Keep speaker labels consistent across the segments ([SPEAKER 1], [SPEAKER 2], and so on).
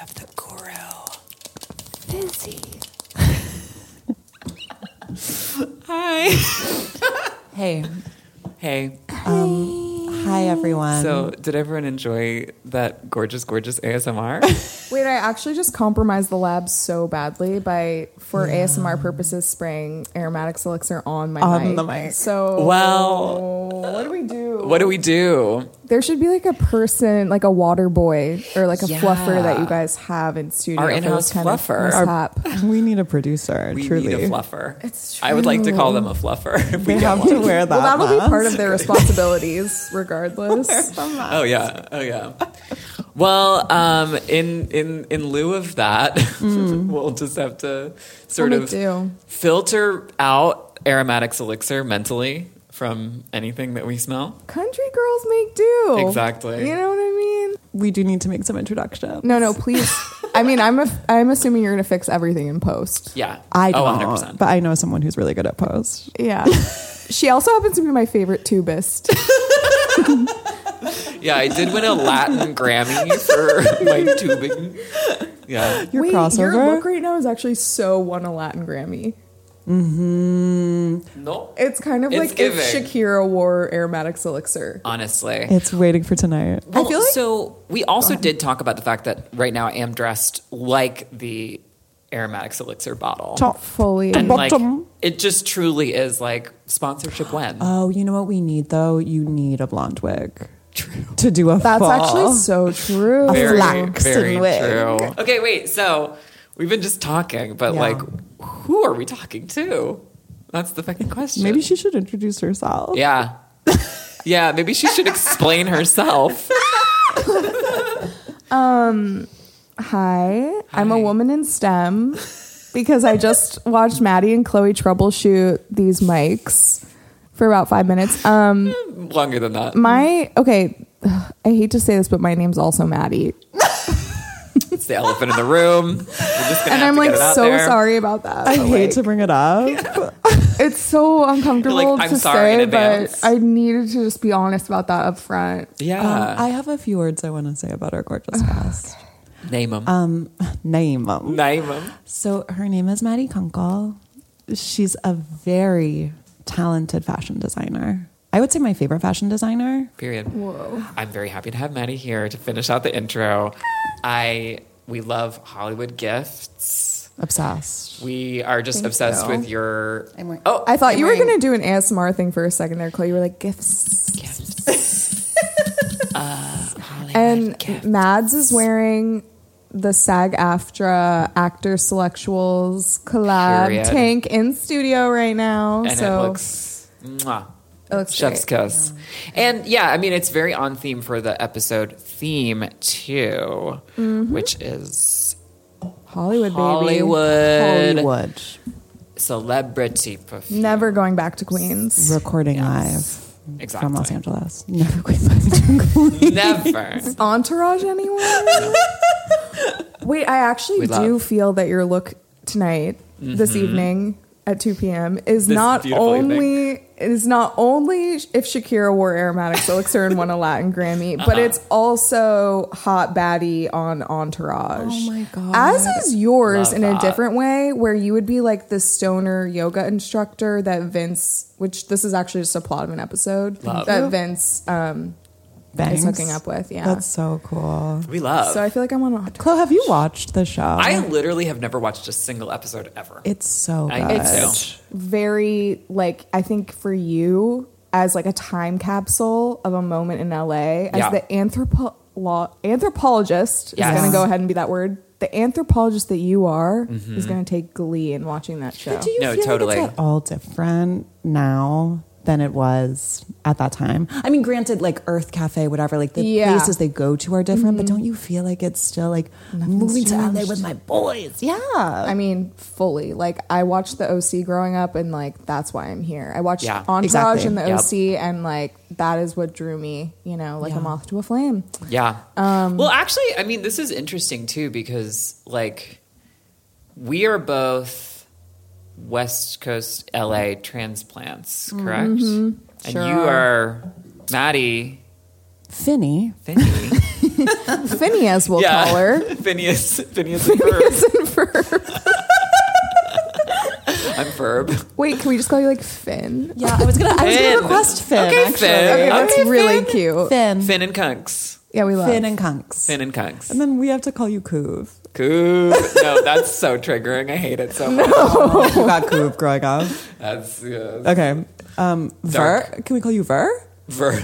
[SPEAKER 1] of the guru. Busy. Hi.
[SPEAKER 2] Hey,
[SPEAKER 1] Hey.
[SPEAKER 2] hi everyone.
[SPEAKER 1] So, did everyone enjoy that gorgeous, gorgeous ASMR?
[SPEAKER 3] Wait, I actually just compromised the lab so badly by, for ASMR purposes, spraying aromatics elixir on my
[SPEAKER 2] On
[SPEAKER 3] mic.
[SPEAKER 2] the mic.
[SPEAKER 3] So
[SPEAKER 1] Well-
[SPEAKER 3] what do we do?
[SPEAKER 1] what do we do?
[SPEAKER 3] There should be like a person, like a water boy or like a fluffer that you guys have in studio.
[SPEAKER 1] Our
[SPEAKER 3] for this
[SPEAKER 1] in-house
[SPEAKER 3] kind of
[SPEAKER 1] fluffer.
[SPEAKER 3] mishap.
[SPEAKER 2] we need a producer.
[SPEAKER 1] We
[SPEAKER 2] truly,
[SPEAKER 1] need a fluffer.
[SPEAKER 3] It's
[SPEAKER 1] I would like to
[SPEAKER 3] true.
[SPEAKER 1] call them a fluffer. If we
[SPEAKER 2] we
[SPEAKER 1] get
[SPEAKER 2] have
[SPEAKER 1] one.
[SPEAKER 2] to wear that.
[SPEAKER 3] well, that'll be
[SPEAKER 2] mask.
[SPEAKER 3] part of their responsibilities, regardless.
[SPEAKER 1] Oh yeah, oh yeah. Well, um, in in in lieu of that, we'll just have to sort
[SPEAKER 3] What do we
[SPEAKER 1] of
[SPEAKER 3] do?
[SPEAKER 1] filter out aromatics elixir mentally from anything that we smell.
[SPEAKER 3] Country girls make do.
[SPEAKER 1] Exactly.
[SPEAKER 3] You know what I mean?
[SPEAKER 2] We do need to make some introductions.
[SPEAKER 3] No, no, please. I mean, I'm a, I'm assuming you're gonna fix everything in post.
[SPEAKER 1] Yeah,
[SPEAKER 2] I
[SPEAKER 1] Oh,
[SPEAKER 2] don't,
[SPEAKER 1] 100%.
[SPEAKER 2] but I know someone who's really good at post.
[SPEAKER 3] Yeah. she also happens to be my favorite tubist.
[SPEAKER 1] Yeah, I did win a Latin Grammy for my tubing. Yeah,
[SPEAKER 2] Your
[SPEAKER 3] Wait,
[SPEAKER 2] crossover.
[SPEAKER 3] your look right now is actually so won a Latin Grammy.
[SPEAKER 1] no,
[SPEAKER 3] It's kind of
[SPEAKER 1] It's
[SPEAKER 3] like
[SPEAKER 1] giving.
[SPEAKER 3] if Shakira wore aromatics elixir.
[SPEAKER 1] honestly.
[SPEAKER 2] it's waiting for tonight.
[SPEAKER 3] I feel like-
[SPEAKER 1] so. We also did talk about the fact that right now I am dressed like the aromatics elixir bottle.
[SPEAKER 2] Top
[SPEAKER 3] Fully.
[SPEAKER 2] to
[SPEAKER 1] and like
[SPEAKER 2] bottom.
[SPEAKER 1] it just truly is like sponsorship when
[SPEAKER 2] Oh, you know what we need though? You need a blonde wig. True. To do a
[SPEAKER 3] That's
[SPEAKER 2] fall.
[SPEAKER 3] actually so true.
[SPEAKER 2] flax and wig.
[SPEAKER 1] okay wait so we've been just talking but
[SPEAKER 2] Yeah.
[SPEAKER 1] like who are we talking to that's the fucking question
[SPEAKER 2] Maybe she should introduce herself.
[SPEAKER 1] yeah yeah maybe she should explain herself
[SPEAKER 3] Hi, I'm a
[SPEAKER 1] Hi.
[SPEAKER 3] woman in STEM because I just watched Maddie and Chloe troubleshoot these mics for about five minutes. Um,
[SPEAKER 1] longer than that
[SPEAKER 3] my okay, I hate to say this, but my name's also Maddie,
[SPEAKER 1] it's the elephant in the room we're just gonna
[SPEAKER 3] and
[SPEAKER 1] have
[SPEAKER 3] I'm
[SPEAKER 1] to
[SPEAKER 3] like
[SPEAKER 1] get it out
[SPEAKER 3] so
[SPEAKER 1] there.
[SPEAKER 3] sorry about that.
[SPEAKER 2] I
[SPEAKER 3] but,
[SPEAKER 2] hate
[SPEAKER 3] like,
[SPEAKER 2] to bring it up.
[SPEAKER 3] It's so uncomfortable
[SPEAKER 1] You're like, "I'm
[SPEAKER 3] to
[SPEAKER 1] sorry in
[SPEAKER 3] say, but
[SPEAKER 1] advance."
[SPEAKER 3] I needed to just be honest about that up front.
[SPEAKER 1] yeah
[SPEAKER 2] Um, I have a few words I want to say about our gorgeous guest.
[SPEAKER 1] name him
[SPEAKER 2] Um, name 'em.
[SPEAKER 1] name him
[SPEAKER 2] So her name is Maddie Kunkel. She's a very talented fashion designer. I would say my favorite fashion designer.
[SPEAKER 1] Period. Whoa. I'm very happy to have Maddie here to finish out the intro. I we love Hollywood gifts.
[SPEAKER 2] Obsessed.
[SPEAKER 1] We are just obsessed
[SPEAKER 3] you.
[SPEAKER 1] with your.
[SPEAKER 2] I'm wearing-
[SPEAKER 1] oh,
[SPEAKER 3] I thought you were
[SPEAKER 2] Right.
[SPEAKER 3] gonna do an ASMR thing for a second there, Chloe. You were like gifts,
[SPEAKER 1] Uh,
[SPEAKER 3] and Mads is wearing the SAG-AFTRA Actor Selectuals collab
[SPEAKER 1] Period.
[SPEAKER 3] tank in studio right now.
[SPEAKER 1] and
[SPEAKER 3] so
[SPEAKER 1] it looks. Mwah.
[SPEAKER 3] It looks
[SPEAKER 1] chef's
[SPEAKER 3] great.
[SPEAKER 1] kiss. And yeah, I mean it's very on theme for the episode theme too, which is
[SPEAKER 3] Hollywood, Mm-hmm. baby.
[SPEAKER 1] Hollywood
[SPEAKER 2] Hollywood.
[SPEAKER 1] celebrity perfume.
[SPEAKER 3] Never going back to Queens.
[SPEAKER 2] Recording live
[SPEAKER 1] Exactly.
[SPEAKER 2] from Los Angeles. Never quit my jungle.
[SPEAKER 1] Never.
[SPEAKER 3] Entourage, anyone? Wait, I actually
[SPEAKER 1] We
[SPEAKER 3] do
[SPEAKER 1] love.
[SPEAKER 3] feel that your look tonight, this evening at 2 p.m. is
[SPEAKER 1] This
[SPEAKER 3] not
[SPEAKER 1] beautiful evening.
[SPEAKER 3] only is not only if Shakira wore aromatics elixir and won a Latin Grammy, but
[SPEAKER 1] Uh-uh.
[SPEAKER 3] it's also hot baddie on Entourage.
[SPEAKER 2] Oh my God.
[SPEAKER 3] As is yours
[SPEAKER 1] Love
[SPEAKER 3] in
[SPEAKER 1] that.
[SPEAKER 3] a different way, where you would be like the stoner yoga instructor that Vince, which this is actually just a plot of an episode
[SPEAKER 1] Love.
[SPEAKER 3] that Vince um,
[SPEAKER 2] Bangs.
[SPEAKER 3] is hooking up with. Yeah.
[SPEAKER 2] That's so cool.
[SPEAKER 1] We love.
[SPEAKER 3] so I feel like I'm on a
[SPEAKER 2] Chloe, have you watched the show?
[SPEAKER 1] I literally have never watched a single episode ever.
[SPEAKER 2] it's so good.
[SPEAKER 1] I think so.
[SPEAKER 3] it's very like I think for you as like a time capsule of a moment in LA as
[SPEAKER 1] Yeah.
[SPEAKER 3] the anthropo- law, anthropologist
[SPEAKER 1] Yes.
[SPEAKER 3] is going to go ahead and be that word. The anthropologist that you are
[SPEAKER 1] Mm-hmm.
[SPEAKER 3] is going to take glee in watching that show.
[SPEAKER 2] Do you
[SPEAKER 1] No,
[SPEAKER 2] feel
[SPEAKER 1] totally.
[SPEAKER 2] like it's at all different now than it was at that time? I mean, granted, like Earth Cafe, whatever, like the
[SPEAKER 3] Yeah.
[SPEAKER 2] places they go to are different, but don't you feel like it's still like moving to LA with my boys? Yeah.
[SPEAKER 3] I mean, fully. Like I watched the OC growing up, and like that's why I'm here. I watched
[SPEAKER 1] Yeah,
[SPEAKER 3] Entourage
[SPEAKER 2] exactly.
[SPEAKER 3] and the
[SPEAKER 1] Yep.
[SPEAKER 3] OC, and like that is what drew me. You know, like
[SPEAKER 2] Yeah.
[SPEAKER 3] a moth to a flame.
[SPEAKER 1] Yeah.
[SPEAKER 3] um,
[SPEAKER 1] well, actually, I mean, this is interesting too because, like, we are both West Coast LA transplants, correct? And
[SPEAKER 3] Mm-hmm. Sure
[SPEAKER 1] you are Maddie
[SPEAKER 2] Finny,
[SPEAKER 1] Finney.
[SPEAKER 3] Phineas will
[SPEAKER 1] yeah.
[SPEAKER 3] call her.
[SPEAKER 1] Phineas. Phineas and Ferb.
[SPEAKER 3] Phineas and Ferb.
[SPEAKER 1] I'm Ferb.
[SPEAKER 3] Wait, can we just call you like Finn?
[SPEAKER 2] Yeah, I was gonna. I was
[SPEAKER 1] Finn.
[SPEAKER 2] gonna request Finn.
[SPEAKER 1] Okay,
[SPEAKER 2] actually.
[SPEAKER 1] Finn.
[SPEAKER 3] Okay, that's
[SPEAKER 1] Okay,
[SPEAKER 3] really
[SPEAKER 1] Finn.
[SPEAKER 3] cute.
[SPEAKER 2] Finn. Finn.
[SPEAKER 1] Finn and Kunks.
[SPEAKER 3] Yeah, we love
[SPEAKER 2] and Kunks.
[SPEAKER 1] Finn and Kunks.
[SPEAKER 2] And then we have to call you Coov.
[SPEAKER 1] Cool. No, that's so triggering. I hate it so much.
[SPEAKER 2] you got Coov growing up.
[SPEAKER 1] That's uh,
[SPEAKER 2] Okay. Um,
[SPEAKER 1] Dark.
[SPEAKER 2] Ver. Can we call you Ver?
[SPEAKER 1] ver.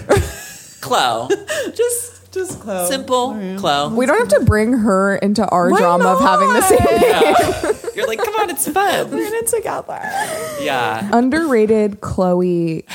[SPEAKER 1] Chloe.
[SPEAKER 2] Just, just close.
[SPEAKER 1] Simple Chloe.
[SPEAKER 3] We don't have to bring her into our
[SPEAKER 2] Why
[SPEAKER 3] drama of having the same name.
[SPEAKER 1] You're like, come on, it's fun.
[SPEAKER 2] it together.
[SPEAKER 1] Yeah.
[SPEAKER 3] Underrated Chloe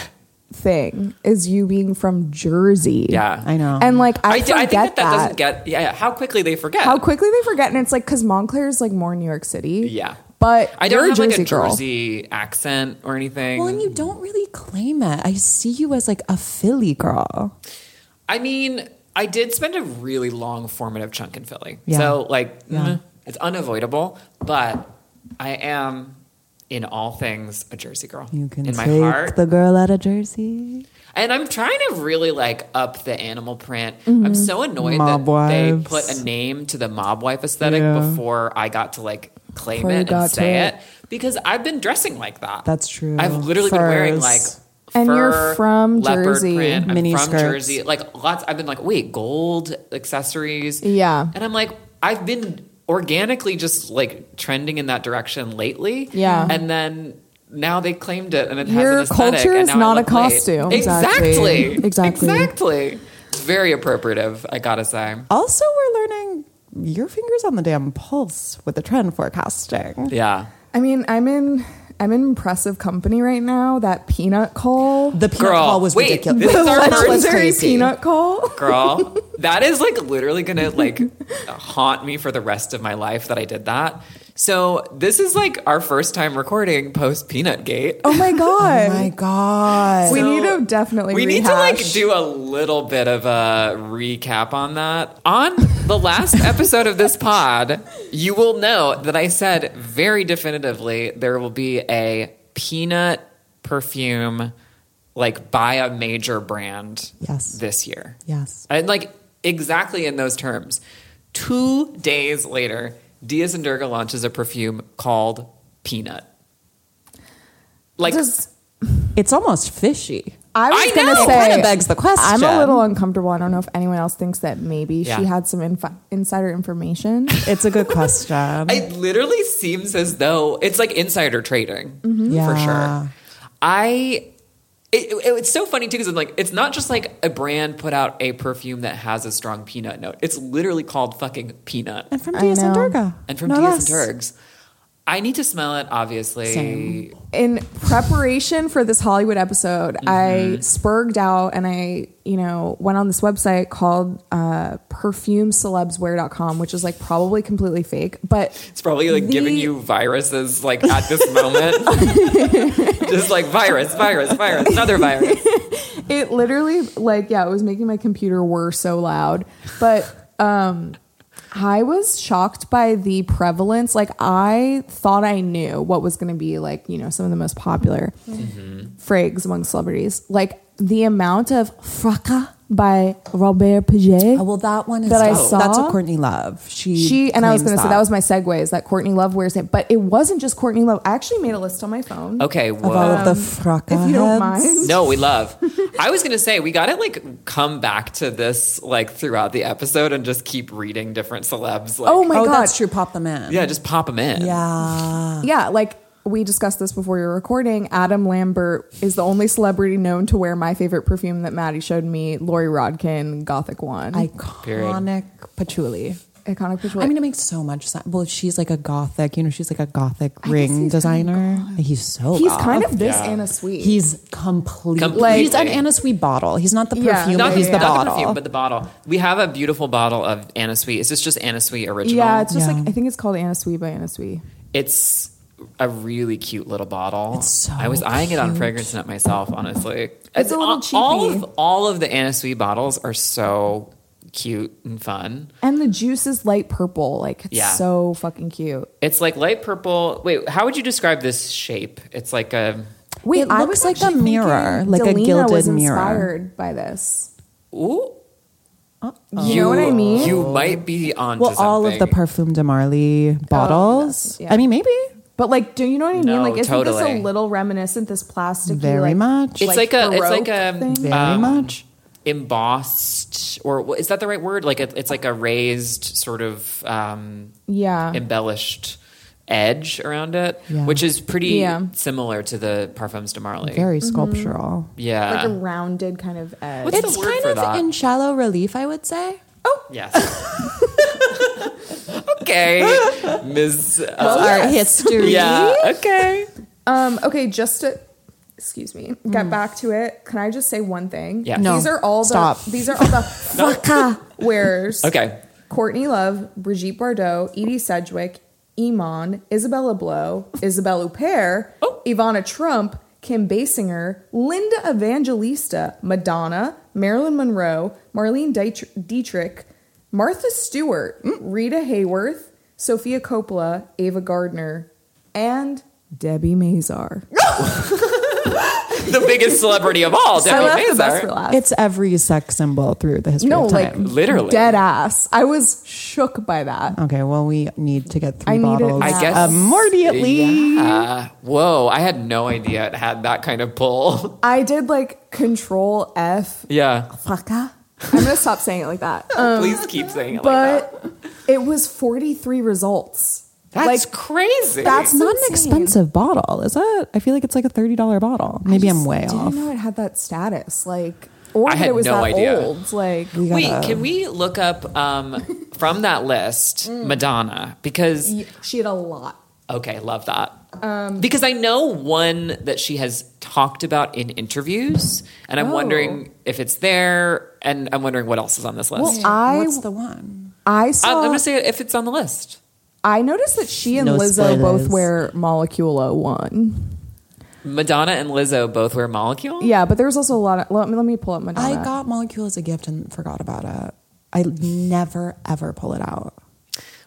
[SPEAKER 3] thing is you being from Jersey.
[SPEAKER 1] Yeah.
[SPEAKER 2] I know.
[SPEAKER 3] And like I,
[SPEAKER 1] I, do,
[SPEAKER 3] forget
[SPEAKER 1] I think
[SPEAKER 3] that.
[SPEAKER 1] that, that doesn't get, yeah, yeah, how quickly they forget.
[SPEAKER 3] How quickly they forget, and it's like because Montclair is like more New York City.
[SPEAKER 1] Yeah.
[SPEAKER 3] but
[SPEAKER 1] I don't
[SPEAKER 3] you're
[SPEAKER 1] have
[SPEAKER 3] a
[SPEAKER 1] like
[SPEAKER 3] Jersey
[SPEAKER 1] a
[SPEAKER 3] girl.
[SPEAKER 1] Jersey accent or anything.
[SPEAKER 2] Well, and you don't really claim it. I see you as like a Philly girl.
[SPEAKER 1] I mean, I did spend a really long formative chunk in Philly.
[SPEAKER 2] Yeah.
[SPEAKER 1] So, like,
[SPEAKER 2] Yeah.
[SPEAKER 1] meh, it's unavoidable, but I am, in all things, a Jersey girl.
[SPEAKER 2] You can
[SPEAKER 1] in my
[SPEAKER 2] take
[SPEAKER 1] heart.
[SPEAKER 2] the girl out of Jersey.
[SPEAKER 1] and I'm trying to really, like, up the animal print.
[SPEAKER 3] Mm-hmm.
[SPEAKER 1] I'm so annoyed
[SPEAKER 2] Mob
[SPEAKER 1] that they
[SPEAKER 2] wives.
[SPEAKER 1] put a name to the mob wife aesthetic
[SPEAKER 2] Yeah.
[SPEAKER 1] before I got to, like, claim
[SPEAKER 3] Before you
[SPEAKER 1] it
[SPEAKER 3] got
[SPEAKER 1] and
[SPEAKER 3] to
[SPEAKER 1] say
[SPEAKER 3] it.
[SPEAKER 1] it. because I've been dressing like that.
[SPEAKER 2] That's true.
[SPEAKER 1] I've literally been wearing
[SPEAKER 2] Furs.
[SPEAKER 1] like
[SPEAKER 3] And you're from
[SPEAKER 1] leopard
[SPEAKER 3] Jersey.
[SPEAKER 1] print. I'm
[SPEAKER 2] Mini
[SPEAKER 1] from
[SPEAKER 2] skirts.
[SPEAKER 1] Jersey. Like lots. I've been like, wait, gold accessories.
[SPEAKER 3] Yeah.
[SPEAKER 1] and I'm like, I've been organically just like trending in that direction lately.
[SPEAKER 3] Yeah.
[SPEAKER 1] and then. Now they claimed it, and it
[SPEAKER 3] Your
[SPEAKER 1] has an aesthetic.
[SPEAKER 3] culture
[SPEAKER 1] and
[SPEAKER 3] is
[SPEAKER 1] now I
[SPEAKER 3] not
[SPEAKER 1] look
[SPEAKER 3] a
[SPEAKER 1] late.
[SPEAKER 3] costume.
[SPEAKER 1] Exactly,
[SPEAKER 3] Exactly. Exactly.
[SPEAKER 1] exactly. It's very appropriative. I gotta say,
[SPEAKER 2] Also, we're learning your fingers on the damn pulse with the trend forecasting.
[SPEAKER 1] yeah.
[SPEAKER 3] I mean, I'm in I'm in impressive company right now. That peanut call,
[SPEAKER 2] The peanut
[SPEAKER 1] Girl,
[SPEAKER 2] call was
[SPEAKER 1] wait,
[SPEAKER 2] ridiculous.
[SPEAKER 1] this is our
[SPEAKER 2] That was
[SPEAKER 1] legendary
[SPEAKER 2] crazy.
[SPEAKER 3] peanut call.
[SPEAKER 1] girl that is like literally gonna like haunt me for the rest of my life that i did that so this is like our first time recording post peanut gate
[SPEAKER 3] Oh my
[SPEAKER 2] Oh
[SPEAKER 3] god!
[SPEAKER 2] my god!
[SPEAKER 3] We
[SPEAKER 1] So
[SPEAKER 3] need to definitely
[SPEAKER 1] we need to
[SPEAKER 3] rehash.
[SPEAKER 1] like do a little bit of a recap on that on the last episode of this pod you will know that i said very definitively there will be a peanut perfume like by a major brand
[SPEAKER 2] Yes.
[SPEAKER 1] this year
[SPEAKER 2] Yes.
[SPEAKER 1] and like exactly in those terms. Two days later, Diaz and Durga launches a perfume called Peanut. Like
[SPEAKER 3] Does-
[SPEAKER 2] It's almost fishy.
[SPEAKER 3] I was
[SPEAKER 1] I
[SPEAKER 3] gonna
[SPEAKER 1] know. It
[SPEAKER 3] say
[SPEAKER 2] kinda begs the question.
[SPEAKER 3] I'm a little uncomfortable. I don't know if anyone else thinks that maybe
[SPEAKER 1] Yeah.
[SPEAKER 3] she had some inf- insider information.
[SPEAKER 2] It's a good question.
[SPEAKER 1] it literally seems as though it's like insider trading for
[SPEAKER 2] Mm-hmm. Yeah.
[SPEAKER 1] sure. I. It, it- it's so funny too because I'm like, it's not just like a brand put out a perfume that has a strong peanut note. It's literally called fucking peanut.
[SPEAKER 2] and from
[SPEAKER 3] I
[SPEAKER 2] Diaz and
[SPEAKER 3] know.
[SPEAKER 2] Durga.
[SPEAKER 1] And from
[SPEAKER 2] no
[SPEAKER 1] Diaz and
[SPEAKER 2] less.
[SPEAKER 1] Turgs, I need to smell it. Obviously,
[SPEAKER 2] Same.
[SPEAKER 3] in preparation for this Hollywood episode, I spurged out and I, you know, went on this website called uh, perfumecelebswear.com, which is like probably completely fake, but
[SPEAKER 1] It's probably like giving
[SPEAKER 3] The-
[SPEAKER 1] you viruses like at this moment. Just like virus, virus, virus, another virus.
[SPEAKER 3] it literally, like, yeah, it was making my computer whir so loud. But um, I was shocked by the prevalence. Like, I thought I knew what was going to be, like, you know, some of the most popular frags among celebrities. Like, the amount of fraca by Robert Paget.
[SPEAKER 2] Oh, well, that one is
[SPEAKER 3] That I
[SPEAKER 2] oh, That's
[SPEAKER 3] saw.
[SPEAKER 2] what Courtney Love. She
[SPEAKER 3] she and I was
[SPEAKER 2] claims
[SPEAKER 3] going to say that was my segue is that Courtney Love wears it, but it wasn't just Courtney Love. I actually made a list on my phone.
[SPEAKER 1] Okay,
[SPEAKER 2] of all
[SPEAKER 1] whoa.
[SPEAKER 2] of the frocka
[SPEAKER 3] if you don't
[SPEAKER 2] heads.
[SPEAKER 3] mind.
[SPEAKER 1] No, we love. I was gonna say we gotta like come back to this like throughout the episode and just keep reading different celebs. Like,
[SPEAKER 3] Oh my
[SPEAKER 2] oh,
[SPEAKER 3] god!
[SPEAKER 2] that's true. Pop them in.
[SPEAKER 1] yeah, just pop them in.
[SPEAKER 2] Yeah.
[SPEAKER 3] Yeah, like we discussed this before we were recording. Adam Lambert is the only celebrity known to wear my favorite perfume that Maddie showed me, Lori Rodkin Gothic One.
[SPEAKER 2] Iconic
[SPEAKER 1] Period.
[SPEAKER 2] patchouli.
[SPEAKER 3] Iconic visual.
[SPEAKER 2] I mean, it makes so much sense. Well, she's like a gothic, you know, she's like a gothic
[SPEAKER 3] guess he's
[SPEAKER 2] ring
[SPEAKER 3] kind of
[SPEAKER 2] designer. he's so
[SPEAKER 3] he's
[SPEAKER 2] goth.
[SPEAKER 3] kind of this
[SPEAKER 1] Yeah.
[SPEAKER 3] in a suite.
[SPEAKER 2] He's completely.
[SPEAKER 1] Completely.
[SPEAKER 2] he's an annisui bottle. He's not the
[SPEAKER 3] Yeah.
[SPEAKER 2] perfume.
[SPEAKER 1] Not,
[SPEAKER 2] he's
[SPEAKER 1] the, not
[SPEAKER 2] the
[SPEAKER 1] the
[SPEAKER 2] bottle.
[SPEAKER 1] perfume, but the bottle. We have a beautiful bottle of Anasui. Is this just Anasui original?
[SPEAKER 3] yeah, it's just
[SPEAKER 2] Yeah.
[SPEAKER 3] like I think it's called Anna Sui by Anna Sui.
[SPEAKER 1] It's a really cute little bottle.
[SPEAKER 2] It's so
[SPEAKER 1] I was eyeing it on
[SPEAKER 2] cute.
[SPEAKER 1] Fragrance Nut myself, honestly.
[SPEAKER 3] It's a little
[SPEAKER 1] all, all
[SPEAKER 3] cheapy.
[SPEAKER 1] of all of the Anasui bottles are so cute and fun.
[SPEAKER 3] And the juice is light purple. Like it's
[SPEAKER 1] Yeah.
[SPEAKER 3] so fucking cute.
[SPEAKER 1] It's like light purple. Wait, how would you describe this shape? It's like a
[SPEAKER 2] Wait, it looks like a mirror, like
[SPEAKER 3] Delina
[SPEAKER 2] a gilded
[SPEAKER 3] was
[SPEAKER 2] mirror.
[SPEAKER 3] inspired by this.
[SPEAKER 1] ooh.
[SPEAKER 3] You know what I mean?
[SPEAKER 1] Oh. You might be on.
[SPEAKER 2] Well, all of the Parfum de Marley bottles.
[SPEAKER 3] yes, Oh, yeah.
[SPEAKER 2] I mean, maybe.
[SPEAKER 3] But like, do you know what I mean?
[SPEAKER 1] No,
[SPEAKER 3] like, isn't this
[SPEAKER 1] totally.
[SPEAKER 3] a little reminiscent? This plastic, like,
[SPEAKER 2] Very much.
[SPEAKER 1] It's like, a. It's
[SPEAKER 3] Baroque
[SPEAKER 1] like a
[SPEAKER 3] thing?
[SPEAKER 2] Very
[SPEAKER 1] um,
[SPEAKER 2] much.
[SPEAKER 1] embossed, or wh- is that the right word? Like a, it's like a raised sort of um,
[SPEAKER 3] Yeah,
[SPEAKER 1] embellished edge around it,
[SPEAKER 2] Yeah.
[SPEAKER 1] which is pretty
[SPEAKER 3] Yeah.
[SPEAKER 1] similar to the Parfums de Marly.
[SPEAKER 2] Very
[SPEAKER 3] Mm-hmm.
[SPEAKER 2] sculptural.
[SPEAKER 1] yeah.
[SPEAKER 3] like a rounded kind of edge.
[SPEAKER 1] Ah. What's
[SPEAKER 2] it's
[SPEAKER 1] the word
[SPEAKER 2] kind
[SPEAKER 1] for
[SPEAKER 2] of
[SPEAKER 1] that?
[SPEAKER 2] in shallow relief, I would say.
[SPEAKER 1] yes. okay, Ms. uh,
[SPEAKER 2] Well, our history.
[SPEAKER 1] yeah. Okay.
[SPEAKER 3] Um, okay, just to excuse me, get back to it. Can I just say one thing?
[SPEAKER 1] Yeah. No.
[SPEAKER 3] These are all the
[SPEAKER 2] Stop.
[SPEAKER 3] these are all the fuck wears.
[SPEAKER 1] Okay.
[SPEAKER 3] Courtney Love, Brigitte Bardot, Edie Sedgwick, Iman, Isabella Blow, Isabelle Huppert,
[SPEAKER 1] Oh.
[SPEAKER 3] Ivana Trump, Kim Basinger, Linda Evangelista, Madonna, Marilyn Monroe, Marlene Dietrich, Dietrich Martha Stewart,
[SPEAKER 1] Hmm.
[SPEAKER 3] Rita Hayworth, Sophia Coppola, Ava Gardner, and Debbie Mazar.
[SPEAKER 1] The biggest celebrity of all,
[SPEAKER 3] I
[SPEAKER 1] Debbie
[SPEAKER 3] left the best
[SPEAKER 1] Mazar.
[SPEAKER 3] for last.
[SPEAKER 2] It's every sex symbol through the history
[SPEAKER 3] no,
[SPEAKER 2] of
[SPEAKER 3] like
[SPEAKER 2] time.
[SPEAKER 1] Literally.
[SPEAKER 3] dead ass. I was shook by that.
[SPEAKER 2] okay, well, we need to get three
[SPEAKER 3] I need it
[SPEAKER 2] bottles Um,
[SPEAKER 3] I
[SPEAKER 1] guess-
[SPEAKER 2] immediately.
[SPEAKER 1] Yeah. Whoa, I had no idea it had that kind of pull.
[SPEAKER 3] I did like Control F
[SPEAKER 1] yeah.
[SPEAKER 3] Fucka. I'm gonna stop saying it like that. Um,
[SPEAKER 1] Please keep saying it like that.
[SPEAKER 3] but it was 43 results.
[SPEAKER 1] That's
[SPEAKER 3] like
[SPEAKER 1] crazy.
[SPEAKER 3] that's
[SPEAKER 2] It's not an
[SPEAKER 3] insane.
[SPEAKER 2] expensive bottle, is it? I feel like it's like a $30 bottle. Maybe I'm way
[SPEAKER 3] Didn't
[SPEAKER 2] off.
[SPEAKER 3] know it had that status. Like, or
[SPEAKER 1] I
[SPEAKER 3] that
[SPEAKER 1] had
[SPEAKER 3] it was
[SPEAKER 1] no
[SPEAKER 3] that
[SPEAKER 1] idea.
[SPEAKER 3] old. Like,
[SPEAKER 2] We
[SPEAKER 1] Wait,
[SPEAKER 2] gotta-
[SPEAKER 1] can we look up um, from that list
[SPEAKER 3] Mm.
[SPEAKER 1] Madonna? Because
[SPEAKER 3] y- she had a lot.
[SPEAKER 1] okay, love that.
[SPEAKER 3] Um,
[SPEAKER 1] because I know one that she has talked about in interviews, and I'm
[SPEAKER 3] Oh.
[SPEAKER 1] wondering if it's there, and I'm wondering what else is on this list.
[SPEAKER 3] Well, uh, I-
[SPEAKER 2] What's the one?
[SPEAKER 3] I
[SPEAKER 1] I'm,
[SPEAKER 3] saw. i
[SPEAKER 1] going to say if it's on the list.
[SPEAKER 3] noticed that she and
[SPEAKER 2] No
[SPEAKER 3] Lizzo both
[SPEAKER 2] spoilers.
[SPEAKER 3] wear Moleculo one.
[SPEAKER 1] Madonna and Lizzo both wear Molecule.
[SPEAKER 3] Yeah, but there was also a lot. Of, let me let me pull up Madonna.
[SPEAKER 2] I got Molecule as a gift and forgot about it. I never, ever pull it out.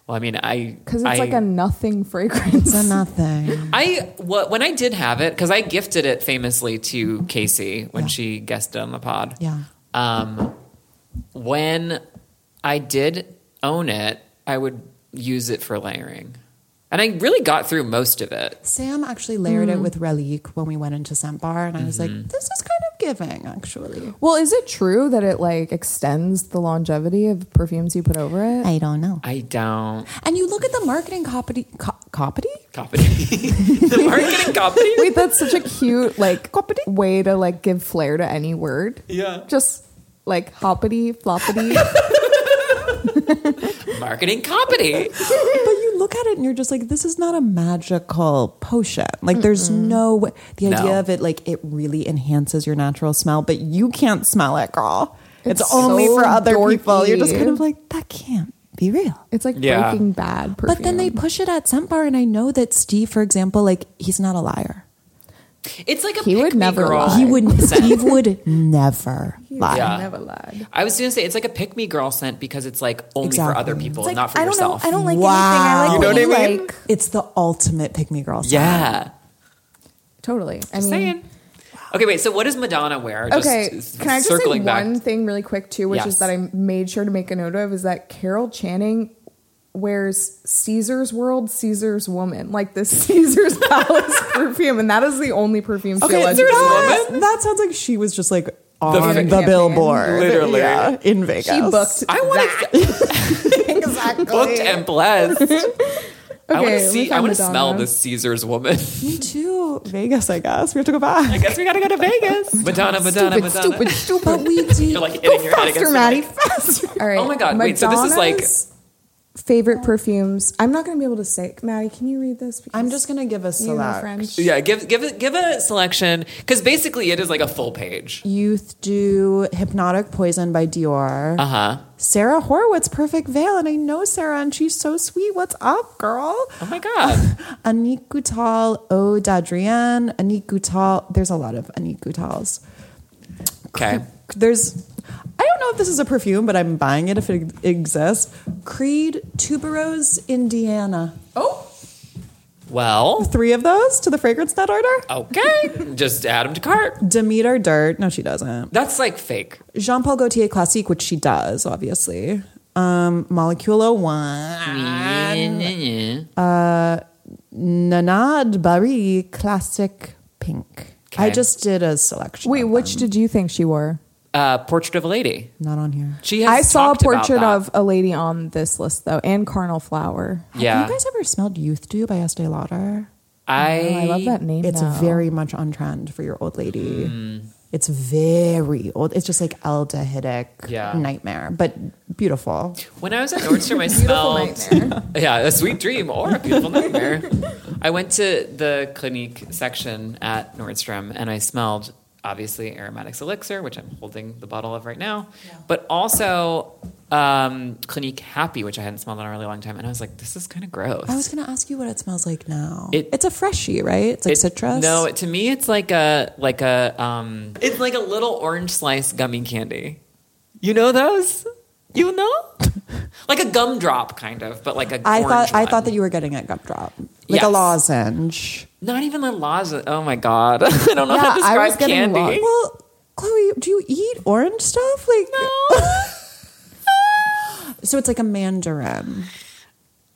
[SPEAKER 1] Well, I mean, I
[SPEAKER 3] because it's
[SPEAKER 1] I-
[SPEAKER 3] like a nothing fragrance.
[SPEAKER 2] It's a nothing.
[SPEAKER 1] I wh- when I did have it because I gifted it famously to Casey when she guested on the pod.
[SPEAKER 2] Yeah.
[SPEAKER 1] Um, when I did own it, I would use it for layering, and I really got through most of it.
[SPEAKER 2] Sam actually layered it with Relique when we went into Scent Bar, and I was like, this is kind of giving, actually.
[SPEAKER 3] well, is it true that it like extends the longevity of perfumes you put over it?
[SPEAKER 2] I don't know.
[SPEAKER 1] I don't
[SPEAKER 2] And you look at the marketing copy, co- copy?
[SPEAKER 1] copy the marketing copy.
[SPEAKER 3] Wait, that's such a cute like way to like give flair to any word.
[SPEAKER 1] Yeah,
[SPEAKER 3] Just like hoppity floppity.
[SPEAKER 1] marketing copy.
[SPEAKER 2] but you look at it and you're just like, this is not a magical potion. Like, there's no way. The
[SPEAKER 1] No.
[SPEAKER 2] idea of it, like, it really enhances your natural smell, but you can't smell it, girl. It's,
[SPEAKER 3] It's
[SPEAKER 2] only
[SPEAKER 3] so
[SPEAKER 2] for other people. You're just
[SPEAKER 3] dorky.
[SPEAKER 2] kind of like, that can't be real.
[SPEAKER 3] it's like
[SPEAKER 1] Yeah.
[SPEAKER 3] Breaking Bad perfume.
[SPEAKER 2] But then they push it at Scent Bar, and I know that Steve, for example, like, he's not a liar.
[SPEAKER 1] It's like a
[SPEAKER 3] He would
[SPEAKER 1] pick me
[SPEAKER 3] never
[SPEAKER 1] girl.
[SPEAKER 3] lie.
[SPEAKER 2] He would, Steve would never lie.
[SPEAKER 1] Yeah.
[SPEAKER 3] never lied.
[SPEAKER 1] I was gonna say it's like a pick me girl scent because it's like only for
[SPEAKER 2] Exactly.
[SPEAKER 1] other people,
[SPEAKER 3] It's like,
[SPEAKER 1] not
[SPEAKER 3] I
[SPEAKER 1] for
[SPEAKER 3] don't
[SPEAKER 1] yourself.
[SPEAKER 3] know. I don't like
[SPEAKER 2] Wow.
[SPEAKER 3] anything. I like
[SPEAKER 1] You know
[SPEAKER 3] what
[SPEAKER 1] what I
[SPEAKER 3] you
[SPEAKER 1] mean?
[SPEAKER 3] like.
[SPEAKER 2] It's the ultimate pick me girl. scent.
[SPEAKER 1] yeah.
[SPEAKER 3] Totally. I mean,
[SPEAKER 1] Just saying. Okay, wait. So what does Madonna wear? Just
[SPEAKER 3] okay.
[SPEAKER 1] s-
[SPEAKER 3] Can I just say
[SPEAKER 1] circling
[SPEAKER 3] one
[SPEAKER 1] back.
[SPEAKER 3] thing really quick too, which
[SPEAKER 1] Yes.
[SPEAKER 3] is that I made sure to make a note of is that Carol Channing wears Caesar's World, Caesar's Woman, like the Caesar's Palace perfume, and that is the only perfume. she
[SPEAKER 2] Okay,
[SPEAKER 3] allegedly
[SPEAKER 2] that, that sounds like she was just like on the,
[SPEAKER 1] campaign.
[SPEAKER 2] billboard,
[SPEAKER 1] Literally.
[SPEAKER 2] yeah, in Vegas.
[SPEAKER 3] She booked.
[SPEAKER 1] I want to
[SPEAKER 3] exactly.
[SPEAKER 1] booked and blessed. I want to
[SPEAKER 3] Okay, we
[SPEAKER 1] see. I
[SPEAKER 3] found
[SPEAKER 1] want to smell
[SPEAKER 3] Madonna.
[SPEAKER 1] this Caesar's woman.
[SPEAKER 2] Me too. Vegas, I guess we have to go back.
[SPEAKER 1] I guess we gotta go to Vegas. Madonna, Madonna,
[SPEAKER 3] Stupid, stupid,
[SPEAKER 1] Madonna.
[SPEAKER 3] stupid.
[SPEAKER 2] But we do.
[SPEAKER 1] You're like hitting your head against the mic.
[SPEAKER 2] faster.
[SPEAKER 3] All right.
[SPEAKER 1] Oh my God, wait, so this is like-
[SPEAKER 3] Madonna's favorite perfumes. I'm not going to be able to say. Maddie, can you read this?
[SPEAKER 2] I'm just gonna give a
[SPEAKER 3] Because you know
[SPEAKER 2] select.
[SPEAKER 3] French.
[SPEAKER 1] Yeah, give give it give a selection because basically it is like a full page.
[SPEAKER 2] Youth do hypnotic poison by Dior.
[SPEAKER 1] Uh huh.
[SPEAKER 2] Sarah Horowitz, perfect veil, and I know Sarah, and she's so sweet. What's up, girl?
[SPEAKER 1] Oh my god.
[SPEAKER 2] Anik Gutal, O Dadrian, Anik Gutal. There's a lot of Anik Gutals.
[SPEAKER 1] Okay.
[SPEAKER 2] There's, I don't know if this is a perfume, but I'm buying it if it exists. Creed Tuberose Indiana.
[SPEAKER 3] Oh,
[SPEAKER 1] Well,
[SPEAKER 2] Three of those to the fragrance nut order?
[SPEAKER 1] okay. Just add them to cart.
[SPEAKER 2] Demeter Dirt. No, she doesn't.
[SPEAKER 1] That's like fake.
[SPEAKER 2] Jean Paul Gaultier Classique, which she does, obviously. Um, Moleculo One.
[SPEAKER 1] Mm-hmm.
[SPEAKER 2] Nanad Uh, Barry Classic Pink. I
[SPEAKER 1] Okay.
[SPEAKER 2] just did a selection.
[SPEAKER 3] Wait,
[SPEAKER 2] of
[SPEAKER 3] which
[SPEAKER 2] them.
[SPEAKER 3] did you think she wore?
[SPEAKER 1] Uh, portrait of a lady.
[SPEAKER 2] Not on here.
[SPEAKER 1] She has
[SPEAKER 3] I saw a
[SPEAKER 1] talked about
[SPEAKER 3] portrait
[SPEAKER 1] that.
[SPEAKER 3] of a lady on this list though, and Carnal Flower.
[SPEAKER 1] Yeah.
[SPEAKER 2] Have you guys ever smelled Youth Dew by Estee Lauder?
[SPEAKER 1] I,
[SPEAKER 3] Oh, I love that name.
[SPEAKER 2] It's
[SPEAKER 3] though.
[SPEAKER 2] very much on trend for your old lady.
[SPEAKER 1] Hmm.
[SPEAKER 2] It's very old. It's just like aldehydic
[SPEAKER 1] Yeah.
[SPEAKER 2] nightmare, but beautiful.
[SPEAKER 1] When I was at Nordstrom,
[SPEAKER 3] beautiful
[SPEAKER 1] I smelled
[SPEAKER 3] nightmare.
[SPEAKER 1] yeah, a sweet dream or a beautiful nightmare. I went to the Clinique section at Nordstrom and I smelled obviously aromatics elixir, which I'm holding the bottle of right now, but also um, Clinique Happy, which I hadn't smelled in a really long time, and I was like, this is kind of gross.
[SPEAKER 3] Oh,
[SPEAKER 2] I was going to ask you what it smells like now.
[SPEAKER 1] It-
[SPEAKER 2] it's a freshie, right? It's like
[SPEAKER 1] It-
[SPEAKER 2] citrus.
[SPEAKER 1] No, to me it's like a like a um, it's like a little orange slice gummy candy. You know those? You know? like a gumdrop kind of, but like a
[SPEAKER 2] I
[SPEAKER 1] orange
[SPEAKER 2] thought I
[SPEAKER 1] one.
[SPEAKER 2] thought that you were getting a gumdrop, like a
[SPEAKER 1] Yes.
[SPEAKER 2] lozenge.
[SPEAKER 1] Not even a lozenge. Oh my god! I don't know how to describe candy.
[SPEAKER 2] lo- Well, Chloe, do you eat orange stuff? Like no. so it's like a mandarin.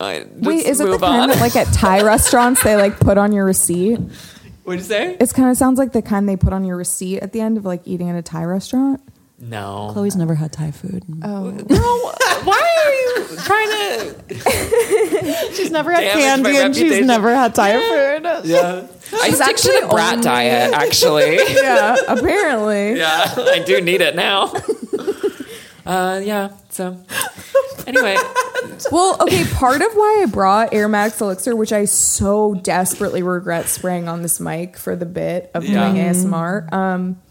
[SPEAKER 1] I- Uh, let's
[SPEAKER 3] Wait, is it the
[SPEAKER 1] move
[SPEAKER 3] kind
[SPEAKER 1] on.
[SPEAKER 3] that like at Thai restaurants they like put on your receipt?
[SPEAKER 1] What'd you say?
[SPEAKER 3] It kind of sounds like the kind they put on your receipt at the end of like eating at a Thai restaurant.
[SPEAKER 1] No.
[SPEAKER 2] Chloe's never had Thai food.
[SPEAKER 1] No. Why are you trying to?
[SPEAKER 2] she's never had
[SPEAKER 1] Damage my
[SPEAKER 2] candy, and she's
[SPEAKER 1] reputation.
[SPEAKER 2] never had Thai food.
[SPEAKER 1] Yeah. I stick
[SPEAKER 3] actually
[SPEAKER 1] to the brat
[SPEAKER 3] only-
[SPEAKER 1] diet. Actually.
[SPEAKER 3] Yeah, apparently.
[SPEAKER 1] yeah, I do need it now. Uh, yeah. So. Anyway,
[SPEAKER 3] Well, okay, part of why I brought Air Max Elixir, which I so desperately regret spraying on this mic for the bit of
[SPEAKER 1] Yeah. Mm-hmm.
[SPEAKER 3] doing ASMR, um,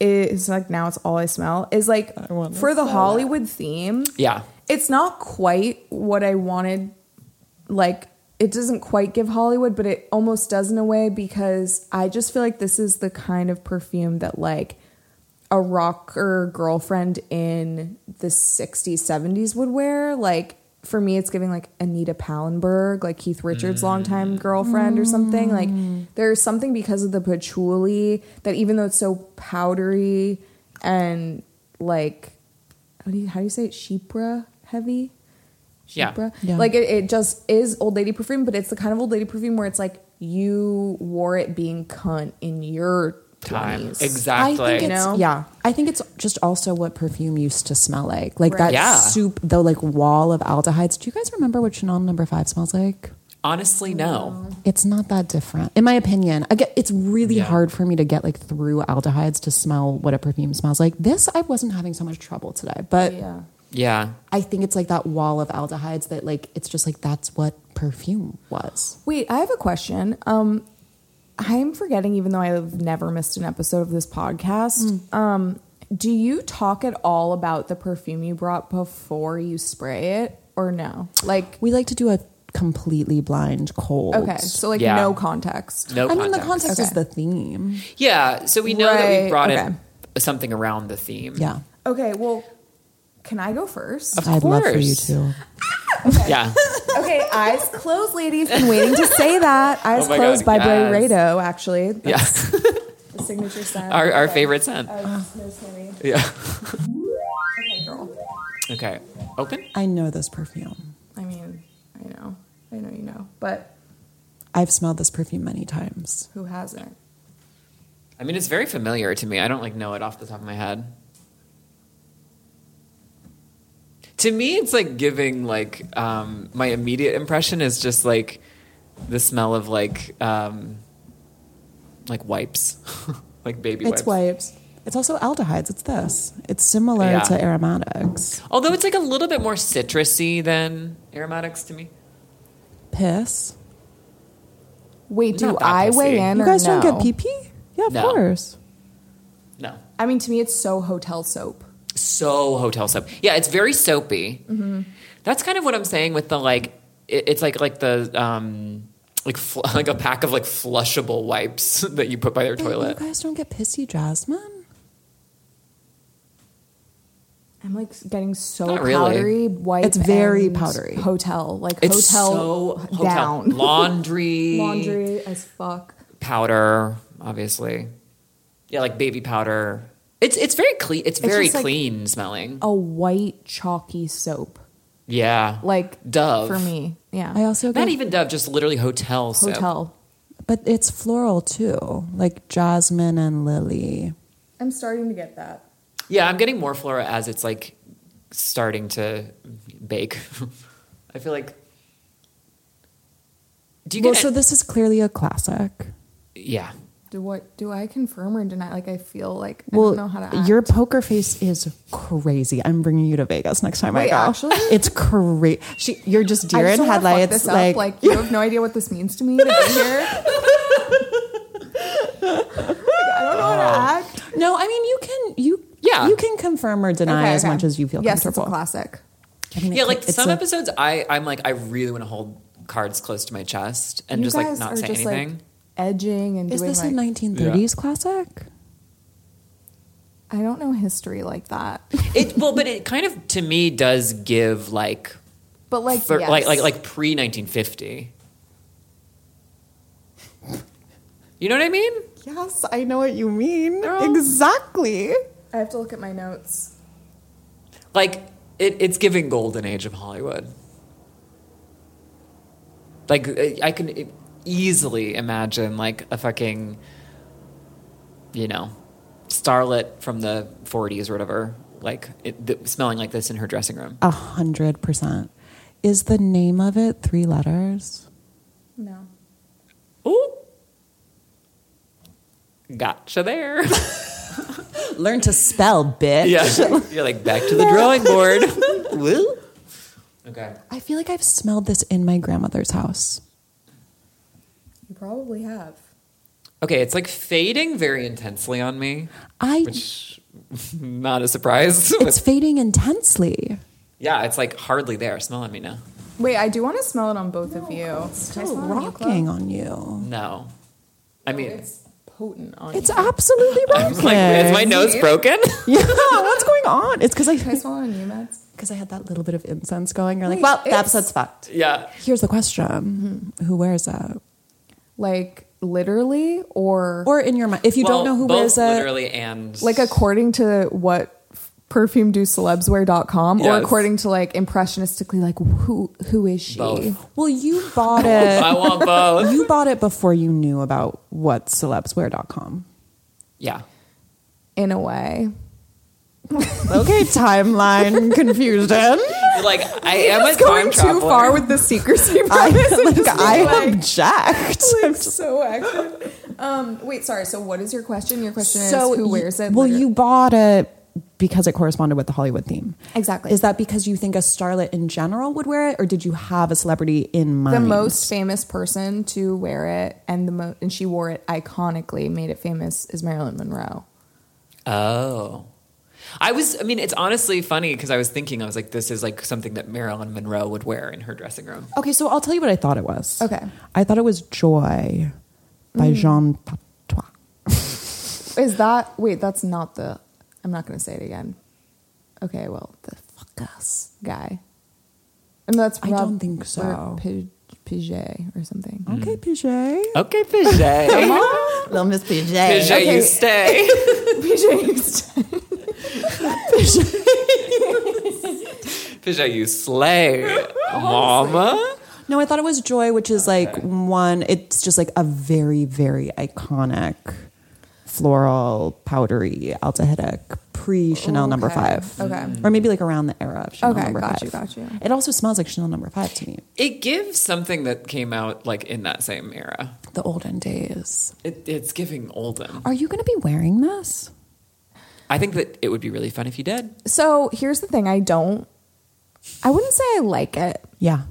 [SPEAKER 3] is like now it's all I smell, is like
[SPEAKER 2] wanna
[SPEAKER 3] for the Hollywood theme,
[SPEAKER 1] yeah.
[SPEAKER 3] it's not quite what I wanted. Like, it doesn't quite give Hollywood, but it almost does in a way because I just feel like this is the kind of perfume that, like, a rocker girlfriend in the 60s, 70s would wear. Like, for me, it's giving like Anita Pallenberg, like Keith Richards' longtime girlfriend or something. Like, there's something because of the patchouli that, even though it's so powdery and like what do you, how do you say it? Shepra heavy?
[SPEAKER 1] Yeah.
[SPEAKER 3] Shepra?
[SPEAKER 2] Yeah.
[SPEAKER 3] Like it, it just is old lady perfume, but it's the kind of old lady perfume where it's like you wore it being cunt in your
[SPEAKER 1] Time.
[SPEAKER 3] 20s.
[SPEAKER 1] Exactly.
[SPEAKER 2] I think
[SPEAKER 3] You
[SPEAKER 2] it's,
[SPEAKER 3] know?
[SPEAKER 2] Yeah, I think it's just also what perfume used to smell like, like that
[SPEAKER 3] Right.
[SPEAKER 1] Yeah.
[SPEAKER 2] soup, the like wall of aldehydes. Do you guys remember what Chanel Number Five smells like?
[SPEAKER 1] Honestly, no.
[SPEAKER 2] It's not that different, in my opinion. I get it's really
[SPEAKER 1] Yeah.
[SPEAKER 2] hard for me to get like through aldehydes to smell what a perfume smells like. This I wasn't having so much trouble today, but
[SPEAKER 3] Yeah.
[SPEAKER 1] Yeah.
[SPEAKER 2] I think it's like that wall of aldehydes that like it's just like that's what perfume was.
[SPEAKER 3] Wait, I have a question. Um, I'm forgetting, even though I've never missed an episode of this podcast. Um, do you talk at all about the perfume you brought before you spray it, or no? Like,
[SPEAKER 2] We like to do a completely blind cold.
[SPEAKER 3] okay, so like
[SPEAKER 1] Yeah.
[SPEAKER 3] no context.
[SPEAKER 1] No.
[SPEAKER 2] I mean the
[SPEAKER 1] context.
[SPEAKER 2] context is
[SPEAKER 3] Okay.
[SPEAKER 2] the theme.
[SPEAKER 1] Yeah. So we know that
[SPEAKER 3] Right,
[SPEAKER 1] we brought
[SPEAKER 3] okay.
[SPEAKER 1] in something around the theme.
[SPEAKER 2] Yeah.
[SPEAKER 3] Okay, well, can I go first?
[SPEAKER 1] Of
[SPEAKER 2] I'd love for you
[SPEAKER 1] course.
[SPEAKER 2] to.
[SPEAKER 1] Yeah.
[SPEAKER 3] Okay, eyes closed, ladies. Been waiting to say that. Eyes
[SPEAKER 1] Oh my
[SPEAKER 3] closed
[SPEAKER 1] God,
[SPEAKER 3] by Bray
[SPEAKER 1] yes.
[SPEAKER 3] Rado, actually. That's
[SPEAKER 1] Yeah.
[SPEAKER 3] the signature scent.
[SPEAKER 1] our our
[SPEAKER 3] Okay.
[SPEAKER 1] favorite scent.
[SPEAKER 3] Uh, no smelly.
[SPEAKER 1] Yeah.
[SPEAKER 3] Okay, girl.
[SPEAKER 1] Okay. Open.
[SPEAKER 2] I know this perfume.
[SPEAKER 3] I mean, I know. I know you know. But
[SPEAKER 2] I've smelled this perfume many times.
[SPEAKER 3] who hasn't?
[SPEAKER 1] I mean, it's very familiar to me. I don't like know it off the top of my head. To me, it's like giving like um, my immediate impression is just like the smell of like um, like wipes, like baby wipes.
[SPEAKER 2] It's wipes. It's also aldehydes. It's this. It's similar
[SPEAKER 1] Yeah.
[SPEAKER 2] to aromatics.
[SPEAKER 1] Although it's like a little bit more citrusy than aromatics to me.
[SPEAKER 2] Piss.
[SPEAKER 3] Wait, do
[SPEAKER 1] Not that
[SPEAKER 3] I weigh
[SPEAKER 1] pussy.
[SPEAKER 3] in
[SPEAKER 2] You
[SPEAKER 3] or
[SPEAKER 2] guys
[SPEAKER 3] no?
[SPEAKER 2] don't get pee pee? Yeah, of
[SPEAKER 1] No.
[SPEAKER 2] course.
[SPEAKER 1] No,
[SPEAKER 3] I mean, to me, it's so hotel soap.
[SPEAKER 1] so hotel soap. Yeah, it's very soapy.
[SPEAKER 3] Mm-hmm.
[SPEAKER 1] That's kind of what I'm saying with the like. It, it's like like the um like fl- like a pack of like flushable wipes that you put by their
[SPEAKER 2] Wait,
[SPEAKER 1] toilet.
[SPEAKER 2] You guys don't get pissy jasmine?
[SPEAKER 3] I'm like getting so
[SPEAKER 1] Not really.
[SPEAKER 3] powdery white.
[SPEAKER 2] It's very
[SPEAKER 3] and
[SPEAKER 2] powdery.
[SPEAKER 3] Hotel like
[SPEAKER 1] It's
[SPEAKER 3] hotel,
[SPEAKER 1] so hotel.
[SPEAKER 3] down
[SPEAKER 1] Laundry,
[SPEAKER 3] laundry as fuck.
[SPEAKER 1] powder, obviously. Yeah, like baby powder. It's it's very clean. It's very
[SPEAKER 3] just like- oh,
[SPEAKER 1] clean smelling.
[SPEAKER 3] A white chalky soap
[SPEAKER 1] yeah,
[SPEAKER 3] like
[SPEAKER 1] Dove
[SPEAKER 3] for me. Yeah,
[SPEAKER 2] I also
[SPEAKER 1] Not
[SPEAKER 2] get-
[SPEAKER 1] even Dove, just literally hotel soap.
[SPEAKER 3] hotel.
[SPEAKER 2] but it's floral too, like jasmine and lily.
[SPEAKER 3] I'm starting to get that.
[SPEAKER 1] Yeah, I'm getting more flora as it's like starting to bake. I feel like. Do you
[SPEAKER 2] Well,
[SPEAKER 1] get
[SPEAKER 2] so this is clearly a classic.
[SPEAKER 1] yeah?
[SPEAKER 3] Do what? Do I confirm or deny? Like I feel like I
[SPEAKER 2] well,
[SPEAKER 3] don't know how to. Act.
[SPEAKER 2] your poker face is crazy. I'm bringing you to Vegas next time I
[SPEAKER 3] Wait,
[SPEAKER 2] go.
[SPEAKER 3] actually?
[SPEAKER 2] it's crazy. She, you're just
[SPEAKER 3] I
[SPEAKER 2] deer
[SPEAKER 3] just don't wanna
[SPEAKER 2] in
[SPEAKER 3] fuck
[SPEAKER 2] headlights.
[SPEAKER 3] this up.
[SPEAKER 2] Like,
[SPEAKER 3] like you have no idea what this means to me to be here. Like, I don't know how
[SPEAKER 1] Oh.
[SPEAKER 3] to act.
[SPEAKER 2] no, I mean you can you
[SPEAKER 1] Yeah.
[SPEAKER 2] you can confirm or deny
[SPEAKER 3] Okay,
[SPEAKER 2] as
[SPEAKER 3] okay.
[SPEAKER 2] much as you feel
[SPEAKER 3] yes,
[SPEAKER 2] comfortable.
[SPEAKER 3] it's a classic.
[SPEAKER 2] I mean, it
[SPEAKER 1] yeah,
[SPEAKER 2] can-
[SPEAKER 1] like
[SPEAKER 2] it's
[SPEAKER 1] some
[SPEAKER 2] a-
[SPEAKER 1] episodes, I I'm like I really want to hold cards close to my chest and
[SPEAKER 3] you
[SPEAKER 1] just like
[SPEAKER 3] guys
[SPEAKER 1] not
[SPEAKER 3] are
[SPEAKER 1] say
[SPEAKER 3] just
[SPEAKER 1] anything.
[SPEAKER 3] like edging and
[SPEAKER 2] Is
[SPEAKER 3] doing
[SPEAKER 2] this
[SPEAKER 3] like
[SPEAKER 2] a 1930s classic?
[SPEAKER 3] I don't know history like that,
[SPEAKER 1] it well, but it kind of to me does give like
[SPEAKER 3] but like
[SPEAKER 1] for-
[SPEAKER 3] yes.
[SPEAKER 1] like like like pre 1950. You know what I mean?
[SPEAKER 2] Yes, I know what you mean.
[SPEAKER 1] Girl.
[SPEAKER 2] Exactly.
[SPEAKER 3] I have to look at my notes.
[SPEAKER 1] Like it, it's giving golden age of Hollywood. Like I I can e-, easily imagine like a fucking, you know, starlet from the '40s or whatever, like it, th- smelling like this in her dressing room.
[SPEAKER 2] A hundred percent. Is the name of it three letters?
[SPEAKER 3] No,
[SPEAKER 1] Ooh, gotcha there.
[SPEAKER 2] Learn to spell, bitch.
[SPEAKER 1] yeah, you're like back to the drawing board. Woo. Okay.
[SPEAKER 2] I feel like I've smelled this in my grandmother's house.
[SPEAKER 3] you probably have.
[SPEAKER 1] Okay, it's like fading very intensely on me,
[SPEAKER 2] I
[SPEAKER 1] which not a surprise.
[SPEAKER 2] it's fading intensely.
[SPEAKER 1] Yeah, it's like hardly there. Smell on me now.
[SPEAKER 3] Wait, I do want to smell it on both of you. It's
[SPEAKER 2] Still rocking on you.
[SPEAKER 1] No. I mean, it's
[SPEAKER 3] It's potent on
[SPEAKER 2] It's
[SPEAKER 3] you.
[SPEAKER 2] absolutely rocking.
[SPEAKER 1] like, is my nose broken?
[SPEAKER 2] yeah, what's going on? It's because
[SPEAKER 3] Can I
[SPEAKER 2] I
[SPEAKER 3] smell it on you, Mads?
[SPEAKER 2] because I had that little bit of incense going. You're like,
[SPEAKER 3] Wait,
[SPEAKER 2] well, the
[SPEAKER 3] it's-
[SPEAKER 2] episode's fucked.
[SPEAKER 1] yeah.
[SPEAKER 2] Here's the question:
[SPEAKER 3] Mm-hmm.
[SPEAKER 2] Who wears it?
[SPEAKER 3] Like literally, or
[SPEAKER 2] Or in your mind, if you
[SPEAKER 1] Well,
[SPEAKER 2] don't know who
[SPEAKER 1] both
[SPEAKER 2] wears it,
[SPEAKER 1] Literally and.
[SPEAKER 3] like according to what perfumedocelebswear.com or
[SPEAKER 1] Yes.
[SPEAKER 3] according to like impressionistically like who who is she
[SPEAKER 1] Both.
[SPEAKER 2] well, you bought it.
[SPEAKER 1] I want both.
[SPEAKER 2] you bought it before you knew about what celebswear.com.
[SPEAKER 1] yeah.
[SPEAKER 3] in a way
[SPEAKER 2] Okay, timeline confusion.
[SPEAKER 1] Like, I am a
[SPEAKER 3] it's going
[SPEAKER 1] time traveler.
[SPEAKER 3] too far with the secrecy
[SPEAKER 2] I,
[SPEAKER 3] premise and
[SPEAKER 2] like,
[SPEAKER 3] just
[SPEAKER 2] I
[SPEAKER 3] being, like,
[SPEAKER 2] object.
[SPEAKER 3] like, so active um wait sorry so what is your question your question is who
[SPEAKER 2] you-
[SPEAKER 3] wears it
[SPEAKER 2] Well,
[SPEAKER 3] Liter-
[SPEAKER 2] you bought it because it corresponded with the Hollywood theme.
[SPEAKER 3] Exactly.
[SPEAKER 2] Is that because you think a starlet in general would wear it, or did you have a celebrity in mind?
[SPEAKER 3] the most famous person to wear it and the mo- and she wore it iconically made it famous is Marilyn Monroe
[SPEAKER 1] Oh. I was, I mean, it's honestly funny because I was thinking, I was like, this is like something that Marilyn Monroe would wear in her dressing room.
[SPEAKER 2] Okay, so I'll tell you what I thought it was.
[SPEAKER 3] Okay. Mm.
[SPEAKER 2] I thought it was Joy by Jean Patois.
[SPEAKER 3] Is that wait? That's not the. I'm not gonna say it again. Okay, well, the fuck us guy, and that's
[SPEAKER 2] I
[SPEAKER 3] Rob-
[SPEAKER 2] don't think so.
[SPEAKER 3] or Pi- Piget or something.
[SPEAKER 1] Mm.
[SPEAKER 2] Okay, Piget.
[SPEAKER 1] Okay, Piget.
[SPEAKER 2] Little Miss
[SPEAKER 1] Piget,
[SPEAKER 2] Piget.
[SPEAKER 3] Okay.
[SPEAKER 1] you stay.
[SPEAKER 3] Piget.
[SPEAKER 1] Piget, you slay. Mama.
[SPEAKER 2] No, I thought it was Joy, which is like one, it's just like a very, very iconic floral, powdery, aldehydic pre Chanel number
[SPEAKER 3] Okay.
[SPEAKER 2] five.
[SPEAKER 3] Okay.
[SPEAKER 2] Or maybe like around the era of Chanel
[SPEAKER 3] Okay,
[SPEAKER 2] number
[SPEAKER 3] got
[SPEAKER 2] five.
[SPEAKER 3] you, got you.
[SPEAKER 2] It also smells like Chanel number five to me.
[SPEAKER 1] It gives something that came out like in that same era.
[SPEAKER 2] The olden days.
[SPEAKER 1] It, it's giving Oldham.
[SPEAKER 2] Are you going to be wearing this?
[SPEAKER 1] I think that it would be really fun if you did.
[SPEAKER 3] So here's the thing: I don't. I wouldn't say I like it.
[SPEAKER 2] Yeah.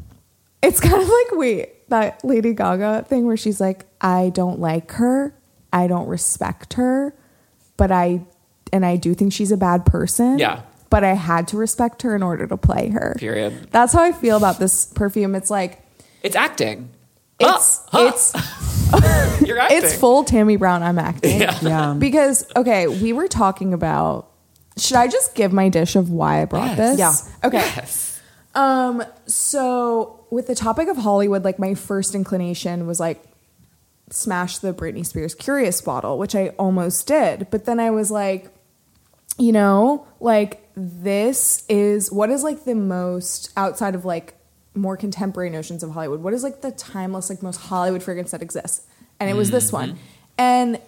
[SPEAKER 3] It's kind of like wait that Lady Gaga thing where she's like, I don't like her, I don't respect her, but I and I do think she's a bad person.
[SPEAKER 1] Yeah.
[SPEAKER 3] But I had to respect her in order to play her.
[SPEAKER 1] Period.
[SPEAKER 3] That's how I feel about this perfume. It's like
[SPEAKER 1] It's acting.
[SPEAKER 3] it's
[SPEAKER 1] Huh, huh.
[SPEAKER 3] it's
[SPEAKER 1] You're acting.
[SPEAKER 3] it's full Tammy Brown I'm acting.
[SPEAKER 2] Yeah.
[SPEAKER 3] Because okay, we were talking about Should I just give my dish of why I brought
[SPEAKER 1] Yes.
[SPEAKER 3] this?
[SPEAKER 2] Yeah.
[SPEAKER 3] Okay.
[SPEAKER 1] Yes.
[SPEAKER 3] Um, so with the topic of Hollywood, like my first inclination was like smash the Britney Spears Curious bottle, which I almost did. But then I was like, you know, like this is what is like the most outside of like more contemporary notions of Hollywood, what is like the timeless, like most Hollywood fragrance that exists? And it was this one. And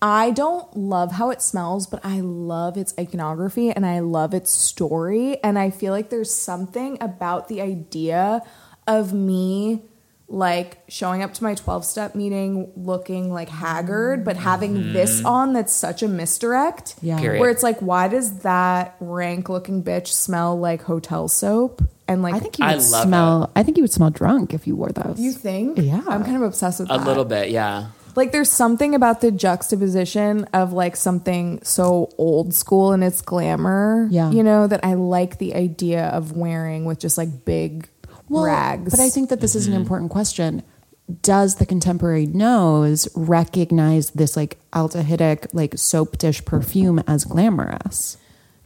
[SPEAKER 3] I don't love how it smells, but I love its iconography and I love its story. And I feel like there's something about the idea of me like showing up to my 12 step meeting looking like haggard, but having this on that's such a misdirect.
[SPEAKER 2] Yeah.
[SPEAKER 1] Period.
[SPEAKER 3] Where it's like, why does that rank looking bitch smell like hotel soap? And like,
[SPEAKER 2] I think you
[SPEAKER 1] I
[SPEAKER 2] would
[SPEAKER 1] love
[SPEAKER 2] smell. I think you would smell drunk if you wore those.
[SPEAKER 3] you think?
[SPEAKER 2] Yeah.
[SPEAKER 3] I'm kind of obsessed with
[SPEAKER 1] A
[SPEAKER 3] that.
[SPEAKER 1] little bit, yeah.
[SPEAKER 3] Like there's something about the juxtaposition of like something so old school and its glamour.
[SPEAKER 2] Yeah.
[SPEAKER 3] You know, that I like the idea of wearing with just like big rags.
[SPEAKER 2] But I think that this is
[SPEAKER 1] Mm-hmm.
[SPEAKER 2] an important question. Does the contemporary nose recognize this like aldehydic like soap dish perfume as glamorous?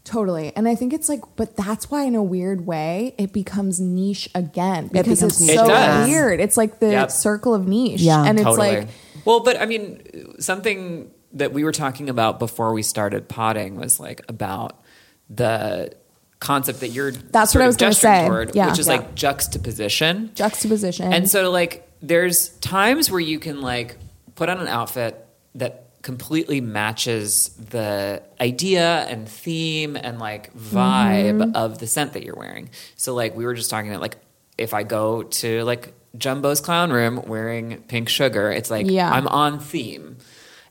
[SPEAKER 3] totally. And I think it's like, but that's why in a weird way it becomes niche again. Because
[SPEAKER 2] becomes
[SPEAKER 3] it's
[SPEAKER 2] niche.
[SPEAKER 3] so
[SPEAKER 1] It does.
[SPEAKER 3] weird. It's like the
[SPEAKER 1] Yep.
[SPEAKER 3] circle of niche.
[SPEAKER 2] Yeah.
[SPEAKER 3] And it's
[SPEAKER 1] totally.
[SPEAKER 3] like
[SPEAKER 1] well, but I mean, something that we were talking about before we started potting was like about the concept that you're
[SPEAKER 3] That's
[SPEAKER 1] sort
[SPEAKER 3] what I
[SPEAKER 1] of
[SPEAKER 3] was gonna
[SPEAKER 1] gesturing
[SPEAKER 3] say.
[SPEAKER 1] toward,
[SPEAKER 3] Yeah.
[SPEAKER 1] which is
[SPEAKER 3] Yeah.
[SPEAKER 1] like juxtaposition.
[SPEAKER 3] juxtaposition.
[SPEAKER 1] And so, like, there's times where you can like put on an outfit that completely matches the idea and theme and like vibe
[SPEAKER 3] Mm-hmm.
[SPEAKER 1] of the scent that you're wearing. So, like, we were just talking about like if I go to like Jumbo's Clown Room wearing pink sugar, it's like
[SPEAKER 3] Yeah.
[SPEAKER 1] I'm on theme.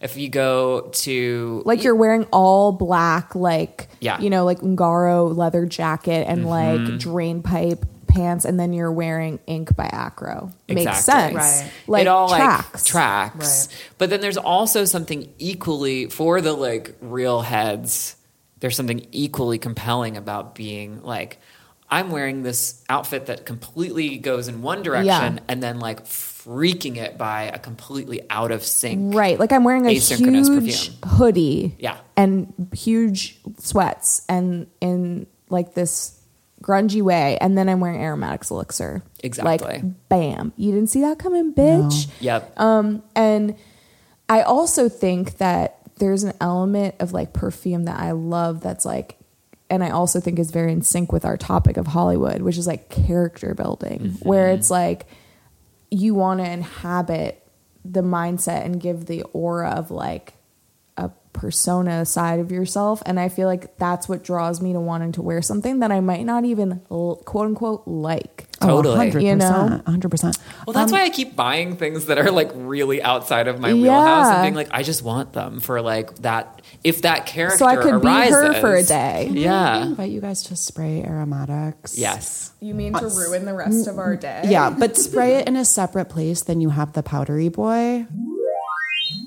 [SPEAKER 1] If you go to
[SPEAKER 3] like you're wearing all black, like
[SPEAKER 1] Yeah. Mm-hmm.
[SPEAKER 3] you know, like Ungaro leather jacket and like drain pipe pants, and then you're wearing Ink by Acro. Makes sense,
[SPEAKER 1] Exactly.
[SPEAKER 4] Right.
[SPEAKER 3] Like
[SPEAKER 1] it all
[SPEAKER 3] tracks.
[SPEAKER 1] like tracks. But then there's also something equally for the like real heads. There's something equally compelling about being like I'm wearing this outfit that completely goes in one direction and then like freaking it by a completely out of sync.
[SPEAKER 3] Right, like I'm wearing a
[SPEAKER 1] Asynchronous
[SPEAKER 3] huge
[SPEAKER 1] perfume.
[SPEAKER 3] hoodie,
[SPEAKER 1] Yeah.
[SPEAKER 3] and huge sweats, and in like this grungy way, and then I'm wearing aromatics elixir.
[SPEAKER 1] Exactly.
[SPEAKER 3] like bam, you didn't see that coming, bitch.
[SPEAKER 1] Yep.
[SPEAKER 3] Um, and I also think that there's an element of like perfume that I love that's like, and I also think is very in sync with our topic of Hollywood, which is like character building, where it's like you want to inhabit the mindset and give the aura of like a persona side of yourself. And I feel like that's what draws me to wanting to wear something that I might not even l- quote unquote like.
[SPEAKER 2] Uh,
[SPEAKER 1] Totally.
[SPEAKER 3] You know?
[SPEAKER 2] Oh, hundred percent.
[SPEAKER 1] well, that's why I keep buying things that are like really outside of my
[SPEAKER 3] um, Yeah.
[SPEAKER 1] wheelhouse and being like, I just want them for like that. If that character,
[SPEAKER 3] So I could be her
[SPEAKER 1] arises-
[SPEAKER 3] for a day.
[SPEAKER 1] Yeah.
[SPEAKER 2] invite you guys to spray aromatics.
[SPEAKER 1] Yes.
[SPEAKER 3] You mean to ruin the rest of our day?
[SPEAKER 2] Yeah, but spray it in a separate place than you have the powdery boy.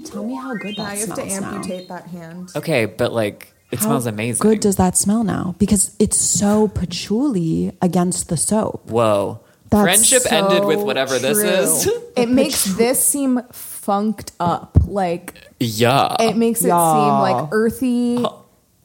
[SPEAKER 2] Tell me how good that
[SPEAKER 3] Now you have
[SPEAKER 2] smells
[SPEAKER 3] to
[SPEAKER 2] now.
[SPEAKER 3] amputate that hand.
[SPEAKER 1] Okay, but like it
[SPEAKER 2] How
[SPEAKER 1] smells amazing.
[SPEAKER 2] Good does that smell now? Because it's so patchouli against the soap.
[SPEAKER 1] Whoa.
[SPEAKER 2] That's
[SPEAKER 1] Friendship
[SPEAKER 2] so
[SPEAKER 1] ended with whatever this is.
[SPEAKER 3] it makes this seem funked up. Like
[SPEAKER 1] Uh, yeah.
[SPEAKER 3] it makes it
[SPEAKER 2] Y'all.
[SPEAKER 3] seem like earthy,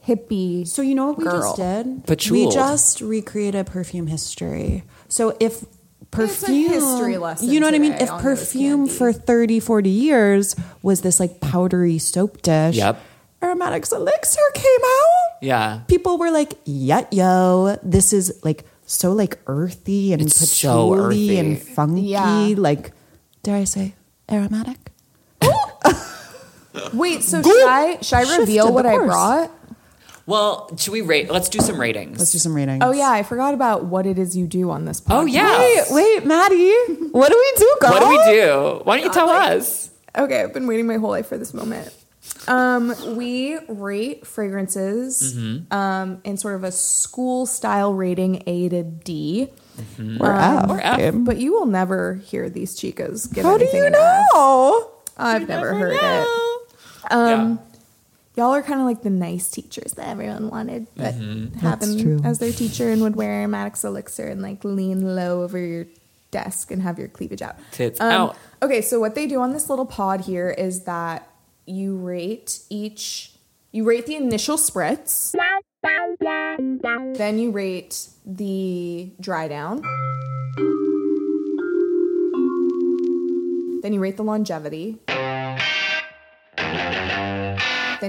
[SPEAKER 3] hippie.
[SPEAKER 2] So you know what we
[SPEAKER 3] Girl.
[SPEAKER 2] just did?
[SPEAKER 1] Patchouli.
[SPEAKER 2] We just recreated perfume history. So
[SPEAKER 3] It's
[SPEAKER 2] if
[SPEAKER 3] a
[SPEAKER 2] perfume
[SPEAKER 3] history lesson
[SPEAKER 2] you know what I mean?
[SPEAKER 3] today
[SPEAKER 2] If
[SPEAKER 3] on Nose
[SPEAKER 2] perfume
[SPEAKER 3] Candy.
[SPEAKER 2] for 30, 40 years was this like powdery soap dish.
[SPEAKER 1] Yep.
[SPEAKER 2] Aromatics Elixir came out.
[SPEAKER 1] Yeah.
[SPEAKER 2] People were like, "Yeah, yo, this is like so like earthy and
[SPEAKER 1] It's so
[SPEAKER 2] patchouli
[SPEAKER 1] earthy.
[SPEAKER 2] and funky,
[SPEAKER 3] Yeah.
[SPEAKER 2] like dare I say aromatic?"
[SPEAKER 3] Wait, so should I should I
[SPEAKER 2] Shifted
[SPEAKER 3] reveal
[SPEAKER 2] the
[SPEAKER 3] what I
[SPEAKER 2] course.
[SPEAKER 3] brought?
[SPEAKER 1] Well, should we rate? Let's do some ratings.
[SPEAKER 2] Let's do some ratings.
[SPEAKER 3] Oh yeah, I forgot about what it is you do on this podcast.
[SPEAKER 1] Oh, yeah.
[SPEAKER 2] Wait, wait, Maddie, what do we do, girl?
[SPEAKER 1] what do we do? Why don't you tell
[SPEAKER 3] like-
[SPEAKER 1] us?
[SPEAKER 3] Okay, I've been waiting my whole life for this moment. Um, we rate fragrances
[SPEAKER 1] Mm-hmm.
[SPEAKER 3] um, in sort of a school style rating A to D.
[SPEAKER 2] We're F,
[SPEAKER 1] Or F.
[SPEAKER 2] babe.
[SPEAKER 3] But you will never hear these chicas give
[SPEAKER 2] How do
[SPEAKER 3] anything
[SPEAKER 2] you
[SPEAKER 3] an F.
[SPEAKER 2] know?
[SPEAKER 3] I've never, heard it.
[SPEAKER 1] Um,
[SPEAKER 3] Y'all are kind of like the nice teachers that everyone wanted, but have
[SPEAKER 2] That's
[SPEAKER 3] them
[SPEAKER 2] true.
[SPEAKER 3] as their teacher and would wear aromatics elixir and like lean low over your desk and have your cleavage out.
[SPEAKER 1] Tits out.
[SPEAKER 3] Um, Okay, so what they do on this little pod here is that you rate each, you rate the initial spritz, Then you rate the dry down. Then you rate the longevity. Then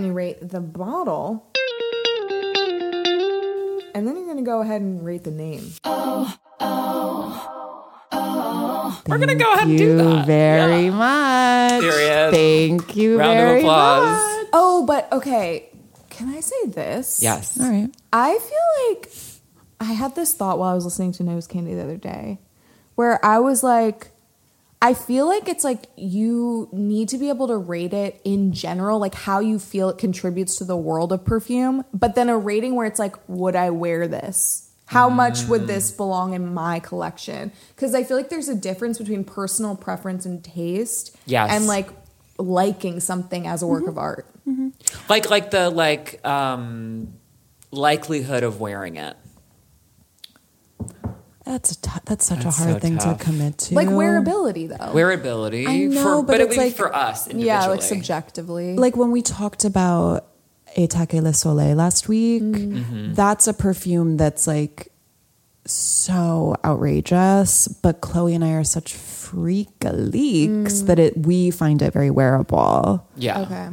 [SPEAKER 3] you rate the bottle. And then you're going to go ahead and rate the name.
[SPEAKER 1] We're gonna go ahead and do
[SPEAKER 2] you
[SPEAKER 1] that.
[SPEAKER 2] very much.
[SPEAKER 1] There he is.
[SPEAKER 2] Thank you
[SPEAKER 1] Round
[SPEAKER 2] very
[SPEAKER 1] of applause.
[SPEAKER 2] much.
[SPEAKER 3] Oh, but okay. Can I say this?
[SPEAKER 1] Yes.
[SPEAKER 2] All right.
[SPEAKER 3] I feel like I had this thought while I was listening to Nose Candy the other day where I was like, I feel like it's like you need to be able to rate it in general, like how you feel it contributes to the world of perfume, but then a rating where it's like, would I wear this? How much would this belong in my collection? Because I feel like there's a difference between personal preference and taste
[SPEAKER 1] Yes.
[SPEAKER 3] and like liking something as a work of art.
[SPEAKER 1] Like like the like um likelihood of wearing it.
[SPEAKER 2] That's a tou- that's such
[SPEAKER 1] That's
[SPEAKER 2] a hard
[SPEAKER 1] so
[SPEAKER 2] thing
[SPEAKER 1] tough.
[SPEAKER 2] to commit to.
[SPEAKER 3] Like wearability, though.
[SPEAKER 1] Wearability
[SPEAKER 2] I know,
[SPEAKER 1] for
[SPEAKER 2] but
[SPEAKER 1] but, it
[SPEAKER 2] it's
[SPEAKER 1] would be
[SPEAKER 2] like-
[SPEAKER 1] for us individually.
[SPEAKER 3] Yeah, like subjectively.
[SPEAKER 2] like when we talked about Etaque Le Soleil last week, that's a perfume that's like so outrageous, but Chloe and I are such freak leaks that it we find it very wearable.
[SPEAKER 1] Yeah.
[SPEAKER 3] okay.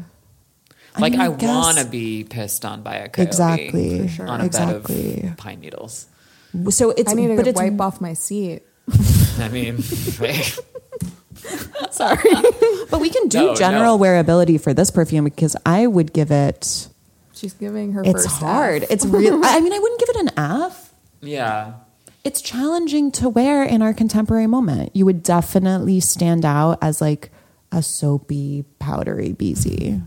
[SPEAKER 1] Like
[SPEAKER 2] mean,
[SPEAKER 1] I,
[SPEAKER 2] guess-
[SPEAKER 1] want to be pissed on by a coyote.
[SPEAKER 2] Exactly. For sure.
[SPEAKER 1] On a bed
[SPEAKER 2] Exactly.
[SPEAKER 1] of pine needles.
[SPEAKER 2] So it's
[SPEAKER 3] I need to
[SPEAKER 2] but it's
[SPEAKER 3] wipe off my seat.
[SPEAKER 1] I mean, like,
[SPEAKER 3] Sorry.
[SPEAKER 2] but we can do
[SPEAKER 1] No, no.
[SPEAKER 2] general wearability for this perfume because I would give it.
[SPEAKER 3] She's giving her
[SPEAKER 2] It's
[SPEAKER 3] first.
[SPEAKER 2] hard.
[SPEAKER 3] F.
[SPEAKER 2] It's real. I mean, I wouldn't give it an F.
[SPEAKER 1] yeah.
[SPEAKER 2] it's challenging to wear in our contemporary moment. You would definitely stand out as like a soapy, powdery BZ.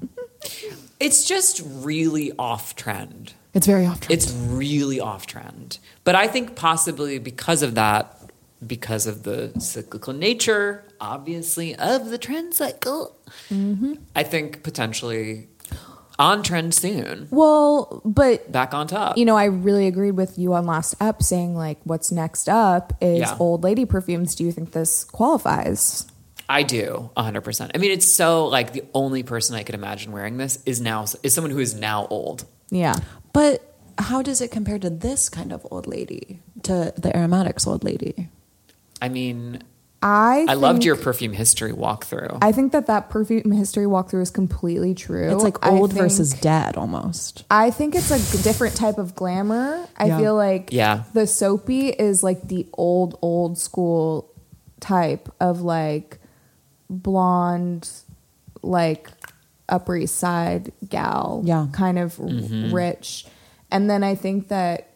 [SPEAKER 1] It's just really off trend.
[SPEAKER 2] It's very off trend.
[SPEAKER 1] It's really off trend. But I think possibly because of that, because of the cyclical nature, obviously, of the trend cycle,
[SPEAKER 2] Mm-hmm.
[SPEAKER 1] I think potentially on trend soon,
[SPEAKER 3] Well, but
[SPEAKER 1] back on top.
[SPEAKER 3] you know, I really agreed with you on last up saying like what's next up is
[SPEAKER 1] Yeah.
[SPEAKER 3] old lady perfumes. Do you think this qualifies?
[SPEAKER 1] I do 100%. I mean, it's so like the only person I could imagine wearing this is now, is someone who is now old.
[SPEAKER 3] Yeah.
[SPEAKER 2] but how does it compare to this kind of old lady, to the aromatics old lady?
[SPEAKER 1] I mean,
[SPEAKER 3] I
[SPEAKER 1] I loved
[SPEAKER 3] think-
[SPEAKER 1] your perfume history walkthrough.
[SPEAKER 3] I think that that perfume history walkthrough is completely true.
[SPEAKER 2] It's like
[SPEAKER 3] I
[SPEAKER 2] old
[SPEAKER 3] think-
[SPEAKER 2] versus dead almost.
[SPEAKER 3] I think it's a different type of glamour. I
[SPEAKER 2] Yeah.
[SPEAKER 3] feel like
[SPEAKER 1] Yeah.
[SPEAKER 3] the soapy is like the old old school type of like blonde like upper east side gal
[SPEAKER 2] Yeah.
[SPEAKER 3] kind of r-
[SPEAKER 1] Mm-hmm.
[SPEAKER 3] rich. And then I think that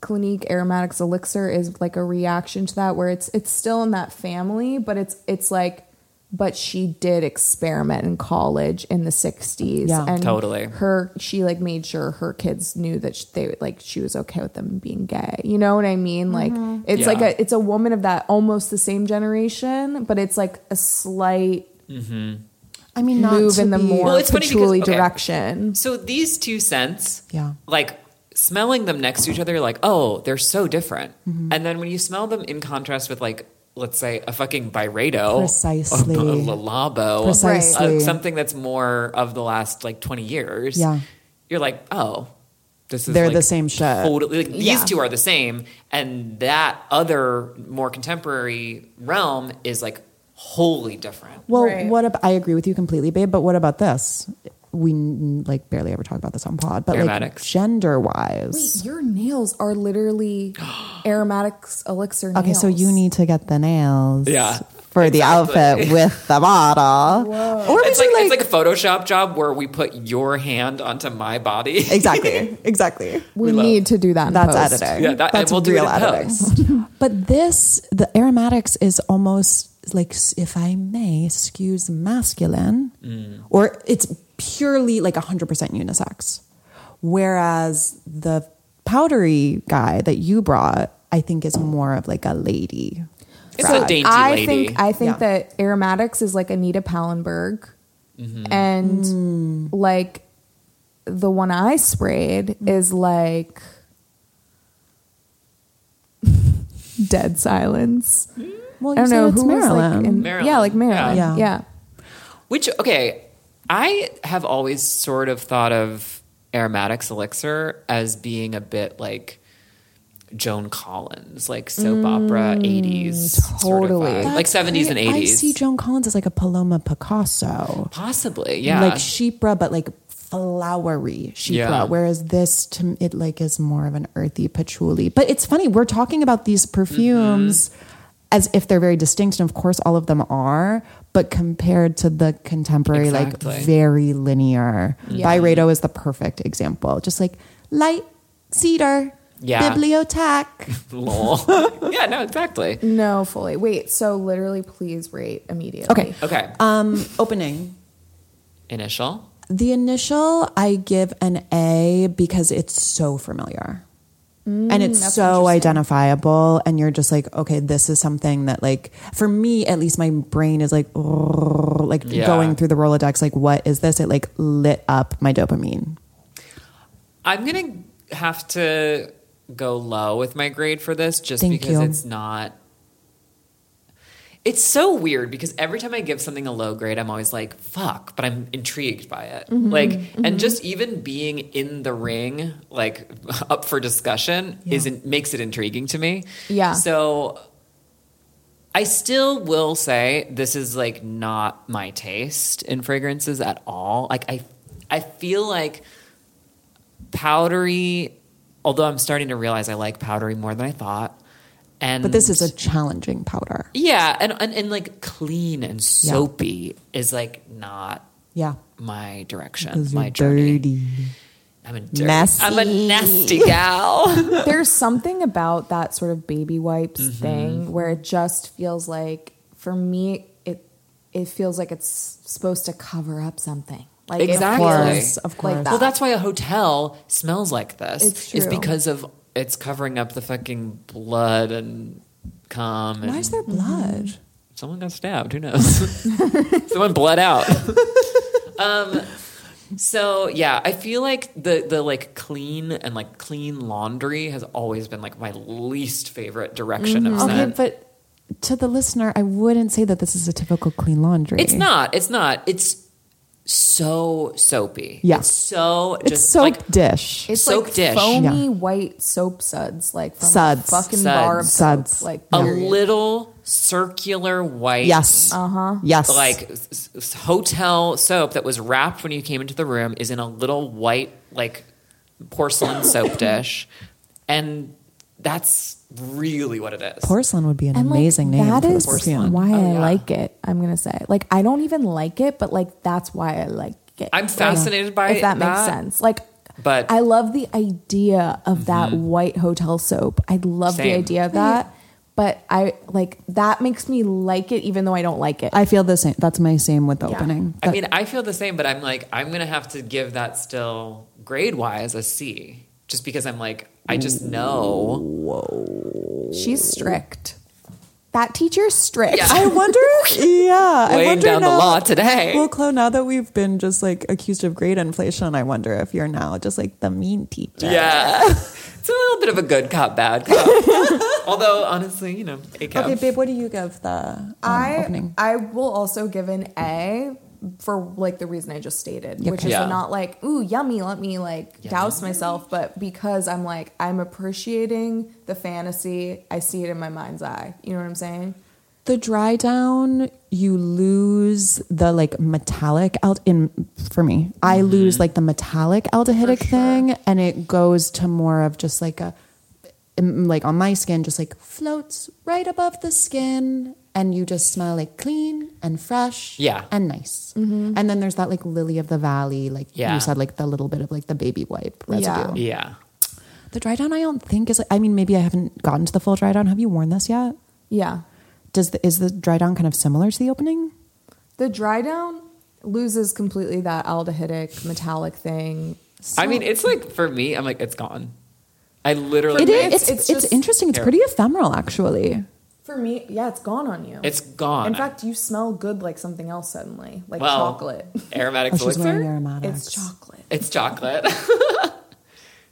[SPEAKER 3] Clinique Aromatics Elixir is like a reaction to that where it's it's still in that family, but it's it's like but she did experiment in college in the 60s
[SPEAKER 2] Yeah.
[SPEAKER 3] and
[SPEAKER 1] Totally.
[SPEAKER 3] her she like made sure her kids knew that sh- they like she was okay with them being gay you know what i mean like it's
[SPEAKER 1] Yeah.
[SPEAKER 3] like a it's a woman of that almost the same generation but it's like a slight
[SPEAKER 2] I mean, not
[SPEAKER 3] move
[SPEAKER 2] to
[SPEAKER 3] in the
[SPEAKER 2] be-
[SPEAKER 3] more
[SPEAKER 1] Well, it's funny because-
[SPEAKER 3] patchouli
[SPEAKER 1] okay.
[SPEAKER 3] direction
[SPEAKER 1] So these two scents,
[SPEAKER 2] Yeah.
[SPEAKER 1] like smelling them next to each other, you're like, oh, they're so different. And then when you smell them in contrast with like, let's say a fucking Byredo,
[SPEAKER 2] Precisely.
[SPEAKER 1] a, a Lalabo,
[SPEAKER 2] Precisely.
[SPEAKER 1] uh, something that's more of the last like 20 years.
[SPEAKER 2] Yeah.
[SPEAKER 1] You're like, oh, this is
[SPEAKER 2] They're
[SPEAKER 1] like,
[SPEAKER 2] the same shit.
[SPEAKER 1] Totally, like, these
[SPEAKER 3] Yeah.
[SPEAKER 1] two are the same, and that other more contemporary realm is like wholly different.
[SPEAKER 2] Well,
[SPEAKER 3] Right.
[SPEAKER 2] what ab- I agree with you completely, babe. But what about this? We n- like barely ever talk about this on pod, but like
[SPEAKER 1] Aromatics.
[SPEAKER 2] gender wise.
[SPEAKER 3] wait your nails are literally aromatics elixir
[SPEAKER 2] Okay, so
[SPEAKER 3] nails.
[SPEAKER 2] you need to get the nails.
[SPEAKER 1] Yeah,
[SPEAKER 2] For the outfit with the bottle. Or
[SPEAKER 1] It's
[SPEAKER 2] would
[SPEAKER 1] like,
[SPEAKER 2] you like,
[SPEAKER 1] it's like a Photoshop job where we put your hand onto my body.
[SPEAKER 2] Exactly. Exactly.
[SPEAKER 3] we,
[SPEAKER 1] We love-
[SPEAKER 3] need to do that in
[SPEAKER 2] That's
[SPEAKER 3] post.
[SPEAKER 2] editing.
[SPEAKER 1] Yeah, that- and
[SPEAKER 2] That's
[SPEAKER 1] we'll do it
[SPEAKER 2] real
[SPEAKER 1] in
[SPEAKER 2] editing. but this the aromatics is almost like if I may, skews masculine.
[SPEAKER 1] Mm.
[SPEAKER 2] Or it's purely like 100% unisex. Whereas the powdery guy that you brought, I think is more of like a lady.
[SPEAKER 1] It's
[SPEAKER 2] vibe.
[SPEAKER 1] a dainty
[SPEAKER 3] I
[SPEAKER 1] lady.
[SPEAKER 3] think I think
[SPEAKER 2] Yeah.
[SPEAKER 3] that aromatics is like Anita Pallenberg,
[SPEAKER 1] Mm-hmm.
[SPEAKER 3] and Mm. like the one I sprayed is like dead silence.
[SPEAKER 2] Well,
[SPEAKER 3] I don't
[SPEAKER 2] you say
[SPEAKER 3] know
[SPEAKER 2] it's
[SPEAKER 3] who was like
[SPEAKER 2] Marilyn.
[SPEAKER 3] in,
[SPEAKER 1] Marilyn.
[SPEAKER 3] yeah, like Marilyn, yeah.
[SPEAKER 2] Yeah. Yeah.
[SPEAKER 1] Which okay, I have always sort of thought of aromatics elixir as being a bit like Joan Collins, like soap opera 80s. Sort of
[SPEAKER 3] totally.
[SPEAKER 1] vibe. like
[SPEAKER 2] Mm, That's
[SPEAKER 1] 70s and
[SPEAKER 2] great.
[SPEAKER 1] 80s.
[SPEAKER 2] I see Joan Collins as like a Paloma Picasso,
[SPEAKER 1] Possibly, yeah.
[SPEAKER 2] like Shepra, but like flowery Shepra.
[SPEAKER 1] Yeah.
[SPEAKER 2] Whereas this, to m- it like is more of an earthy patchouli. But it's funny we're talking about these perfumes
[SPEAKER 1] Mm-hmm.
[SPEAKER 2] as if they're very distinct, and of course all of them are. But compared to the contemporary,
[SPEAKER 1] Exactly.
[SPEAKER 2] like very linear, Byredo is the perfect example. Just like light cedar,
[SPEAKER 1] Yeah.
[SPEAKER 2] bibliothèque.
[SPEAKER 1] Lol. yeah, no, exactly.
[SPEAKER 3] No, fully. Wait, so literally, please rate immediately.
[SPEAKER 2] Okay,
[SPEAKER 1] Okay.
[SPEAKER 2] um, opening.
[SPEAKER 1] Initial.
[SPEAKER 2] The initial I give an A because it's so familiar. and it's
[SPEAKER 3] that's
[SPEAKER 2] so
[SPEAKER 3] interesting.
[SPEAKER 2] identifiable and you're just like, okay, this is something that like for me at least my brain is like "Oh," like
[SPEAKER 1] Yeah.
[SPEAKER 2] going through the Rolodex like what is this? It like lit up my dopamine.
[SPEAKER 1] I'm going to have to go low with my grade for this just
[SPEAKER 2] Thank
[SPEAKER 1] because
[SPEAKER 2] you.
[SPEAKER 1] it's not. It's so weird because every time I give something a low grade, I'm always like, fuck, but I'm intrigued by it.
[SPEAKER 2] Mm-hmm,
[SPEAKER 1] like, and just even being in the ring, like up for discussion, isn't makes it intriguing to me.
[SPEAKER 3] Yeah.
[SPEAKER 1] So I still will say this is like not my taste in fragrances at all. Like I I feel like powdery although I'm starting to realize I like powdery more than I thought. And
[SPEAKER 2] But this is a challenging powder.
[SPEAKER 1] Yeah, and and, and like clean and soapy is like not
[SPEAKER 2] Yeah.
[SPEAKER 1] my direction,
[SPEAKER 2] 'Cause you're
[SPEAKER 1] my journey.
[SPEAKER 2] dirty.
[SPEAKER 1] I'm a dirty,
[SPEAKER 2] Messy.
[SPEAKER 1] I'm a nasty gal.
[SPEAKER 3] There's something about that sort of baby wipes
[SPEAKER 1] Mm-hmm.
[SPEAKER 3] thing where it just feels like, for me, it it feels like it's supposed to cover up something. Like it
[SPEAKER 1] Exactly.
[SPEAKER 3] feels
[SPEAKER 1] Of course,
[SPEAKER 2] of
[SPEAKER 3] Like
[SPEAKER 2] course.
[SPEAKER 3] that.
[SPEAKER 1] Well, that's why a hotel smells like this.
[SPEAKER 3] It's
[SPEAKER 1] Is
[SPEAKER 3] true.
[SPEAKER 1] because of it's covering up the fucking blood and cum. And
[SPEAKER 2] Why is there blood?
[SPEAKER 1] someone got stabbed? Who knows? someone bled out. um. So yeah, I feel like the the like clean and like clean laundry has always been like my least favorite direction of
[SPEAKER 2] Mm-hmm. Okay,
[SPEAKER 1] scent.
[SPEAKER 2] but to the listener, I wouldn't say that this is a typical clean laundry.
[SPEAKER 1] It's not. It's not. It's so soapy.
[SPEAKER 2] Yeah.
[SPEAKER 1] It's so
[SPEAKER 2] It's
[SPEAKER 1] just
[SPEAKER 2] soap
[SPEAKER 1] like
[SPEAKER 2] dish.
[SPEAKER 3] It's
[SPEAKER 1] Soap
[SPEAKER 3] like
[SPEAKER 1] dish.
[SPEAKER 3] foamy white soap suds, like from
[SPEAKER 2] Suds.
[SPEAKER 3] a fucking
[SPEAKER 1] Suds.
[SPEAKER 3] bar of soap,
[SPEAKER 2] Suds.
[SPEAKER 3] Like
[SPEAKER 1] a
[SPEAKER 3] period.
[SPEAKER 1] little circular white.
[SPEAKER 2] Yes. Uh
[SPEAKER 3] Uh-huh.
[SPEAKER 2] huh. Yes.
[SPEAKER 1] like s- s- hotel soap that was wrapped when you came into the room is in a little white like porcelain soap dish and that's really what it is
[SPEAKER 2] porcelain would be an
[SPEAKER 3] And, like,
[SPEAKER 2] amazing name.
[SPEAKER 3] That
[SPEAKER 2] for
[SPEAKER 3] is
[SPEAKER 2] this perfume.
[SPEAKER 3] why
[SPEAKER 1] Oh, yeah.
[SPEAKER 3] I like it. I'm gonna say, like, I don't even like it, but like that's why I like it.
[SPEAKER 1] I'm
[SPEAKER 3] Like,
[SPEAKER 1] fascinated by
[SPEAKER 3] if that,
[SPEAKER 1] that.
[SPEAKER 3] makes sense. Like,
[SPEAKER 1] But- Mm-hmm.
[SPEAKER 3] I love the idea of that white hotel soap. I love the
[SPEAKER 1] Same.
[SPEAKER 3] idea of that. But I like that makes me like it, even though I don't like it.
[SPEAKER 2] I feel the same. That's my same with the opening.
[SPEAKER 1] i mean i feel the same but i'm like i'm gonna have to give that still grade wise a c just because i'm like i just know
[SPEAKER 3] She's strict. That teacher's strict.
[SPEAKER 2] I wonder. yeah, I
[SPEAKER 1] weighing
[SPEAKER 2] wonder
[SPEAKER 1] down
[SPEAKER 2] now,
[SPEAKER 1] the law today
[SPEAKER 2] Well, Chloe, now that we've been just like accused of grade inflation, I wonder if you're now just like the mean teacher.
[SPEAKER 1] yeah it's a little bit of a good cop bad cop although honestly you know a cop.
[SPEAKER 2] Okay, babe, what do you give the um,
[SPEAKER 3] I
[SPEAKER 2] opening?
[SPEAKER 3] I will also give an A for like the reason I just stated, which is
[SPEAKER 1] Yeah.
[SPEAKER 3] not like ooh yummy, let me like douse myself, but because I'm like I'm appreciating the fantasy, I see it in my mind's eye. You know what I'm saying?
[SPEAKER 2] The dry down, you lose the like metallic out in for me. I
[SPEAKER 1] Mm-hmm.
[SPEAKER 2] lose like the metallic aldehydic thing, and it goes to more of just like a mm, like on my skin, just like floats right above the skin, and you just smell like clean and fresh,
[SPEAKER 1] Yeah.
[SPEAKER 2] and nice. And then there's that like lily of the valley, like
[SPEAKER 1] Yeah.
[SPEAKER 2] you said, like the little bit of like the baby wipe residue.
[SPEAKER 3] Yeah.
[SPEAKER 1] yeah
[SPEAKER 2] The dry down, I don't think is. I mean, maybe I haven't gotten to the full dry down. Have you worn this yet?
[SPEAKER 3] Yeah.
[SPEAKER 2] Does the, is the dry down kind of similar to the opening?
[SPEAKER 3] The dry down loses completely that aldehydic metallic thing.
[SPEAKER 1] I mean, it's like for me, I'm like, it's gone. I literally,
[SPEAKER 2] It
[SPEAKER 3] me,
[SPEAKER 1] it's,
[SPEAKER 2] is. It's
[SPEAKER 3] it's-
[SPEAKER 2] it's,
[SPEAKER 3] it's just-
[SPEAKER 2] interesting. It's
[SPEAKER 1] Here.
[SPEAKER 2] pretty ephemeral, actually.
[SPEAKER 3] For me, yeah, it's gone on you.
[SPEAKER 1] it's gone.
[SPEAKER 3] in fact, you smell good like something else suddenly, like
[SPEAKER 1] Well,
[SPEAKER 3] chocolate.
[SPEAKER 1] aromatic
[SPEAKER 2] Oh, she's wearing
[SPEAKER 1] elixir.
[SPEAKER 2] aromatics.
[SPEAKER 3] It's chocolate.
[SPEAKER 1] It's chocolate.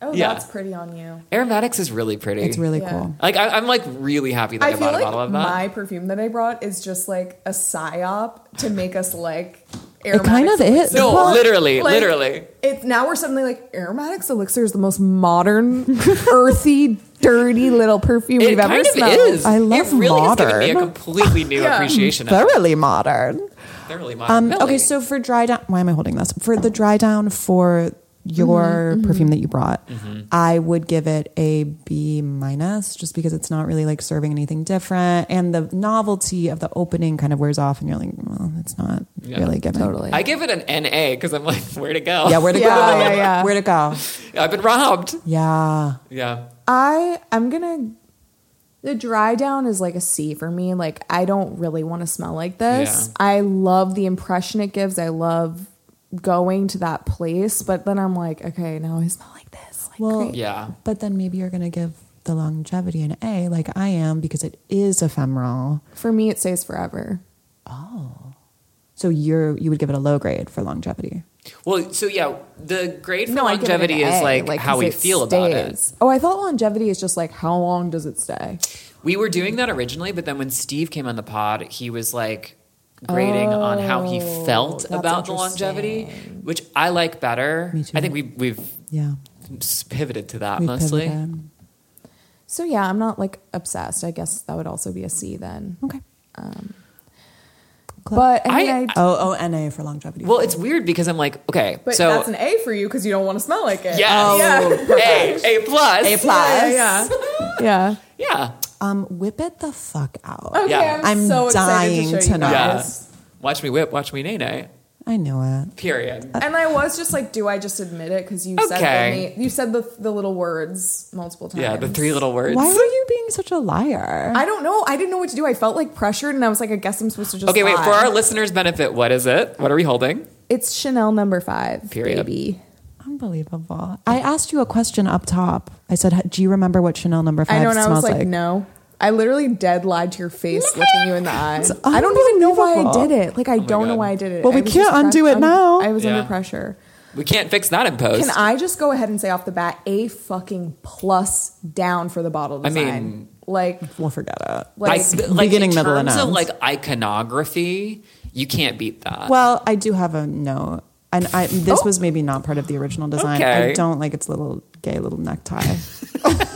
[SPEAKER 3] Oh,
[SPEAKER 1] Yeah.
[SPEAKER 3] that's pretty on you.
[SPEAKER 1] aromatics is really pretty.
[SPEAKER 2] It's really
[SPEAKER 3] Yeah.
[SPEAKER 2] cool.
[SPEAKER 1] like I, I'm like really happy that I,
[SPEAKER 3] I feel
[SPEAKER 1] bought a
[SPEAKER 3] like
[SPEAKER 1] bottle of that.
[SPEAKER 3] my perfume that I brought is just like a psyop to make us like
[SPEAKER 2] It kind of
[SPEAKER 3] aromatics
[SPEAKER 2] is.
[SPEAKER 1] No,
[SPEAKER 2] Well,
[SPEAKER 1] literally,
[SPEAKER 3] like,
[SPEAKER 1] literally.
[SPEAKER 3] It's now we're suddenly like aromatics elixir is the most modern, earthy, dirty little perfume
[SPEAKER 1] It
[SPEAKER 3] we've ever
[SPEAKER 1] kind of
[SPEAKER 3] smelled.
[SPEAKER 1] is.
[SPEAKER 2] I love
[SPEAKER 1] it really has given me a
[SPEAKER 2] modern.
[SPEAKER 1] completely new
[SPEAKER 3] Yeah.
[SPEAKER 1] appreciation of
[SPEAKER 2] thoroughly modern.
[SPEAKER 1] thoroughly
[SPEAKER 2] Um,
[SPEAKER 1] modern.
[SPEAKER 2] Okay, so for dry down, why am I holding this? For the dry down for your perfume that you brought, I would give it a B minus just because it's not really like serving anything different, and the novelty of the opening kind of wears off, and you're like, well, it's not
[SPEAKER 1] Yeah.
[SPEAKER 2] really giving.
[SPEAKER 3] Totally.
[SPEAKER 1] I give it an NA because I'm like, where to go?
[SPEAKER 2] Yeah, where to
[SPEAKER 3] Yeah,
[SPEAKER 2] go?
[SPEAKER 3] yeah, yeah.
[SPEAKER 2] Where to go?
[SPEAKER 1] I've been robbed.
[SPEAKER 2] Yeah.
[SPEAKER 1] Yeah.
[SPEAKER 3] I I'm gonna the dry down is like a C for me. Like I don't really want to smell like this.
[SPEAKER 1] Yeah.
[SPEAKER 3] I love the impression it gives. I love going to that place, but then I'm like, okay, now I smell like this. Like
[SPEAKER 2] Well,
[SPEAKER 3] great.
[SPEAKER 1] Yeah.
[SPEAKER 2] But then maybe you're gonna give the longevity an A, like I am, because it is ephemeral.
[SPEAKER 3] for me, it stays forever.
[SPEAKER 2] So you're you would give it a low grade for longevity.
[SPEAKER 1] Well, so yeah, the grade for
[SPEAKER 3] I give it an
[SPEAKER 1] longevity is
[SPEAKER 3] A,
[SPEAKER 1] like, how
[SPEAKER 3] 'cause
[SPEAKER 1] we
[SPEAKER 3] it
[SPEAKER 1] feel about it.
[SPEAKER 3] stays. Oh, I thought longevity is just like how long does it stay?
[SPEAKER 1] We were doing that originally, but then when Steve came on the pod, he was like grading on how he felt
[SPEAKER 3] that's
[SPEAKER 1] about the longevity, which I like better.
[SPEAKER 2] Me too.
[SPEAKER 1] I think we, we've
[SPEAKER 2] Yeah.
[SPEAKER 1] s- pivoted to that
[SPEAKER 2] We
[SPEAKER 1] mostly.
[SPEAKER 2] pivoted.
[SPEAKER 3] So yeah, I'm not like obsessed. I guess that would also be a C then.
[SPEAKER 2] Okay. Club.
[SPEAKER 3] But I, mean,
[SPEAKER 1] I-
[SPEAKER 3] I-
[SPEAKER 2] Um, O O N A for longevity.
[SPEAKER 1] Well, it's weird because I'm like, okay,
[SPEAKER 3] but
[SPEAKER 1] so
[SPEAKER 3] that's an A for you because you don't want to smell like it.
[SPEAKER 1] yes, A, A plus,
[SPEAKER 2] A plus.
[SPEAKER 3] yeah, yeah.
[SPEAKER 1] yeah,
[SPEAKER 2] Um, whip it the fuck out.
[SPEAKER 3] Okay,
[SPEAKER 1] Yeah.
[SPEAKER 3] I'm,
[SPEAKER 2] I'm
[SPEAKER 3] so
[SPEAKER 2] dying
[SPEAKER 3] excited to, show
[SPEAKER 2] to
[SPEAKER 3] you
[SPEAKER 2] know.
[SPEAKER 1] yeah.
[SPEAKER 3] guys.
[SPEAKER 1] Watch me whip, watch me nay nay.
[SPEAKER 2] I knew it.
[SPEAKER 1] Period.
[SPEAKER 3] And I was just like, do I just admit it? Because you
[SPEAKER 1] Okay.
[SPEAKER 3] said the, na- you said the the little words multiple times.
[SPEAKER 1] Yeah, the three little words.
[SPEAKER 2] Why were you being such a liar?
[SPEAKER 3] I don't know. I didn't know what to do. I felt like pressured, and I was like, I guess I'm supposed to just.
[SPEAKER 1] Okay, wait,
[SPEAKER 3] lie.
[SPEAKER 1] for our listeners' benefit, what is it? What are we holding?
[SPEAKER 3] It's Chanel number five,
[SPEAKER 1] Period.
[SPEAKER 3] baby.
[SPEAKER 2] Unbelievable. I asked you a question up top. I said, "Do you remember what Chanel number
[SPEAKER 3] I
[SPEAKER 2] five
[SPEAKER 3] know, and I was
[SPEAKER 2] smells
[SPEAKER 3] like,
[SPEAKER 2] like?"
[SPEAKER 3] no. I literally dead lied to your face, looking you in the eyes. I don't even know why I did
[SPEAKER 2] unbelievable.
[SPEAKER 3] it. Like I don't know
[SPEAKER 1] Oh God.
[SPEAKER 3] why I did it.
[SPEAKER 2] Oh. Well,
[SPEAKER 3] I
[SPEAKER 2] we
[SPEAKER 3] was
[SPEAKER 2] can't
[SPEAKER 3] just
[SPEAKER 2] undo
[SPEAKER 3] press-
[SPEAKER 2] it now.
[SPEAKER 3] I was
[SPEAKER 1] Yeah.
[SPEAKER 3] under pressure.
[SPEAKER 1] We can't fix that in post.
[SPEAKER 3] Can I just go ahead and say off the bat a fucking plus down for the bottle
[SPEAKER 1] I mean-
[SPEAKER 3] design? like,
[SPEAKER 2] We'll forget it.
[SPEAKER 3] like
[SPEAKER 1] I,
[SPEAKER 2] beginning,
[SPEAKER 1] in
[SPEAKER 2] middle,
[SPEAKER 1] terms
[SPEAKER 2] and
[SPEAKER 1] of
[SPEAKER 2] end.
[SPEAKER 1] like iconography, you can't beat that.
[SPEAKER 2] Well, I do have a note, and I this
[SPEAKER 3] Oh.
[SPEAKER 2] was maybe not part of the original design.
[SPEAKER 1] Okay.
[SPEAKER 2] I don't like its little gay little necktie.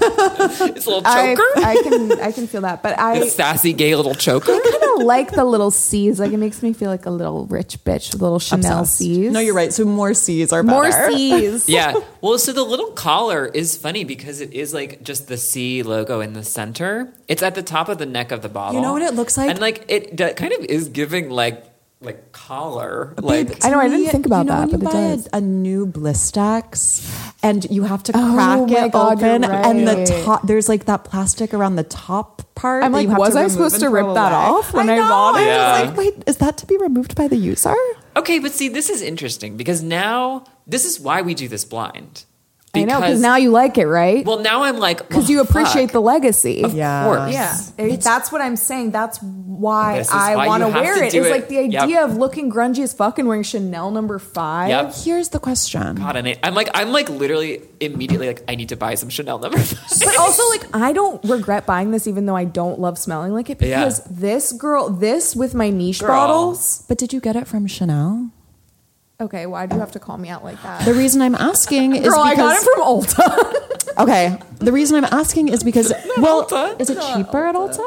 [SPEAKER 1] it's a little
[SPEAKER 3] I,
[SPEAKER 1] choker.
[SPEAKER 3] I can I can feel that, but I
[SPEAKER 1] it's sassy gay little choker.
[SPEAKER 3] kind of like the little C's. Like it makes me feel like a little rich bitch with little Chanel
[SPEAKER 2] Obsessed.
[SPEAKER 3] C's.
[SPEAKER 2] No, you're right. So more C's are better.
[SPEAKER 3] More C's.
[SPEAKER 1] yeah. Well, so the little collar is funny because it is like just the C logo in the center. It's at the top of the neck of the bottle.
[SPEAKER 2] You know what it looks like?
[SPEAKER 1] And like it d- kind of is giving like like collar.
[SPEAKER 2] Babe,
[SPEAKER 1] Like
[SPEAKER 2] to
[SPEAKER 3] I know, I didn't
[SPEAKER 2] me,
[SPEAKER 3] think about
[SPEAKER 2] you know
[SPEAKER 3] that,
[SPEAKER 2] When you
[SPEAKER 3] but it
[SPEAKER 2] buy
[SPEAKER 3] does.
[SPEAKER 2] A, a new Blistex, and you have to
[SPEAKER 3] Oh
[SPEAKER 2] crack
[SPEAKER 3] my
[SPEAKER 2] it
[SPEAKER 3] God, you're
[SPEAKER 2] open, and
[SPEAKER 3] right.
[SPEAKER 2] the top there's like that plastic around the top part.
[SPEAKER 3] I'm
[SPEAKER 2] that
[SPEAKER 3] like,
[SPEAKER 2] you have
[SPEAKER 3] was
[SPEAKER 2] to
[SPEAKER 3] I
[SPEAKER 2] remove
[SPEAKER 3] supposed
[SPEAKER 2] and
[SPEAKER 3] to
[SPEAKER 2] throw
[SPEAKER 3] rip that
[SPEAKER 2] away.
[SPEAKER 3] off when I
[SPEAKER 2] know,
[SPEAKER 3] bought it?
[SPEAKER 2] I
[SPEAKER 1] Yeah.
[SPEAKER 2] was like, wait, is that to be removed by the user?
[SPEAKER 1] okay, but see, this is interesting because now this is why we do this blind.
[SPEAKER 3] I know because now you like it, right?
[SPEAKER 1] well now I'm like
[SPEAKER 3] Because you appreciate the legacy.
[SPEAKER 1] Of
[SPEAKER 2] Yeah.
[SPEAKER 1] course.
[SPEAKER 3] Yeah, it, that's what I'm saying. That's why
[SPEAKER 1] This is
[SPEAKER 3] I
[SPEAKER 1] why
[SPEAKER 3] want to
[SPEAKER 1] you have
[SPEAKER 3] wear
[SPEAKER 1] to
[SPEAKER 3] it.
[SPEAKER 1] do
[SPEAKER 3] It's
[SPEAKER 1] it.
[SPEAKER 3] like the
[SPEAKER 1] Yep.
[SPEAKER 3] idea of looking grungy as fuck and wearing Chanel number five.
[SPEAKER 1] Yep.
[SPEAKER 2] Here's the question.
[SPEAKER 1] God, and it, I'm like, I'm like literally immediately like, I need to buy some Chanel number. five.
[SPEAKER 3] But also, like, I don't regret buying this, even though I don't love smelling like it,
[SPEAKER 1] Yeah.
[SPEAKER 3] because this girl, this with my niche
[SPEAKER 1] Girl.
[SPEAKER 3] bottles.
[SPEAKER 2] But did you get it from Chanel?
[SPEAKER 3] Okay, why do you have to call me out like that?
[SPEAKER 2] The reason I'm asking is
[SPEAKER 3] Girl,
[SPEAKER 2] because
[SPEAKER 3] I got it from Ulta.
[SPEAKER 2] Okay. The reason I'm asking is because well,
[SPEAKER 1] Ulta.
[SPEAKER 2] is it cheaper at Ulta?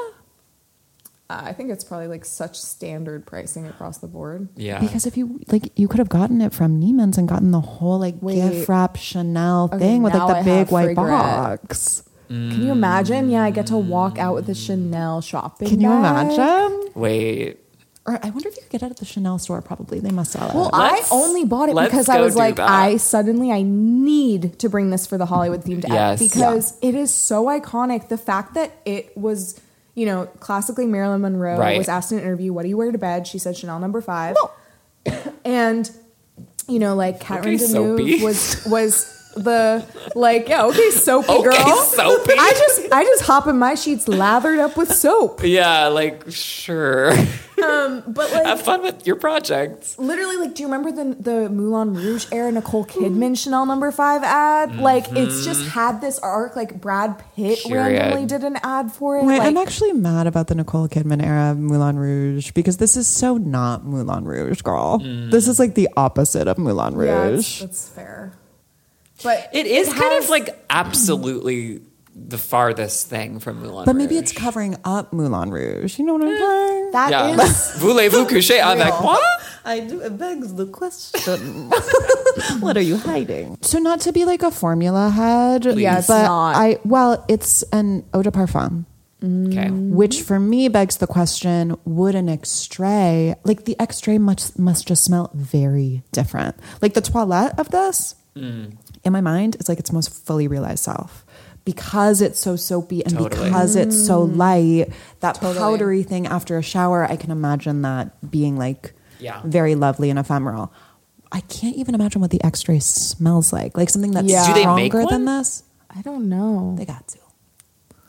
[SPEAKER 3] I think it's probably like such standard pricing across the board.
[SPEAKER 1] yeah.
[SPEAKER 2] Because if you like, you could have gotten it from Neiman's and gotten the whole like
[SPEAKER 3] Wait.
[SPEAKER 2] gift wrap Chanel
[SPEAKER 3] Okay,
[SPEAKER 2] thing with
[SPEAKER 3] now
[SPEAKER 2] like
[SPEAKER 3] I
[SPEAKER 2] the big
[SPEAKER 3] have
[SPEAKER 2] white
[SPEAKER 3] regret.
[SPEAKER 2] box.
[SPEAKER 1] Mm.
[SPEAKER 3] Can you imagine? Yeah, I get to walk out with a Chanel shopping.
[SPEAKER 2] Can you
[SPEAKER 3] bag.
[SPEAKER 2] imagine?
[SPEAKER 1] Wait.
[SPEAKER 2] Or I wonder if you could get it at the Chanel store. Probably they must sell it.
[SPEAKER 3] Well,
[SPEAKER 1] Let's-
[SPEAKER 3] I only bought it
[SPEAKER 1] let's
[SPEAKER 3] because I
[SPEAKER 1] go
[SPEAKER 3] was
[SPEAKER 1] do
[SPEAKER 3] like,
[SPEAKER 1] that.
[SPEAKER 3] I suddenly I need to bring this for the Hollywood themed
[SPEAKER 1] Yes.
[SPEAKER 3] act because it is so iconic. The fact that it was, you know, classically Marilyn Monroe
[SPEAKER 1] Right.
[SPEAKER 3] was asked in an interview, "What do you wear to bed?" She said Chanel number five, and you know, like Catherine
[SPEAKER 1] Okay,
[SPEAKER 3] Deneuve
[SPEAKER 1] soapy.
[SPEAKER 3] was was the like yeah okay soapy
[SPEAKER 1] Okay,
[SPEAKER 3] girl
[SPEAKER 1] soapy.
[SPEAKER 3] i just i just hop in my sheets lathered up with soap
[SPEAKER 1] Yeah, like sure.
[SPEAKER 3] but like
[SPEAKER 1] Have fun with your projects.
[SPEAKER 3] literally like do you remember the the Moulin Rouge era Nicole Kidman Chanel number 5 ad like
[SPEAKER 1] Mm-hmm.
[SPEAKER 3] it's just had this arc like Brad Pitt
[SPEAKER 1] Period.
[SPEAKER 3] randomly did an ad for it
[SPEAKER 2] Wait,
[SPEAKER 3] like,
[SPEAKER 2] I'm actually mad about the Nicole Kidman era of Moulin Rouge because this is so not Moulin Rouge, girl. This is like the opposite of Moulin Rouge.
[SPEAKER 3] yeah that's, that's fair but
[SPEAKER 1] It is kind
[SPEAKER 3] has-
[SPEAKER 1] of like absolutely the farthest thing from Moulin
[SPEAKER 2] but maybe
[SPEAKER 1] Rouge.
[SPEAKER 2] it's covering up Moulin Rouge. You know what I'm saying?
[SPEAKER 3] that
[SPEAKER 1] yeah.
[SPEAKER 3] is-
[SPEAKER 1] Voulez-vous coucher avec
[SPEAKER 3] Real.
[SPEAKER 1] moi?
[SPEAKER 2] I do. It begs the question. what are you hiding? So not to be like a formula head.
[SPEAKER 3] Yeah, it's
[SPEAKER 2] but
[SPEAKER 3] not.
[SPEAKER 2] I well, it's an eau de parfum.
[SPEAKER 1] Okay.
[SPEAKER 2] Which
[SPEAKER 1] Mm-hmm.
[SPEAKER 2] for me begs the question: Would an extray like the extray must must just smell very different? Like the toilette of this,
[SPEAKER 1] Mm.
[SPEAKER 2] in my mind, it's like its most fully realized self because it's so soapy and
[SPEAKER 1] Totally. Mm.
[SPEAKER 2] because it's so light. That
[SPEAKER 3] Totally.
[SPEAKER 2] powdery thing after a shower, I can imagine that being like
[SPEAKER 1] Yeah.
[SPEAKER 2] very lovely and ephemeral. I can't even imagine what the extray smells like. Like something that's
[SPEAKER 3] Yeah. Do
[SPEAKER 1] they make
[SPEAKER 2] stronger than
[SPEAKER 1] one?
[SPEAKER 2] this.
[SPEAKER 3] I don't know
[SPEAKER 2] They got to.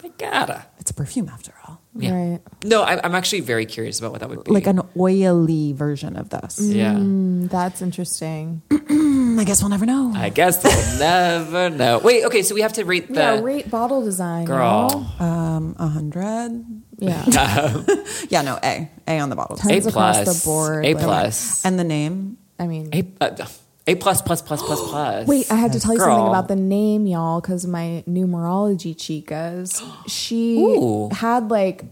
[SPEAKER 1] I gotta.
[SPEAKER 2] It's a perfume after all.
[SPEAKER 1] Yeah.
[SPEAKER 3] right
[SPEAKER 1] No, I, I'm actually very curious about what that would be.
[SPEAKER 2] Like an oily version of this.
[SPEAKER 1] yeah.
[SPEAKER 3] Mm, that's interesting
[SPEAKER 2] Mm, I guess we'll never know.
[SPEAKER 1] I guess we'll never know. Wait, okay, so we have to rate the
[SPEAKER 3] yeah rate bottle design y'all.
[SPEAKER 1] girl.
[SPEAKER 2] Um, a hundred.
[SPEAKER 3] yeah
[SPEAKER 2] Yeah, no, A. A on the bottle.
[SPEAKER 1] A
[SPEAKER 3] Tons across
[SPEAKER 1] plus.
[SPEAKER 3] the board,
[SPEAKER 1] A
[SPEAKER 3] like-
[SPEAKER 1] plus.
[SPEAKER 2] And the name.
[SPEAKER 3] I mean
[SPEAKER 1] A, uh, a plus plus plus plus plus.
[SPEAKER 3] Wait, I had to tell you something
[SPEAKER 1] Girl.
[SPEAKER 3] about the name, y'all, because my numerology chicas, she
[SPEAKER 1] Ooh.
[SPEAKER 3] had like,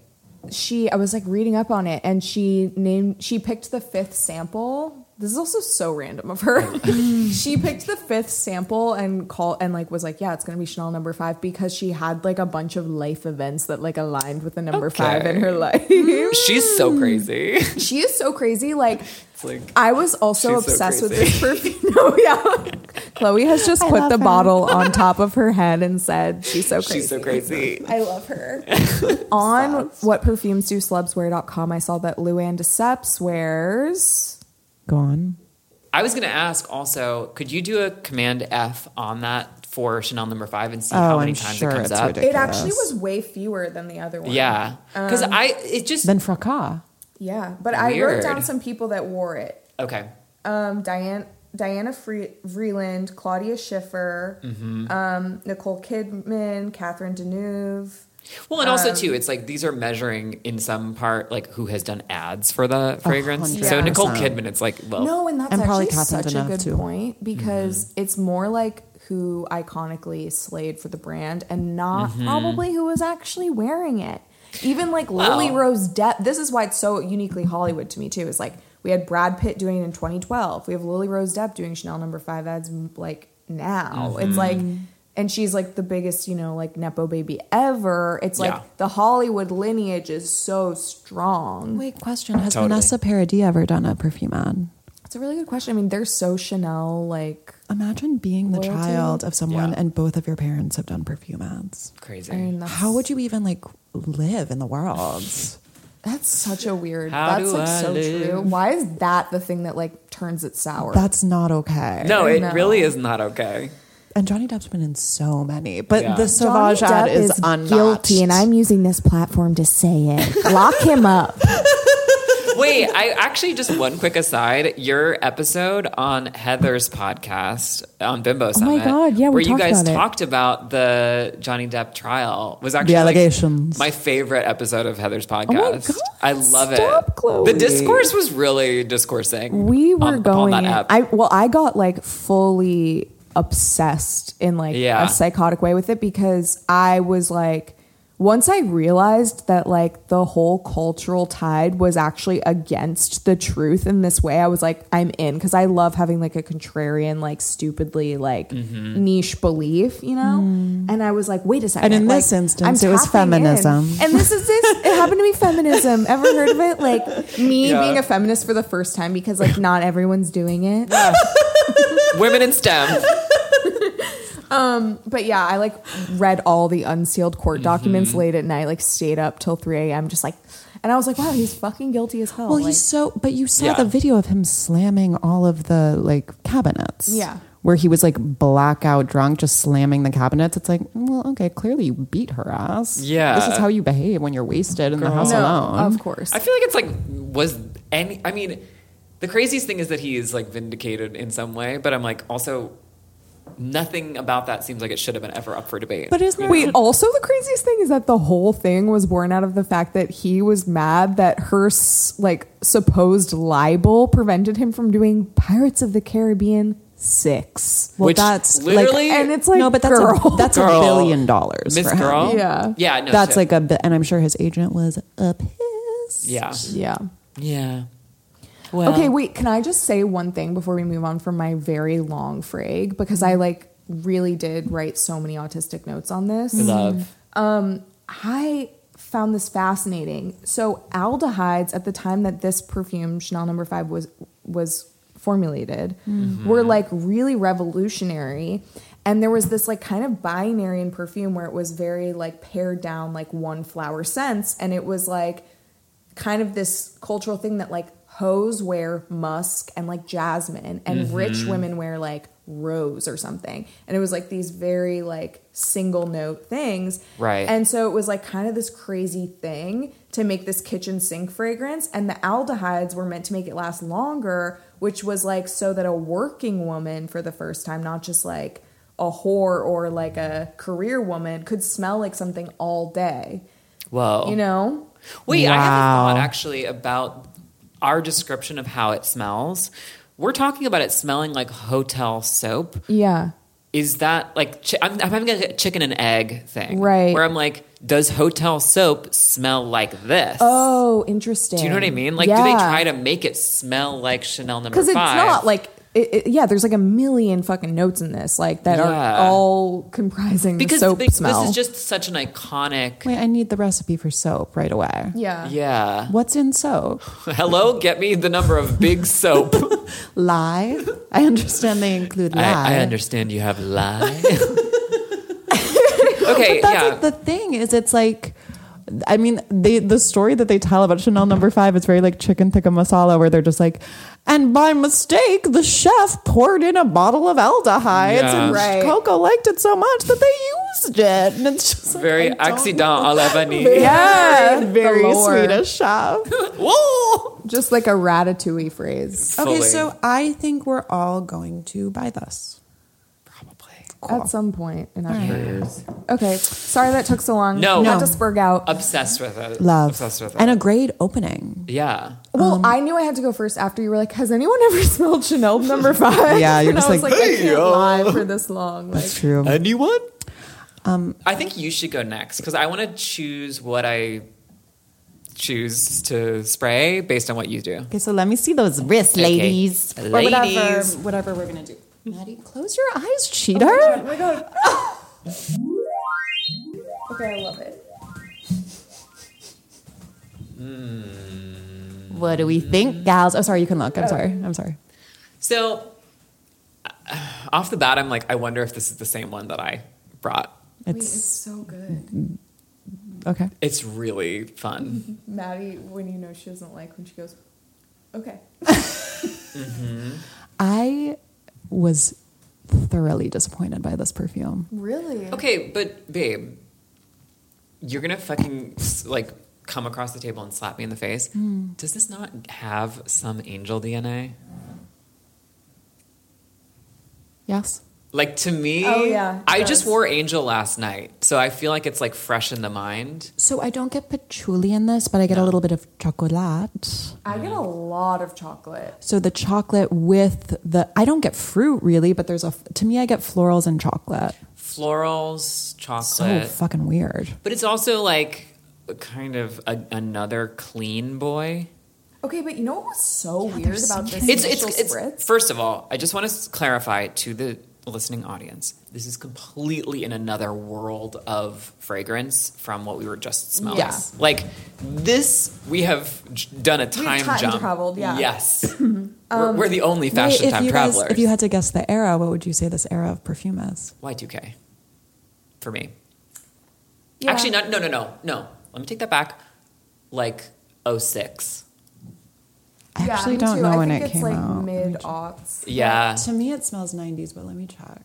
[SPEAKER 3] she, I was like reading up on it and she named, she picked the fifth sample. This is also so random of her. she picked the fifth sample and call and like was like, yeah, it's gonna be Chanel number five because she had like a bunch of life events that like aligned with the number five in her life.
[SPEAKER 1] Mm-hmm. She's so crazy.
[SPEAKER 3] she is so crazy. Like,
[SPEAKER 1] It's like
[SPEAKER 3] I was also
[SPEAKER 1] She's so
[SPEAKER 3] obsessed with
[SPEAKER 1] crazy.
[SPEAKER 3] this perfume. no, yeah. Chloe has just
[SPEAKER 2] I
[SPEAKER 3] put
[SPEAKER 2] love
[SPEAKER 3] the
[SPEAKER 2] her.
[SPEAKER 3] bottle on top of her head and said, She's so crazy.
[SPEAKER 1] she's so crazy.
[SPEAKER 3] I love her. on whatperfumesdoslubswear.com, I saw that Luann Deceps wears.
[SPEAKER 2] Go on.
[SPEAKER 1] I was going to ask also, could you do a command F on that for Chanel number five and see
[SPEAKER 2] Oh,
[SPEAKER 1] how many
[SPEAKER 2] I'm
[SPEAKER 1] times
[SPEAKER 2] sure
[SPEAKER 1] it comes
[SPEAKER 2] it's
[SPEAKER 1] up?
[SPEAKER 2] ridiculous.
[SPEAKER 3] It actually was way fewer than the other one.
[SPEAKER 1] Yeah. Because
[SPEAKER 3] Um,
[SPEAKER 1] I, it just,
[SPEAKER 2] Then fracas.
[SPEAKER 3] Yeah. But I
[SPEAKER 1] Weird.
[SPEAKER 3] wrote down some people that wore it.
[SPEAKER 1] okay.
[SPEAKER 3] um, Diane, Diana Fre- Vreeland, Claudia Schiffer,
[SPEAKER 1] Mm-hmm.
[SPEAKER 3] um, Nicole Kidman, Catherine Deneuve.
[SPEAKER 1] Well, and
[SPEAKER 3] um,
[SPEAKER 1] also too, it's like these are measuring in some part like who has done ads for the fragrance.
[SPEAKER 2] hundred
[SPEAKER 1] So Nicole
[SPEAKER 2] percent.
[SPEAKER 1] Kidman, it's like well,
[SPEAKER 3] No, and that's
[SPEAKER 2] And probably
[SPEAKER 3] actually
[SPEAKER 2] Catherine
[SPEAKER 3] such a
[SPEAKER 2] Deneuve,
[SPEAKER 3] good
[SPEAKER 2] too. Mm-hmm.
[SPEAKER 3] point because it's more like who iconically slayed for the brand and not
[SPEAKER 2] Mm-hmm.
[SPEAKER 3] probably who was actually wearing it. Even like Lily
[SPEAKER 1] Wow.
[SPEAKER 3] Rose Depp. This is why it's so uniquely Hollywood to me too. Is like we had Brad Pitt doing it in 2012. We have Lily Rose Depp doing Chanel Number Five ads like now.
[SPEAKER 2] Mm-hmm.
[SPEAKER 3] It's like. And she's like the biggest, you know, like Nepo baby ever. It's like
[SPEAKER 1] Yeah.
[SPEAKER 3] the Hollywood lineage is so strong.
[SPEAKER 2] Wait, question. Has
[SPEAKER 1] Totally.
[SPEAKER 2] Vanessa Paradis ever done a perfume ad?
[SPEAKER 3] It's a really good question. I mean, they're so Chanel, like
[SPEAKER 2] Imagine being the
[SPEAKER 3] Loyalty?
[SPEAKER 2] child of someone
[SPEAKER 1] Yeah.
[SPEAKER 2] and both of your parents have done perfume ads.
[SPEAKER 1] crazy.
[SPEAKER 3] I mean, that's,
[SPEAKER 2] How would you even like live in the world?
[SPEAKER 3] That's such a weird.
[SPEAKER 1] How
[SPEAKER 3] that's
[SPEAKER 1] do
[SPEAKER 3] like
[SPEAKER 1] I
[SPEAKER 3] so
[SPEAKER 1] live?
[SPEAKER 3] true. Why is that the thing that like turns it sour?
[SPEAKER 2] That's not okay.
[SPEAKER 1] no,
[SPEAKER 3] I
[SPEAKER 1] it
[SPEAKER 3] know.
[SPEAKER 1] really is not okay.
[SPEAKER 2] And Johnny Depp's been in so many, but
[SPEAKER 1] Yeah.
[SPEAKER 2] the
[SPEAKER 3] Johnny
[SPEAKER 2] Sauvage ad
[SPEAKER 3] Depp
[SPEAKER 2] is, unmatched.
[SPEAKER 3] guilty, and I'm using this platform to say it. Lock him up.
[SPEAKER 1] Wait, I actually just one quick aside. Your episode on Heather's podcast on Bimbo Summit,
[SPEAKER 2] Oh God, yeah, we
[SPEAKER 1] where you
[SPEAKER 2] talked
[SPEAKER 1] guys
[SPEAKER 2] about it.
[SPEAKER 1] talked about the Johnny Depp trial was actually
[SPEAKER 2] The
[SPEAKER 1] like,
[SPEAKER 2] allegations. Oh
[SPEAKER 1] my favorite episode of Heather's podcast.
[SPEAKER 3] God,
[SPEAKER 1] I love
[SPEAKER 3] stop,
[SPEAKER 1] it.
[SPEAKER 3] Chloe.
[SPEAKER 1] The discourse was really discoursing.
[SPEAKER 3] We were
[SPEAKER 1] on- upon
[SPEAKER 3] going.
[SPEAKER 1] that app.
[SPEAKER 3] I well, I got like fully obsessed in like
[SPEAKER 1] Yeah.
[SPEAKER 3] a psychotic way with it because I was like, once I realized that like the whole cultural tide was actually against the truth in this way, I was like, I'm in because I love having like a contrarian, like stupidly like
[SPEAKER 1] Mm-hmm.
[SPEAKER 3] niche belief, you know. And I was like, wait a second.
[SPEAKER 2] Mm. in
[SPEAKER 3] like,
[SPEAKER 2] this instance,
[SPEAKER 3] I'm
[SPEAKER 2] it was
[SPEAKER 3] tapping in.
[SPEAKER 2] feminism.
[SPEAKER 3] And this is this. It happened to be feminism. Ever heard of it? Like me
[SPEAKER 1] Yeah.
[SPEAKER 3] being a feminist for the first time because like not everyone's doing it.
[SPEAKER 1] Women in STEM.
[SPEAKER 3] But yeah, I like read all the unsealed court
[SPEAKER 1] Mm-hmm.
[SPEAKER 3] documents late at night. Like stayed up till three a.m. Just like, and I was like, wow, he's fucking guilty as hell.
[SPEAKER 2] Well,
[SPEAKER 3] like,
[SPEAKER 2] he's so. But you saw
[SPEAKER 1] Yeah.
[SPEAKER 2] the video of him slamming all of the like cabinets.
[SPEAKER 3] Yeah.
[SPEAKER 2] where he was like blackout drunk, just slamming the cabinets. It's like, well, okay, clearly you beat her ass.
[SPEAKER 1] Yeah.
[SPEAKER 2] This is how you behave when you're wasted in the house
[SPEAKER 3] No,
[SPEAKER 2] alone.
[SPEAKER 3] of course.
[SPEAKER 1] I feel like it's like was any. I mean, the craziest thing is that he is like vindicated in some way, but I'm like also nothing about that seems like it should have been ever up for debate.
[SPEAKER 2] But isn't there
[SPEAKER 3] Wait, also the craziest thing is that the whole thing was born out of the fact that he was mad that her s- like supposed libel prevented him from doing Pirates of the Caribbean 6.
[SPEAKER 2] well,
[SPEAKER 1] Which
[SPEAKER 2] that's like-
[SPEAKER 1] literally-
[SPEAKER 3] and it's like
[SPEAKER 2] no, but that's
[SPEAKER 3] girl.
[SPEAKER 2] a, that's
[SPEAKER 1] Girl.
[SPEAKER 2] a billion dollars,
[SPEAKER 1] Miss
[SPEAKER 2] for him.
[SPEAKER 1] Girl,
[SPEAKER 3] Yeah.
[SPEAKER 1] yeah, no,
[SPEAKER 2] that's
[SPEAKER 1] shit.
[SPEAKER 2] like a, bi- and I'm sure his agent was a piss.
[SPEAKER 1] yeah,
[SPEAKER 3] yeah.
[SPEAKER 1] yeah. Well,
[SPEAKER 3] okay, wait, can I just say one thing before we move on from my very long frag because I like really did write so many autistic notes on this.
[SPEAKER 1] love.
[SPEAKER 2] Mm.
[SPEAKER 3] I found this fascinating. So aldehydes at the time that this perfume Chanel number 5 was was formulated were like really revolutionary and there was this like kind of binary in perfume where it was very like pared down like one flower scents and it was like kind of this cultural thing that like hoes wear musk and like jasmine and rich women wear like rose or something and it was like these very like single note things
[SPEAKER 1] Right.
[SPEAKER 3] and so it was like kind of this crazy thing to make this kitchen sink fragrance and the aldehydes were meant to make it last longer which was like so that a working woman for the first time not just like a whore or like a career woman could smell like something all day
[SPEAKER 1] Whoa,
[SPEAKER 3] you know
[SPEAKER 1] Oh. Wait, I
[SPEAKER 2] Wow.
[SPEAKER 1] have a thought actually about our description of how it smells. We're talking about it smelling like hotel soap.
[SPEAKER 3] yeah
[SPEAKER 1] Is that like chi- I'm, I'm having a chicken and egg thing,
[SPEAKER 3] Right.
[SPEAKER 1] Where I'm like, does hotel soap smell like this?
[SPEAKER 3] Oh, interesting.
[SPEAKER 1] do you know what I mean? Like, do they try to make it smell like Chanel number five?
[SPEAKER 3] Because it's not like it, it- yeah. There's like a million fucking notes in this, like that
[SPEAKER 1] Yeah.
[SPEAKER 3] are all comprising
[SPEAKER 1] because
[SPEAKER 3] the soap
[SPEAKER 1] they-
[SPEAKER 3] smell.
[SPEAKER 1] this is just such an iconic.
[SPEAKER 2] Wait, I need the recipe for soap right away.
[SPEAKER 3] yeah,
[SPEAKER 1] Yeah.
[SPEAKER 2] What's in soap?
[SPEAKER 1] Hello, get me the number of big soap.
[SPEAKER 2] Lye. I understand they include lye.
[SPEAKER 1] I, I understand you have lie. okay,
[SPEAKER 2] That's
[SPEAKER 1] yeah.
[SPEAKER 2] like the thing is it's like I mean they the story that they tell about Chanel number 5 is very like chicken tikka masala where they're just like and by mistake the chef poured in a bottle of aldehydes
[SPEAKER 1] Yeah.
[SPEAKER 2] and
[SPEAKER 3] Right.
[SPEAKER 2] Coco liked it so much that they used it and it's just like,
[SPEAKER 1] very
[SPEAKER 2] I don't-
[SPEAKER 1] accident à la vanille.
[SPEAKER 3] Yeah,
[SPEAKER 2] Very, very
[SPEAKER 3] galore.
[SPEAKER 2] Swedish chef.
[SPEAKER 1] Whoa!
[SPEAKER 3] just like a ratatouille phrase
[SPEAKER 1] Fully.
[SPEAKER 2] I think we're all going to buy this.
[SPEAKER 1] probably
[SPEAKER 3] at some point in our careers. Okay, sorry that took so long.
[SPEAKER 1] No. Uh,
[SPEAKER 3] not
[SPEAKER 2] No.
[SPEAKER 3] to spurg out.
[SPEAKER 1] obsessed with it.
[SPEAKER 2] Love.
[SPEAKER 1] Obsessed with it.
[SPEAKER 2] And a great opening.
[SPEAKER 1] yeah.
[SPEAKER 3] well, I knew I had to go first after you were like, "Has anyone ever smelled Chanel number five?
[SPEAKER 2] Yeah, you're
[SPEAKER 3] and
[SPEAKER 2] just
[SPEAKER 3] I was
[SPEAKER 2] like,
[SPEAKER 3] like, I can't lie for this long. Like,
[SPEAKER 2] true.
[SPEAKER 1] Anyone? Um, I think you should go next because I want to choose what I choose to spray based on what you do.
[SPEAKER 2] Okay, so let me see those wrists,
[SPEAKER 1] Okay.
[SPEAKER 2] ladies.
[SPEAKER 1] Ladies.
[SPEAKER 2] whatever we're gonna do. Maddie, close your eyes, cheater. Oh my god.
[SPEAKER 3] okay, I love it.
[SPEAKER 2] What do we think, gals? Oh, sorry, you can look. I'm sorry. I'm sorry.
[SPEAKER 1] So, uh, off the bat, I'm like, I wonder if this is the same one that I brought.
[SPEAKER 3] Wait, it's
[SPEAKER 2] It's
[SPEAKER 3] so good.
[SPEAKER 2] okay.
[SPEAKER 1] It's really
[SPEAKER 2] Mm-hmm.
[SPEAKER 1] fun.
[SPEAKER 3] Maddie, when you know she doesn't like when she goes, okay.
[SPEAKER 2] I was thoroughly disappointed by this perfume.
[SPEAKER 3] Really?
[SPEAKER 1] Okay, but babe, you're gonna fucking s- like come across the table and slap me in the face.
[SPEAKER 2] Mm.
[SPEAKER 1] Does this not have some angel DNA?
[SPEAKER 2] Yes.
[SPEAKER 1] Like to me,
[SPEAKER 3] Oh, yeah, it
[SPEAKER 1] I
[SPEAKER 3] does.
[SPEAKER 1] just wore Angel last night, so I feel like it's like fresh in the mind.
[SPEAKER 2] So I don't get patchouli in this, but I get a little bit of chocolate.
[SPEAKER 3] I get a lot of chocolate.
[SPEAKER 2] So the chocolate with the I don't get fruit really, but there's a to me I get florals and chocolate.
[SPEAKER 1] Florals, chocolate,
[SPEAKER 2] So fucking weird.
[SPEAKER 1] but it's also like kind of a, another clean boy.
[SPEAKER 3] Okay, but you know what was so weird
[SPEAKER 2] there's
[SPEAKER 3] about this
[SPEAKER 1] It's
[SPEAKER 3] initial
[SPEAKER 1] it's, it's
[SPEAKER 3] spritz?
[SPEAKER 1] first of all, I just want to clarify to the listening audience: this is completely in another world of fragrance from what we were just smelling.
[SPEAKER 3] Yeah.
[SPEAKER 1] like this, we have j- done a time,
[SPEAKER 3] time
[SPEAKER 1] jump.
[SPEAKER 3] traveled, yeah.
[SPEAKER 1] Yes, we're, we're the only fashion
[SPEAKER 2] Wait, if
[SPEAKER 1] time
[SPEAKER 2] you guys-
[SPEAKER 1] travelers.
[SPEAKER 2] if you had to guess the era, what would you say this era of perfume is?
[SPEAKER 1] Y2K for me.
[SPEAKER 3] Yeah.
[SPEAKER 1] Actually, not, oh no, no, no, no. Let me take that back. Like 06.
[SPEAKER 2] I actually
[SPEAKER 3] me
[SPEAKER 2] don't
[SPEAKER 3] too.
[SPEAKER 2] know
[SPEAKER 3] I
[SPEAKER 2] when
[SPEAKER 3] think
[SPEAKER 2] it
[SPEAKER 3] it's
[SPEAKER 2] came
[SPEAKER 3] like
[SPEAKER 2] out.
[SPEAKER 3] Mid aughts.
[SPEAKER 1] Yeah.
[SPEAKER 2] To me, it smells 90s, but let me check.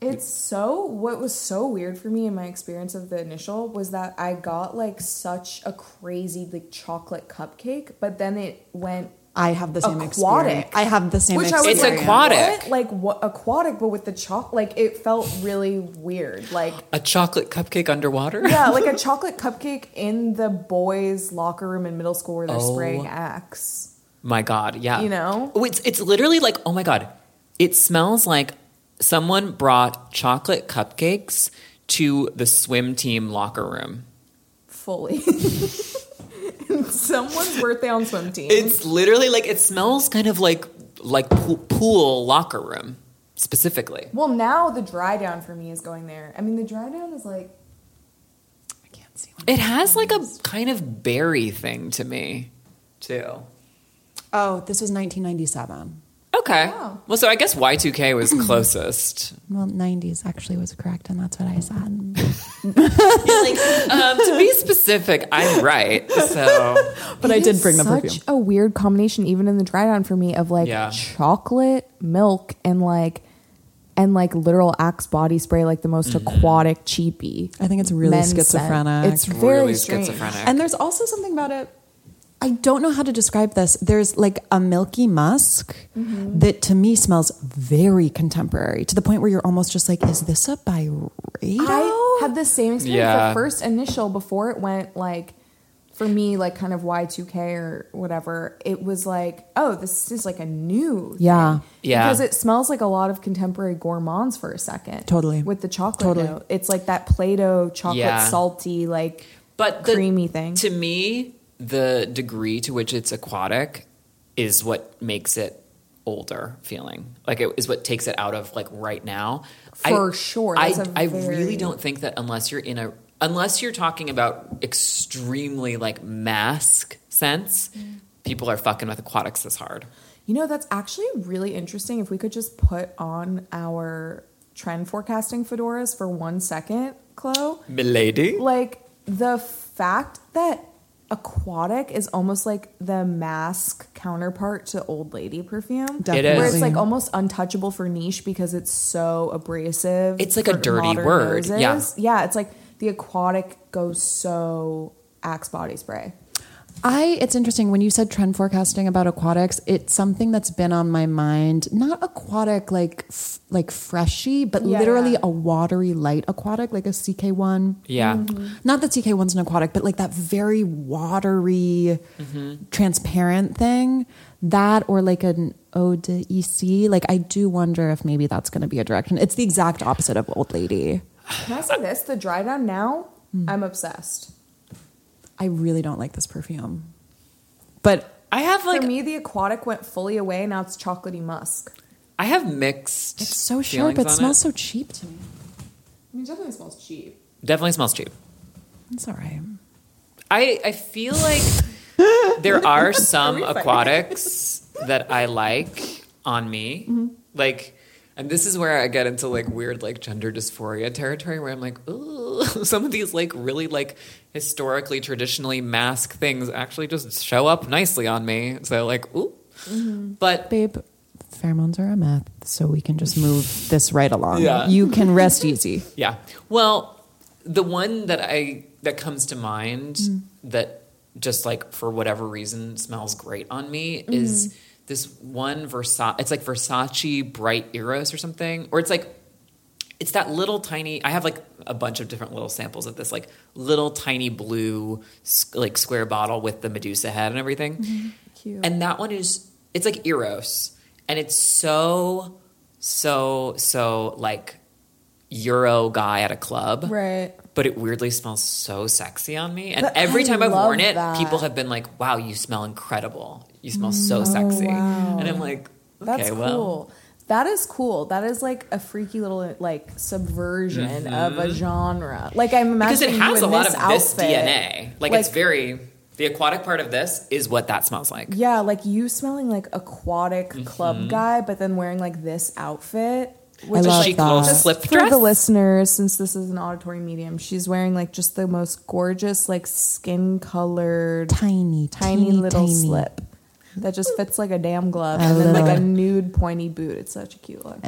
[SPEAKER 3] It's so what was so weird for me in my experience of the initial was that I got like such a crazy like chocolate cupcake, but then it went
[SPEAKER 2] I have the same
[SPEAKER 3] aquatic.
[SPEAKER 2] experience. I have the same
[SPEAKER 3] Which I was
[SPEAKER 2] experience.
[SPEAKER 1] It's
[SPEAKER 3] like,
[SPEAKER 1] aquatic.
[SPEAKER 3] what? Like what aquatic, but with the chocolate. Like it felt really weird. Like
[SPEAKER 1] A chocolate cupcake underwater?
[SPEAKER 3] yeah, like a chocolate cupcake in the boys' locker room in middle school where they're
[SPEAKER 1] Oh.
[SPEAKER 3] spraying Axe.
[SPEAKER 1] My God, yeah.
[SPEAKER 3] You know?
[SPEAKER 1] Oh, it's it's literally like, oh my God. It smells like someone brought chocolate cupcakes to the swim team locker room.
[SPEAKER 3] fully. And Someone's birthday on swim team.
[SPEAKER 1] It's literally like it smells kind of like like pool, pool locker room specifically.
[SPEAKER 3] well, now the dry down for me is going there. I mean, the dry down is like
[SPEAKER 2] I can't see one.
[SPEAKER 1] It has like a kind of berry thing to me, too.
[SPEAKER 2] Oh, this was 1997.
[SPEAKER 1] Okay.
[SPEAKER 3] Wow.
[SPEAKER 1] Well, so I guess Y2K was closest.
[SPEAKER 2] Well, 90s actually was correct, and that's what I said.
[SPEAKER 1] um, to be specific, I'm right. So
[SPEAKER 2] But I
[SPEAKER 3] It
[SPEAKER 2] did
[SPEAKER 3] is
[SPEAKER 2] bring the
[SPEAKER 3] such
[SPEAKER 2] perfume.
[SPEAKER 3] a weird combination, even in the dry down for me, of like
[SPEAKER 1] Yeah.
[SPEAKER 3] chocolate milk and like and like literal Axe body spray, like the most
[SPEAKER 1] Mm-hmm.
[SPEAKER 3] aquatic cheapy.
[SPEAKER 2] I think it's really
[SPEAKER 3] men's scent.
[SPEAKER 2] schizophrenic.
[SPEAKER 3] It's very
[SPEAKER 1] really
[SPEAKER 3] strange.
[SPEAKER 1] schizophrenic.
[SPEAKER 2] And there's also something about it. I don't know how to describe this. There's like a milky musk
[SPEAKER 3] Mm-hmm.
[SPEAKER 2] that to me smells very contemporary to the point where you're almost just like, is this a Byredo?
[SPEAKER 3] I had the same experience.
[SPEAKER 1] Yeah.
[SPEAKER 3] The first initial before it went like for me, like kind of Y two K or whatever. It was like, oh, this is like a new,
[SPEAKER 2] Yeah.
[SPEAKER 3] thing.
[SPEAKER 1] Yeah.
[SPEAKER 3] because it smells like a lot of contemporary gourmands for a second,
[SPEAKER 2] Totally.
[SPEAKER 3] with the chocolate.
[SPEAKER 2] Totally.
[SPEAKER 3] note. it's like that Play-Doh chocolate,
[SPEAKER 1] Yeah.
[SPEAKER 3] salty, like
[SPEAKER 1] but the,
[SPEAKER 3] creamy thing.
[SPEAKER 1] to me, the degree to which it's aquatic is what makes it older feeling. Like it is what takes it out of like right now.
[SPEAKER 3] For sure.
[SPEAKER 1] I,
[SPEAKER 3] That's a
[SPEAKER 1] I
[SPEAKER 3] very-
[SPEAKER 1] really don't think that unless you're in a unless you're talking about extremely like mask sense,
[SPEAKER 3] Mm.
[SPEAKER 1] people are fucking with aquatics this hard.
[SPEAKER 3] You know, that's actually really interesting. If we could just put on our trend forecasting fedoras for one second, Chloe.
[SPEAKER 1] Milady?
[SPEAKER 3] Like the fact that aquatic is almost like the mask counterpart to old lady perfume.
[SPEAKER 2] Definitely.
[SPEAKER 1] It
[SPEAKER 3] Where
[SPEAKER 1] is.
[SPEAKER 3] it's like almost untouchable for niche because it's so abrasive.
[SPEAKER 1] It's like a
[SPEAKER 3] for
[SPEAKER 1] dirty
[SPEAKER 3] modern
[SPEAKER 1] word,
[SPEAKER 3] noses.
[SPEAKER 1] yeah.
[SPEAKER 3] Yeah, it's like the aquatic goes so axe body spray.
[SPEAKER 2] I it's interesting when you said trend forecasting about aquatics. It's something that's been on my mind. Not aquatic like f- like freshy, but
[SPEAKER 3] Yeah,
[SPEAKER 2] literally
[SPEAKER 3] yeah.
[SPEAKER 2] a watery light aquatic, like a CK one.
[SPEAKER 1] Yeah.
[SPEAKER 3] Mm-hmm.
[SPEAKER 2] Not that CK one's an aquatic, but like that very watery,
[SPEAKER 1] Mm-hmm.
[SPEAKER 2] transparent thing. That or like an ode de EC. Like I do wonder if maybe that's going to be a direction. It's the exact opposite of old lady.
[SPEAKER 3] Can I say this? The dry down now, I'm obsessed.
[SPEAKER 2] I really don't like this perfume, but.
[SPEAKER 1] I have like
[SPEAKER 3] For me, the aquatic went fully away. Now it's chocolatey musk.
[SPEAKER 1] I have mixed.
[SPEAKER 2] It's so
[SPEAKER 1] feelings
[SPEAKER 2] sharp. It
[SPEAKER 1] on
[SPEAKER 2] smells so cheap to me.
[SPEAKER 3] I mean, it definitely smells cheap.
[SPEAKER 1] Definitely smells cheap.
[SPEAKER 2] It's all right.
[SPEAKER 1] I I feel like there are some
[SPEAKER 3] Refight.
[SPEAKER 1] aquatics that I like on me,
[SPEAKER 2] Mm-hmm.
[SPEAKER 1] like. And this is where I get into like weird like gender dysphoria territory where I'm like, ooh, some of these like really like historically traditionally mask things actually just show up nicely on me. So like, ooh.
[SPEAKER 2] Mm-hmm.
[SPEAKER 1] But
[SPEAKER 2] Babe, pheromones are a myth, so we can just move this right along.
[SPEAKER 1] Yeah.
[SPEAKER 2] You can rest easy.
[SPEAKER 1] Yeah. Well, the one that I that comes to mind that just like for whatever reason smells great on me is this one Versace. It's like Versace Bright Eros or something, or it's like it's that little tiny. I have like a bunch of different little samples of this like little tiny blue s- like square bottle with the Medusa head and everything.
[SPEAKER 3] Cute.
[SPEAKER 1] And that one is it's like Eros, and it's so so so like Euro guy at a club,
[SPEAKER 3] Right.
[SPEAKER 1] But it weirdly smells so sexy on me, and
[SPEAKER 3] But
[SPEAKER 1] every
[SPEAKER 3] I
[SPEAKER 1] time I've
[SPEAKER 3] love
[SPEAKER 1] worn it,
[SPEAKER 3] that.
[SPEAKER 1] people have been like, "Wow, you smell incredible! You smell so sexy!"
[SPEAKER 3] Mm, wow.
[SPEAKER 1] And I'm like, "Okay,
[SPEAKER 3] That's
[SPEAKER 1] well,
[SPEAKER 3] cool. That is cool. That is like a freaky little like subversion of a genre. Like I'm
[SPEAKER 1] Mm-hmm. because
[SPEAKER 3] imagining
[SPEAKER 1] it has
[SPEAKER 3] you
[SPEAKER 1] a
[SPEAKER 3] in
[SPEAKER 1] lot
[SPEAKER 3] this
[SPEAKER 1] of
[SPEAKER 3] outfit.
[SPEAKER 1] this DNA. Like, it's very the aquatic part of this is what that smells like.
[SPEAKER 3] yeah, like you smelling like aquatic
[SPEAKER 1] Mm-hmm.
[SPEAKER 3] club guy, but then wearing like this outfit. Which
[SPEAKER 2] I love
[SPEAKER 3] is
[SPEAKER 1] chic
[SPEAKER 3] like
[SPEAKER 1] little
[SPEAKER 2] that.
[SPEAKER 1] slip
[SPEAKER 3] for
[SPEAKER 1] dress.
[SPEAKER 3] the listeners, since this is an auditory medium, she's wearing like just the most gorgeous, like skin colored
[SPEAKER 2] Tiny,
[SPEAKER 3] tiny, little slip. that just fits like a damn glove, and then
[SPEAKER 2] love
[SPEAKER 3] like
[SPEAKER 2] it.
[SPEAKER 3] a nude pointy boot. It's such a cute look.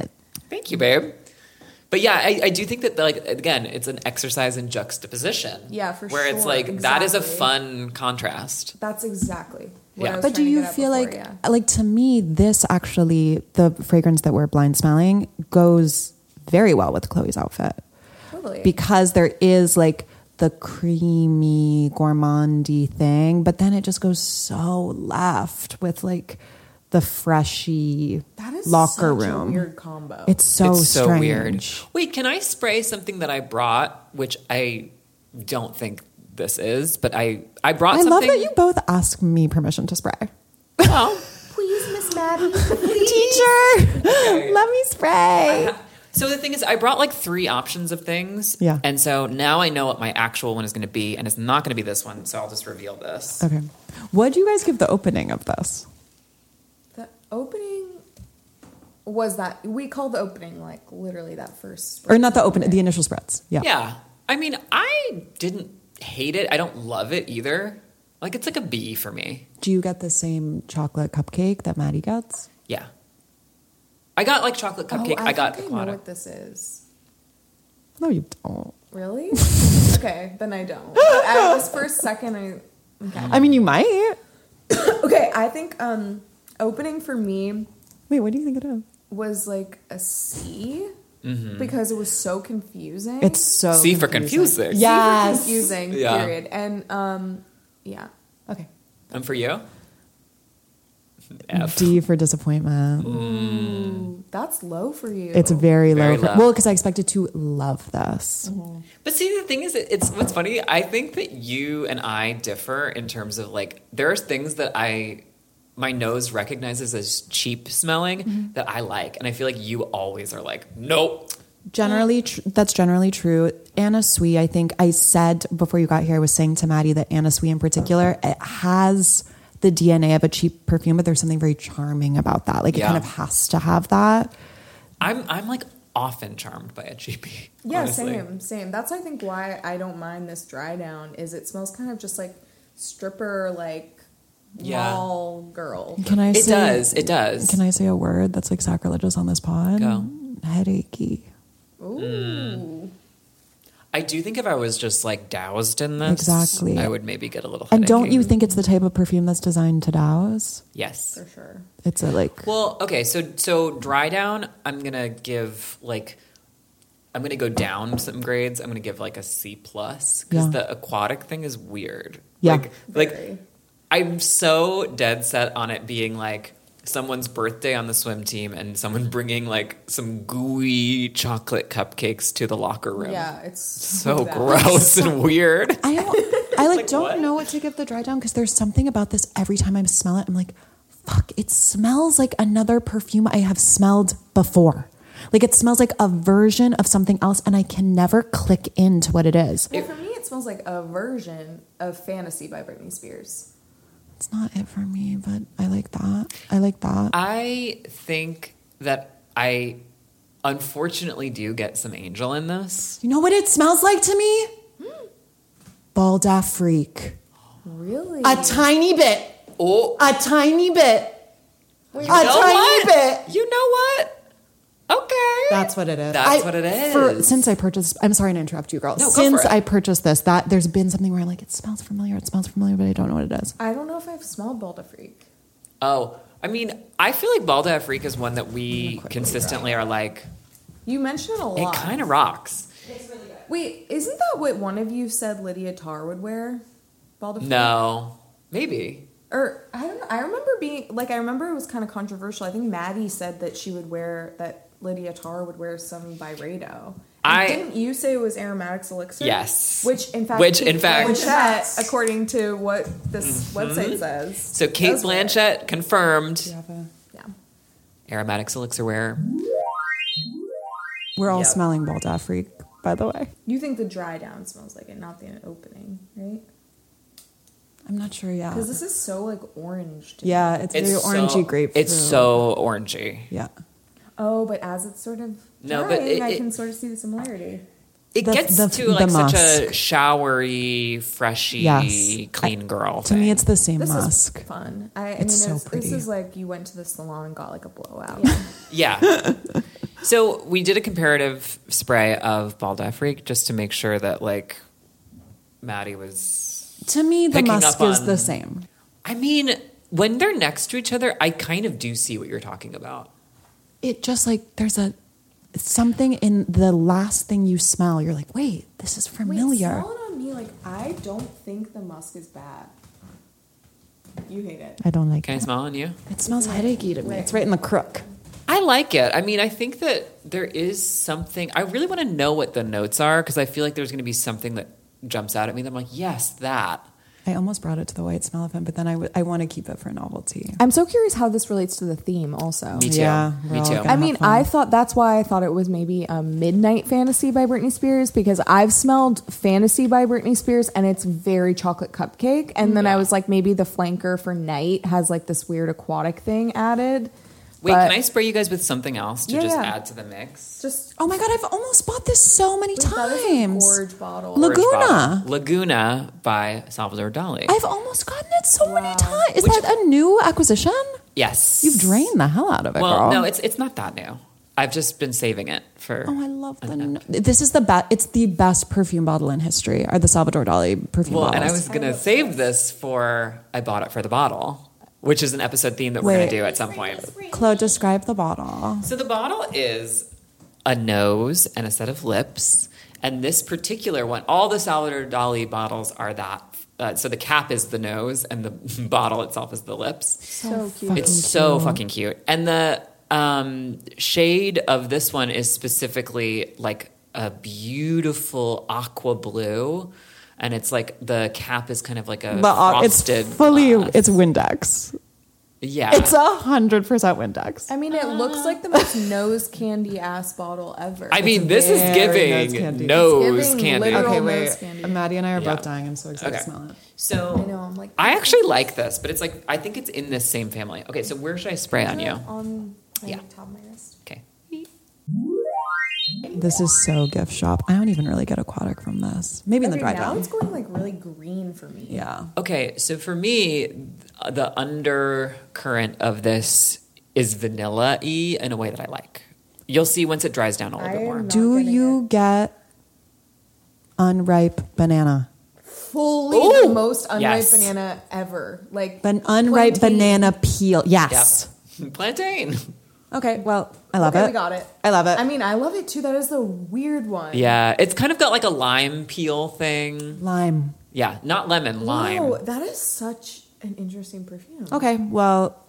[SPEAKER 1] Thank you, babe. But yeah, I, I do think that like again, it's an exercise in juxtaposition.
[SPEAKER 3] Yeah, for
[SPEAKER 1] where it's
[SPEAKER 3] sure.
[SPEAKER 1] like that is a
[SPEAKER 3] Exactly.
[SPEAKER 1] fun contrast.
[SPEAKER 3] That's exactly. What
[SPEAKER 1] Yeah.
[SPEAKER 3] I was
[SPEAKER 2] But do
[SPEAKER 3] trying to
[SPEAKER 2] you
[SPEAKER 3] get at
[SPEAKER 2] feel
[SPEAKER 3] before,
[SPEAKER 2] like, uh,
[SPEAKER 3] yeah.
[SPEAKER 2] like to me, this actually, the fragrance that we're blind smelling goes very well with Chloe's outfit
[SPEAKER 3] Totally.
[SPEAKER 2] because there is like the creamy gourmandy thing, but then it just goes so left with like the freshy
[SPEAKER 3] that is
[SPEAKER 2] locker
[SPEAKER 3] such a
[SPEAKER 2] room.
[SPEAKER 3] weird combo.
[SPEAKER 2] It's so
[SPEAKER 1] it's so
[SPEAKER 2] strange.
[SPEAKER 1] weird. Wait, can I spray something that I brought, which I don't think this is, but I I brought
[SPEAKER 2] I love
[SPEAKER 1] something.
[SPEAKER 2] that you both asked me permission to spray.
[SPEAKER 1] Well,
[SPEAKER 3] please, Miss Maddie.
[SPEAKER 2] Teacher, let me spray.
[SPEAKER 1] So the thing is, I brought like three options of things.
[SPEAKER 2] Yeah.
[SPEAKER 1] And so now I know what my actual one is going to be, and it's not going to be this one. So I'll just reveal this.
[SPEAKER 2] Okay. What do you guys give the opening of this?
[SPEAKER 3] The opening was that we called the opening like literally that first
[SPEAKER 2] Or not the opening, the initial spreads. Yeah.
[SPEAKER 1] Yeah. I mean, I didn't hate it. I don't love it either. Like it's like a B E for me.
[SPEAKER 2] Do you get the same chocolate cupcake that Maddie gets?
[SPEAKER 1] Yeah. I got like chocolate cupcake. I, got
[SPEAKER 3] think Oh, I know
[SPEAKER 1] aquatic.
[SPEAKER 3] what this is.
[SPEAKER 2] No, you don't.
[SPEAKER 3] Really? okay, then I don't. But I was for a second. I okay.
[SPEAKER 2] I mean, you might.
[SPEAKER 3] Okay, I think um opening for me
[SPEAKER 2] Wait, what do you think it is?
[SPEAKER 3] was like a C
[SPEAKER 1] Mm-hmm.
[SPEAKER 3] because it was so confusing.
[SPEAKER 2] It's so.
[SPEAKER 1] C for
[SPEAKER 2] confusing.
[SPEAKER 1] confusing.
[SPEAKER 2] Yeah.
[SPEAKER 3] super
[SPEAKER 2] Yes.
[SPEAKER 3] confusing.
[SPEAKER 1] Yeah.
[SPEAKER 3] Period. And um, yeah.
[SPEAKER 2] Okay.
[SPEAKER 1] And for you? F. Mm.
[SPEAKER 2] D for disappointment.
[SPEAKER 3] Ooh, That's low for you.
[SPEAKER 2] It's very,
[SPEAKER 1] Very
[SPEAKER 2] low.
[SPEAKER 1] low.
[SPEAKER 2] For, well, because I expected to love this.
[SPEAKER 1] Mm-hmm. But see, the thing is, it- it's what's funny. I think that you and I differ in terms of like there are things that I my nose recognizes as cheap smelling
[SPEAKER 3] Mm-hmm.
[SPEAKER 1] that I like, and I feel like you always are like, nope.
[SPEAKER 2] Generally, tr- that's generally true. Anna Sui, I think I said before you got here, I was saying to Maddie that Anna Sui in particular, it has the DNA of a cheap perfume, but there's something very charming about that. Like it
[SPEAKER 1] Yeah.
[SPEAKER 2] kind of has to have that.
[SPEAKER 1] I'm I'm like often charmed by a cheapie.
[SPEAKER 3] yeah,
[SPEAKER 1] honestly.
[SPEAKER 3] same, same. That's I think why I don't mind this dry down is it smells kind of just like stripper like
[SPEAKER 1] Yeah.
[SPEAKER 3] mall girl.
[SPEAKER 2] Can I?
[SPEAKER 1] It
[SPEAKER 2] say,
[SPEAKER 1] does. It does.
[SPEAKER 2] Can I say a word that's like sacrilegious on this pod?
[SPEAKER 1] Go.
[SPEAKER 2] Headachy.
[SPEAKER 3] Ooh.
[SPEAKER 1] I do think if I was just like doused in this,
[SPEAKER 2] Exactly.
[SPEAKER 1] I would maybe get a little.
[SPEAKER 2] And don't you
[SPEAKER 1] headachy.
[SPEAKER 2] think it's the type of perfume that's designed to douse?
[SPEAKER 1] Yes.
[SPEAKER 3] For sure.
[SPEAKER 2] It's a like
[SPEAKER 1] Well, okay, so so dry down, I'm gonna give like I'm gonna go down some grades. I'm gonna give like a C plus because
[SPEAKER 2] Yeah.
[SPEAKER 1] the aquatic thing is weird.
[SPEAKER 2] Yeah.
[SPEAKER 1] Like like
[SPEAKER 3] Very.
[SPEAKER 1] I'm so dead set on it being like someone's birthday on the swim team and someone bringing like some gooey chocolate cupcakes to the locker room.
[SPEAKER 3] Yeah, it's
[SPEAKER 1] So
[SPEAKER 3] bad.
[SPEAKER 1] gross and weird.
[SPEAKER 2] I don't. I like,
[SPEAKER 1] Like,
[SPEAKER 2] don't
[SPEAKER 1] what?
[SPEAKER 2] know what to give the dry down because there's something about this. Every time I smell it, I'm like, fuck. It smells like another perfume I have smelled before. Like it smells like a version of something else, and I can never click into what it is.
[SPEAKER 3] Well, for me, it smells like a version of "Fantasy" by Britney Spears.
[SPEAKER 2] It's not it for me, but I like that. I like that.
[SPEAKER 1] I think that I unfortunately do get some angel in this.
[SPEAKER 2] you know what it smells like to me? Balda freak.
[SPEAKER 3] Really?
[SPEAKER 2] A tiny bit.
[SPEAKER 1] Oh,
[SPEAKER 2] A tiny bit.
[SPEAKER 3] Wait,
[SPEAKER 2] a
[SPEAKER 3] you
[SPEAKER 2] tiny
[SPEAKER 1] know what?
[SPEAKER 2] bit.
[SPEAKER 1] You know what? Okay.
[SPEAKER 2] That's what it is.
[SPEAKER 1] That's what it is.
[SPEAKER 2] since I purchased, I'm sorry to interrupt you, girl.
[SPEAKER 1] No, go for
[SPEAKER 2] since
[SPEAKER 1] it.
[SPEAKER 2] I purchased this, that there's been something where I'm like, it smells familiar. It smells familiar, but I don't know what it is.
[SPEAKER 3] I don't know if I've smelled Balda Freak.
[SPEAKER 1] oh, I mean, I feel like Balda Afrique is one that we
[SPEAKER 2] quickly
[SPEAKER 1] consistently are like,
[SPEAKER 3] You mentioned it a
[SPEAKER 1] it
[SPEAKER 3] lot.
[SPEAKER 1] kind of rocks.
[SPEAKER 3] Wait, isn't that what one of you said Lydia Tarr would wear? Balda Freak.
[SPEAKER 1] No. Maybe.
[SPEAKER 3] Or I don't. know. I remember being like I remember it was kind of controversial. I think Maddie said that she would wear that Lydia Tarr would wear some Byredo. And
[SPEAKER 1] I-
[SPEAKER 3] didn't you say it was aromatics elixir?
[SPEAKER 1] Yes.
[SPEAKER 3] Which in fact,
[SPEAKER 1] Which,
[SPEAKER 3] Kate
[SPEAKER 1] in fact- Mm-hmm.
[SPEAKER 3] Blanchett, according to what this website says.
[SPEAKER 1] So Kate
[SPEAKER 3] does wear it.
[SPEAKER 1] Blanchett confirmed
[SPEAKER 3] Yeah.
[SPEAKER 1] aromatics elixir wear.
[SPEAKER 2] We're all
[SPEAKER 1] Yep.
[SPEAKER 2] smelling Balda Freak, by the way.
[SPEAKER 3] You think the dry down smells like it, not the opening, right?
[SPEAKER 2] I'm not sure yet.
[SPEAKER 3] Because this is so like orange. To me.
[SPEAKER 2] Yeah, it's, very orangey
[SPEAKER 1] so,
[SPEAKER 2] grapefruit.
[SPEAKER 1] It's so orangey.
[SPEAKER 2] yeah.
[SPEAKER 3] Oh, but as it's sort of
[SPEAKER 1] No,
[SPEAKER 3] drying,
[SPEAKER 1] but it-
[SPEAKER 3] I
[SPEAKER 1] it-
[SPEAKER 3] can sort of see the similarity.
[SPEAKER 1] It
[SPEAKER 2] The-
[SPEAKER 1] gets
[SPEAKER 2] the-
[SPEAKER 1] to
[SPEAKER 2] the
[SPEAKER 1] like such a
[SPEAKER 2] musk.
[SPEAKER 1] showery, freshy,
[SPEAKER 2] Yes.
[SPEAKER 1] clean girl.
[SPEAKER 2] To me,
[SPEAKER 1] thing.
[SPEAKER 2] it's the same
[SPEAKER 4] This
[SPEAKER 2] musk.
[SPEAKER 4] is fun. I, I mean,
[SPEAKER 2] It's so
[SPEAKER 4] it's-
[SPEAKER 2] pretty.
[SPEAKER 4] This is like you went to the salon and got like a blowout.
[SPEAKER 1] Yeah. so we did a comparative spray of Bald Eye Freak just to make sure that like Maddie was.
[SPEAKER 2] to me, the
[SPEAKER 1] Picking up
[SPEAKER 2] musk is
[SPEAKER 1] on-
[SPEAKER 2] the same.
[SPEAKER 1] I mean, when they're next to each other, I kind of do see what you're talking about.
[SPEAKER 2] It just like there's a something in the last thing you smell. You're like, wait, this is familiar.
[SPEAKER 4] Wait, smell it on me. Like I don't think the musk is bad. You hate it.
[SPEAKER 2] I don't like
[SPEAKER 1] Can I
[SPEAKER 2] it.
[SPEAKER 1] smell on you?
[SPEAKER 2] It smells headachy to me.
[SPEAKER 4] Wait.
[SPEAKER 2] It's right in the crook.
[SPEAKER 1] I like it. I mean, I think that there is something. I really want to know what the notes are because I feel like there's going to be something that jumps out at me that I'm like, yes, that.
[SPEAKER 2] I almost brought it to the white smell of him, but then I would- I want to keep it for novelty.
[SPEAKER 3] I'm so curious how this relates to the theme, also.
[SPEAKER 1] Me too.
[SPEAKER 2] Yeah, we're
[SPEAKER 1] me
[SPEAKER 2] all
[SPEAKER 1] too.
[SPEAKER 2] gonna-
[SPEAKER 3] I mean,
[SPEAKER 2] have fun.
[SPEAKER 3] I thought that's why I thought it was maybe a midnight fantasy by Britney Spears because I've smelled fantasy by Britney Spears and it's very chocolate cupcake. And then I was like, maybe the flanker for night has like this weird aquatic thing added.
[SPEAKER 1] Wait,
[SPEAKER 3] But
[SPEAKER 1] can I spray you guys with something else to
[SPEAKER 3] Yeah,
[SPEAKER 1] just
[SPEAKER 3] yeah.
[SPEAKER 1] add to the mix?
[SPEAKER 4] Just
[SPEAKER 2] Oh my god, I've almost bought this so many
[SPEAKER 4] that is a
[SPEAKER 2] times.
[SPEAKER 4] gorge bottle.
[SPEAKER 2] Look-
[SPEAKER 1] Orange
[SPEAKER 2] Laguna.
[SPEAKER 1] Bottle. Laguna by Salvador Dali.
[SPEAKER 2] I've almost gotten it so many times. Is
[SPEAKER 1] Which-
[SPEAKER 2] that a new acquisition?
[SPEAKER 1] yes.
[SPEAKER 2] You've drained the hell out of it,
[SPEAKER 1] Well,
[SPEAKER 2] girl.
[SPEAKER 1] no, it's it's not that new. I've just been saving it for.
[SPEAKER 2] Oh, I love the.
[SPEAKER 1] an
[SPEAKER 2] No- this is the best. It's the best perfume bottle in history. Are the Salvador Dali perfume
[SPEAKER 1] Well,
[SPEAKER 2] bottles?
[SPEAKER 1] and I was gonna save this for. I bought it for the bottle, which is an episode theme that we're
[SPEAKER 2] Wait.
[SPEAKER 1] gonna do at some point.
[SPEAKER 2] Chloe, describe the bottle.
[SPEAKER 1] So the bottle is a nose and a set of lips, and this particular one, all the Salvador Dali bottles are that. Uh, so the cap is the nose, and the bottle itself is the lips.
[SPEAKER 4] So cute.
[SPEAKER 2] fucking
[SPEAKER 1] It's so
[SPEAKER 2] cute.
[SPEAKER 1] fucking cute. And the um, shade of this one is specifically like a beautiful aqua blue. And it's like the cap is kind of like a
[SPEAKER 2] But uh, it's
[SPEAKER 1] frosted.
[SPEAKER 2] fully
[SPEAKER 1] glass. Ah.
[SPEAKER 2] it's Windex.
[SPEAKER 1] yeah.
[SPEAKER 2] It's a hundred percent Windex.
[SPEAKER 4] I mean, it looks like the most nose candy ass bottle ever.
[SPEAKER 1] I mean, this is
[SPEAKER 2] very
[SPEAKER 1] giving
[SPEAKER 2] nose candy.
[SPEAKER 1] nose
[SPEAKER 4] It's giving
[SPEAKER 1] candy.
[SPEAKER 4] literal-
[SPEAKER 2] okay,
[SPEAKER 4] Girl knows
[SPEAKER 2] wait.
[SPEAKER 4] candy.
[SPEAKER 2] Maddie and I are
[SPEAKER 1] Yeah.
[SPEAKER 2] both dying. I'm so excited
[SPEAKER 1] Okay.
[SPEAKER 2] to smell it.
[SPEAKER 1] So
[SPEAKER 4] I know. I'm like
[SPEAKER 1] I actually like this, but it's like I think it's in this same family. Okay, so where should I spray on you?
[SPEAKER 4] on my
[SPEAKER 1] Yeah.
[SPEAKER 4] top of my wrist.
[SPEAKER 1] Okay.
[SPEAKER 2] This is so gift shop. I don't even really get aquatic from this. Maybe in the
[SPEAKER 4] Okay,
[SPEAKER 2] dry
[SPEAKER 4] now
[SPEAKER 2] down.
[SPEAKER 4] it's going like really green for me.
[SPEAKER 2] Yeah.
[SPEAKER 1] Okay, so for me, th- the undercurrent of this is vanilla y in a way that I like. You'll see once it dries down a little
[SPEAKER 4] I
[SPEAKER 1] bit more.
[SPEAKER 4] am not
[SPEAKER 2] Do
[SPEAKER 4] getting
[SPEAKER 2] you get unripe banana?
[SPEAKER 4] fully the
[SPEAKER 1] Ooh.
[SPEAKER 4] most unripe
[SPEAKER 1] Yes.
[SPEAKER 4] banana ever. Like
[SPEAKER 2] An unripe
[SPEAKER 4] plantain.
[SPEAKER 2] banana peel.
[SPEAKER 1] Yep.
[SPEAKER 2] Yes.
[SPEAKER 1] Plantain.
[SPEAKER 2] Okay. Well, I love
[SPEAKER 4] okay,
[SPEAKER 2] it.
[SPEAKER 4] We got it.
[SPEAKER 2] I love it.
[SPEAKER 4] I mean, I love it too. That is the weird one.
[SPEAKER 1] Yeah, it's kind of got like a lime peel thing.
[SPEAKER 2] Lime.
[SPEAKER 1] Yeah, not lemon, lime.
[SPEAKER 4] Wow, that is such an interesting perfume.
[SPEAKER 2] Okay. Well,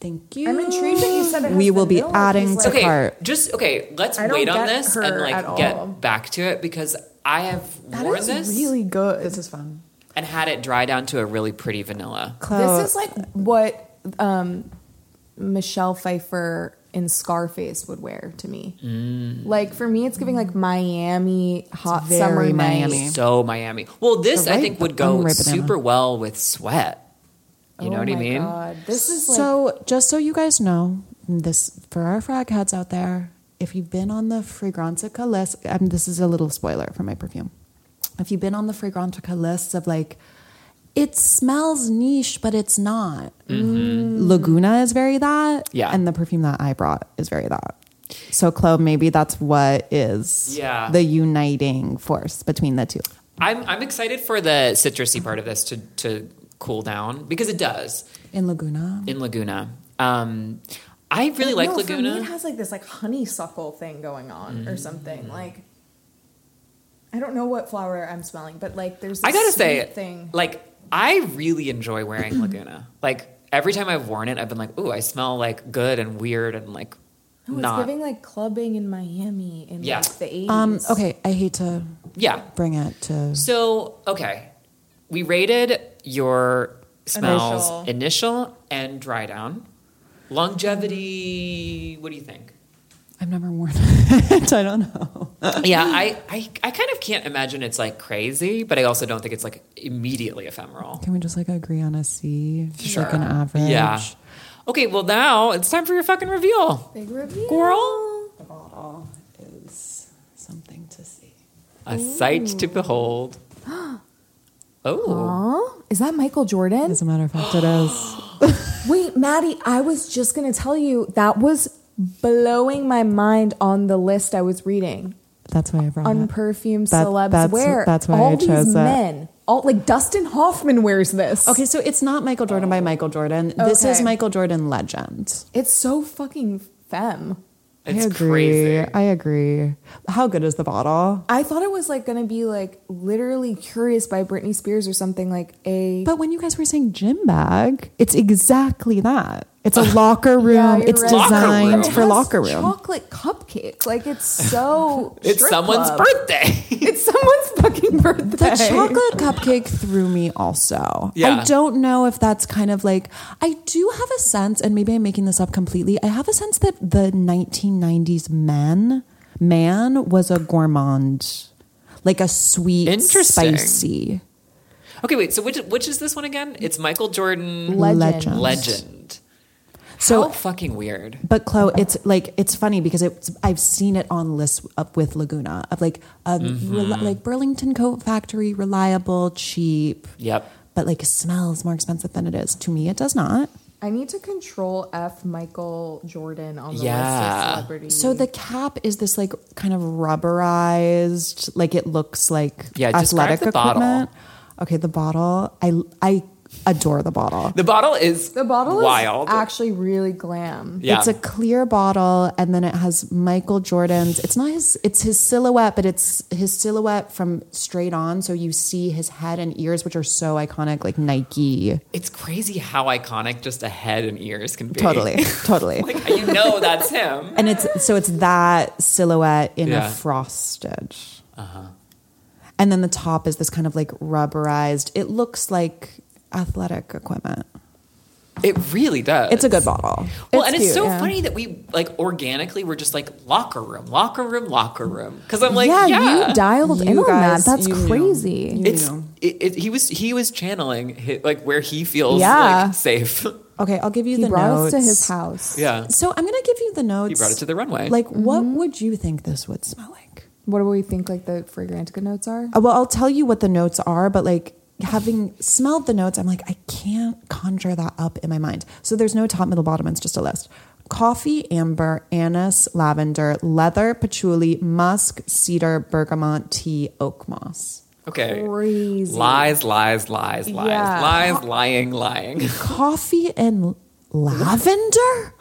[SPEAKER 2] thank you.
[SPEAKER 4] I'm intrigued that you said it has
[SPEAKER 2] we will be
[SPEAKER 4] vanilla,
[SPEAKER 2] adding
[SPEAKER 4] because,
[SPEAKER 2] to
[SPEAKER 4] like-
[SPEAKER 1] okay,
[SPEAKER 2] cart.
[SPEAKER 1] just okay. Let's
[SPEAKER 4] I don't
[SPEAKER 1] wait on
[SPEAKER 4] get
[SPEAKER 1] this
[SPEAKER 4] her
[SPEAKER 1] and
[SPEAKER 4] at
[SPEAKER 1] like
[SPEAKER 4] all.
[SPEAKER 1] get back to it because I have
[SPEAKER 4] That
[SPEAKER 1] worn
[SPEAKER 4] is
[SPEAKER 1] this
[SPEAKER 4] really good.
[SPEAKER 2] is fun.
[SPEAKER 1] and had it dry down to a really pretty vanilla.
[SPEAKER 2] Chloe,
[SPEAKER 3] this is like what um, Michelle Pfeiffer in Scarface would wear to me.
[SPEAKER 1] Mm.
[SPEAKER 3] Like for me, it's giving like Miami hot
[SPEAKER 2] very
[SPEAKER 3] summer night.
[SPEAKER 2] Miami.
[SPEAKER 1] So Miami. Well, this
[SPEAKER 2] The
[SPEAKER 1] I
[SPEAKER 2] ripe-
[SPEAKER 1] think would go
[SPEAKER 2] unripe banana.
[SPEAKER 1] super well with sweat. You know
[SPEAKER 4] Oh
[SPEAKER 1] what I
[SPEAKER 4] my
[SPEAKER 1] mean?
[SPEAKER 4] God. This is like
[SPEAKER 2] so just so you guys know, this for our frag heads out there. If you've been on the Fragrantica list, and this is a little spoiler for my perfume. If you've been on the Fragrantica list of like, it smells niche, but it's not. Laguna is very that,
[SPEAKER 1] Mm-hmm. Yeah.
[SPEAKER 2] and the perfume that I brought is very that. So, Chloe, maybe that's what is
[SPEAKER 1] Yeah.
[SPEAKER 2] the uniting force between the two.
[SPEAKER 1] I'm I'm excited for the citrusy part of this to to cool down because it does
[SPEAKER 2] In Laguna,
[SPEAKER 1] in Laguna. Um, I really like
[SPEAKER 4] no, For me, it
[SPEAKER 1] Laguna. Mm.
[SPEAKER 4] has like this like honeysuckle thing going on or something. Like I don't know what flower I'm smelling, but like there's this
[SPEAKER 1] I
[SPEAKER 4] sweet
[SPEAKER 1] gotta say,
[SPEAKER 4] thing.
[SPEAKER 1] like I really enjoy wearing Laguna. Like every time I've worn it, I've been like, ooh, I smell like good and weird and like
[SPEAKER 4] No, Oh, it's
[SPEAKER 1] not.
[SPEAKER 4] giving like clubbing in Miami in
[SPEAKER 1] Yeah.
[SPEAKER 4] like the 80s.
[SPEAKER 2] um, okay, I hate to
[SPEAKER 1] yeah.
[SPEAKER 2] bring it to
[SPEAKER 1] So okay, we rated your smells
[SPEAKER 4] Initial.
[SPEAKER 1] initial, and dry down. Longevity. What do you think?
[SPEAKER 2] I've never worn it. I don't know.
[SPEAKER 1] yeah, I, I I kind of can't imagine it's like crazy, but I also don't think it's like immediately ephemeral.
[SPEAKER 2] Can we just like agree on a C? Just like an average.
[SPEAKER 1] Yeah. Okay, well now it's time for your fucking reveal,
[SPEAKER 4] Big reveal.
[SPEAKER 1] girl.
[SPEAKER 2] The bottle is something to see.
[SPEAKER 1] A sight to behold. Oh,
[SPEAKER 3] Huh? Is that Michael Jordan?
[SPEAKER 2] As a matter of fact, it is.
[SPEAKER 3] Wait, Maddie, I was just going to tell you that was blowing my mind on the list I was reading.
[SPEAKER 2] That's why I brought it.
[SPEAKER 3] Unperfumed
[SPEAKER 2] Uh-huh.
[SPEAKER 3] celebs
[SPEAKER 2] That- that's-
[SPEAKER 3] wear.
[SPEAKER 2] that's why
[SPEAKER 3] all
[SPEAKER 2] I chose
[SPEAKER 3] these
[SPEAKER 2] that.
[SPEAKER 3] men. All like Dustin Hoffman wears this.
[SPEAKER 2] Okay, so it's not Michael Jordan by Michael Jordan. This is
[SPEAKER 3] Okay.
[SPEAKER 2] Michael Jordan legend.
[SPEAKER 3] It's so fucking femme.
[SPEAKER 1] it's
[SPEAKER 2] I agree.
[SPEAKER 1] crazy.
[SPEAKER 2] I agree. How good is the bottle?
[SPEAKER 3] I thought it was like going to be like literally curious by Britney Spears or something like a
[SPEAKER 2] But when you guys were saying gym bag, it's exactly that. It's a locker room.
[SPEAKER 3] Yeah, you're
[SPEAKER 2] it's
[SPEAKER 3] right.
[SPEAKER 1] Locker
[SPEAKER 2] designed
[SPEAKER 1] room.
[SPEAKER 2] for
[SPEAKER 3] It has
[SPEAKER 2] locker room.
[SPEAKER 3] Chocolate cupcake. Like it's so
[SPEAKER 1] It's
[SPEAKER 3] strip
[SPEAKER 1] someone's
[SPEAKER 3] club.
[SPEAKER 1] birthday.
[SPEAKER 3] It's someone's fucking birthday.
[SPEAKER 2] The chocolate cupcake threw me also.
[SPEAKER 1] Yeah.
[SPEAKER 2] I don't know if that's kind of like I do have a sense, and maybe I'm making this up completely. I have a sense that the 1990s men man was a gourmand, like a sweet,
[SPEAKER 1] Interesting.
[SPEAKER 2] spicy
[SPEAKER 1] okay, wait. So which which is this one again? It's Michael Jordan
[SPEAKER 3] Legend.
[SPEAKER 2] legend.
[SPEAKER 1] legend.
[SPEAKER 2] So
[SPEAKER 1] How fucking weird.
[SPEAKER 2] But Chloe, it's like it's funny because it's I've seen it on lists up with Laguna of like a
[SPEAKER 1] Mm-hmm.
[SPEAKER 2] reli- like Burlington Coat Factory, reliable, cheap,
[SPEAKER 1] Yep.
[SPEAKER 2] but like smells more expensive than it is. To me, it does not.
[SPEAKER 4] I need to control F Michael Jordan on the list
[SPEAKER 1] Yeah.
[SPEAKER 4] of celebrities.
[SPEAKER 2] So the cap is this like kind of rubberized, like it looks like
[SPEAKER 1] Yeah, describe
[SPEAKER 2] athletic
[SPEAKER 1] the bottle.
[SPEAKER 2] equipment. Okay, the bottle. I I adore the bottle.
[SPEAKER 1] The bottle is
[SPEAKER 4] the bottle
[SPEAKER 1] wild.
[SPEAKER 4] is actually really glam.
[SPEAKER 1] yeah.
[SPEAKER 2] It's a clear bottle, and then it has Michael Jordan's. It's not his. It's his silhouette, but it's his silhouette from straight on. So you see his head and ears, which are so iconic, like Nike.
[SPEAKER 1] It's crazy how iconic just a head and ears can be.
[SPEAKER 2] Totally, totally.
[SPEAKER 1] like you know that's him.
[SPEAKER 2] and it's so it's that silhouette in
[SPEAKER 1] Yeah. Uh-huh.
[SPEAKER 2] a frosted. And then the top is this kind of like rubberized. It looks like athletic equipment.
[SPEAKER 1] It really does.
[SPEAKER 2] It's a good bottle.
[SPEAKER 1] Well,
[SPEAKER 3] It's
[SPEAKER 1] and it's
[SPEAKER 3] cute,
[SPEAKER 1] so
[SPEAKER 3] yeah.
[SPEAKER 1] funny that we like organically were just like locker room, locker room, locker room. Because I'm like,
[SPEAKER 3] yeah,
[SPEAKER 1] yeah,
[SPEAKER 3] you dialed
[SPEAKER 2] You
[SPEAKER 3] in on
[SPEAKER 2] guys,
[SPEAKER 3] that. That's
[SPEAKER 2] you knew.
[SPEAKER 3] crazy.
[SPEAKER 2] You
[SPEAKER 1] It's
[SPEAKER 2] know.
[SPEAKER 1] it, it, he was he was channeling hi like where he feels
[SPEAKER 3] Yeah.
[SPEAKER 1] like safe.
[SPEAKER 2] Okay, I'll give you
[SPEAKER 3] He
[SPEAKER 2] the
[SPEAKER 3] brought
[SPEAKER 2] notes.
[SPEAKER 3] us to his house.
[SPEAKER 1] yeah,
[SPEAKER 2] So I'm gonna give you the notes.
[SPEAKER 1] he brought it to the runway.
[SPEAKER 2] Like, what
[SPEAKER 3] Mm-hmm.
[SPEAKER 2] would you think this would smell like?
[SPEAKER 3] What do we think like the Fragrantica notes are?
[SPEAKER 2] Uh, Well, I'll tell you what the notes are, but like having smelled the notes, I'm like, I can't conjure that up in my mind. So there's no top, middle, bottom. It's just a list. Coffee, amber, anise, lavender, leather, patchouli, musk, cedar, bergamot, tea, oak moss.
[SPEAKER 1] okay,
[SPEAKER 3] Crazy.
[SPEAKER 1] lies, lies, lies, lies,
[SPEAKER 3] Yeah.
[SPEAKER 1] lies, lying, lying.
[SPEAKER 2] Coffee and lavender?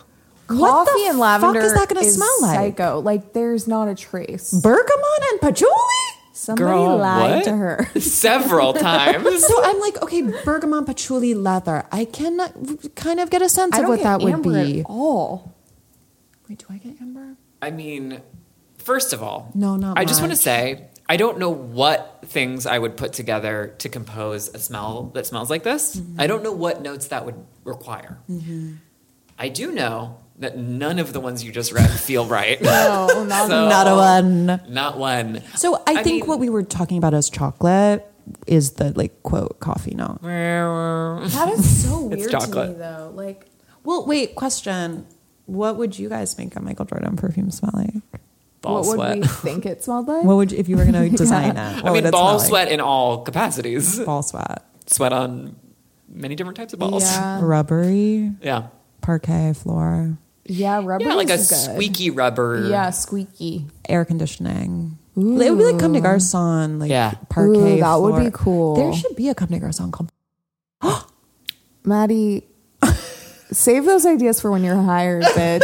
[SPEAKER 2] What
[SPEAKER 3] Coffee
[SPEAKER 2] the
[SPEAKER 3] and lavender.
[SPEAKER 2] fuck is that going to
[SPEAKER 3] is
[SPEAKER 2] smell like?
[SPEAKER 3] Psycho. Like there's not a trace.
[SPEAKER 2] Bergamot and patchouli?
[SPEAKER 3] Somebody
[SPEAKER 1] Girl,
[SPEAKER 3] lied
[SPEAKER 1] what?
[SPEAKER 3] to her.
[SPEAKER 1] Several times.
[SPEAKER 2] So I'm like, okay, bergamot, patchouli, leather. I can kind of get a sense
[SPEAKER 3] I
[SPEAKER 2] of
[SPEAKER 3] don't
[SPEAKER 2] what
[SPEAKER 3] get
[SPEAKER 2] that would
[SPEAKER 3] amber at
[SPEAKER 2] be.
[SPEAKER 3] all.
[SPEAKER 2] Wait, do I get amber?
[SPEAKER 1] I mean, first of all,
[SPEAKER 2] No, not
[SPEAKER 1] I just want to
[SPEAKER 2] much.
[SPEAKER 1] say I don't know what things I would put together to compose a smell that smells like this.
[SPEAKER 3] Mm-hmm.
[SPEAKER 1] I don't know what notes that would require. I do know that none of the ones you just read feel right.
[SPEAKER 3] Oh, No, not
[SPEAKER 1] So-
[SPEAKER 2] Not a one.
[SPEAKER 1] Not one.
[SPEAKER 2] So I,
[SPEAKER 1] I
[SPEAKER 2] think
[SPEAKER 1] mean-
[SPEAKER 2] what we were talking about as chocolate is the like quote coffee note.
[SPEAKER 4] That is so
[SPEAKER 1] It's
[SPEAKER 4] weird to me
[SPEAKER 1] chocolate.
[SPEAKER 4] though. Like
[SPEAKER 2] Well, wait, question. What would you guys make a Michael Jordan perfume smell like?
[SPEAKER 1] Ball
[SPEAKER 3] what
[SPEAKER 1] sweat.
[SPEAKER 3] would we think it smelled like?
[SPEAKER 2] What would you, if you were going to design it? What
[SPEAKER 1] I
[SPEAKER 3] Oh,
[SPEAKER 2] would
[SPEAKER 1] mean,
[SPEAKER 2] it
[SPEAKER 1] ball
[SPEAKER 2] smell
[SPEAKER 1] sweat in all capacities.
[SPEAKER 2] Like? Ball sweat.
[SPEAKER 1] Sweat on many different types of balls.
[SPEAKER 3] Yeah.
[SPEAKER 2] Um, Rubbery
[SPEAKER 1] Yeah.
[SPEAKER 2] parquet floor,
[SPEAKER 3] yeah, rubber.
[SPEAKER 1] Yeah, like a
[SPEAKER 3] is good.
[SPEAKER 1] squeaky rubber.
[SPEAKER 3] Yeah, squeaky.
[SPEAKER 2] air conditioning. It would be like Comme des Garçons, like
[SPEAKER 1] Yeah.
[SPEAKER 2] parquet.
[SPEAKER 3] Ooh, that would
[SPEAKER 2] floor.
[SPEAKER 3] be cool.
[SPEAKER 2] There should be a Comme des Garçons called
[SPEAKER 3] Maddie, save those ideas for when you're hired, bitch.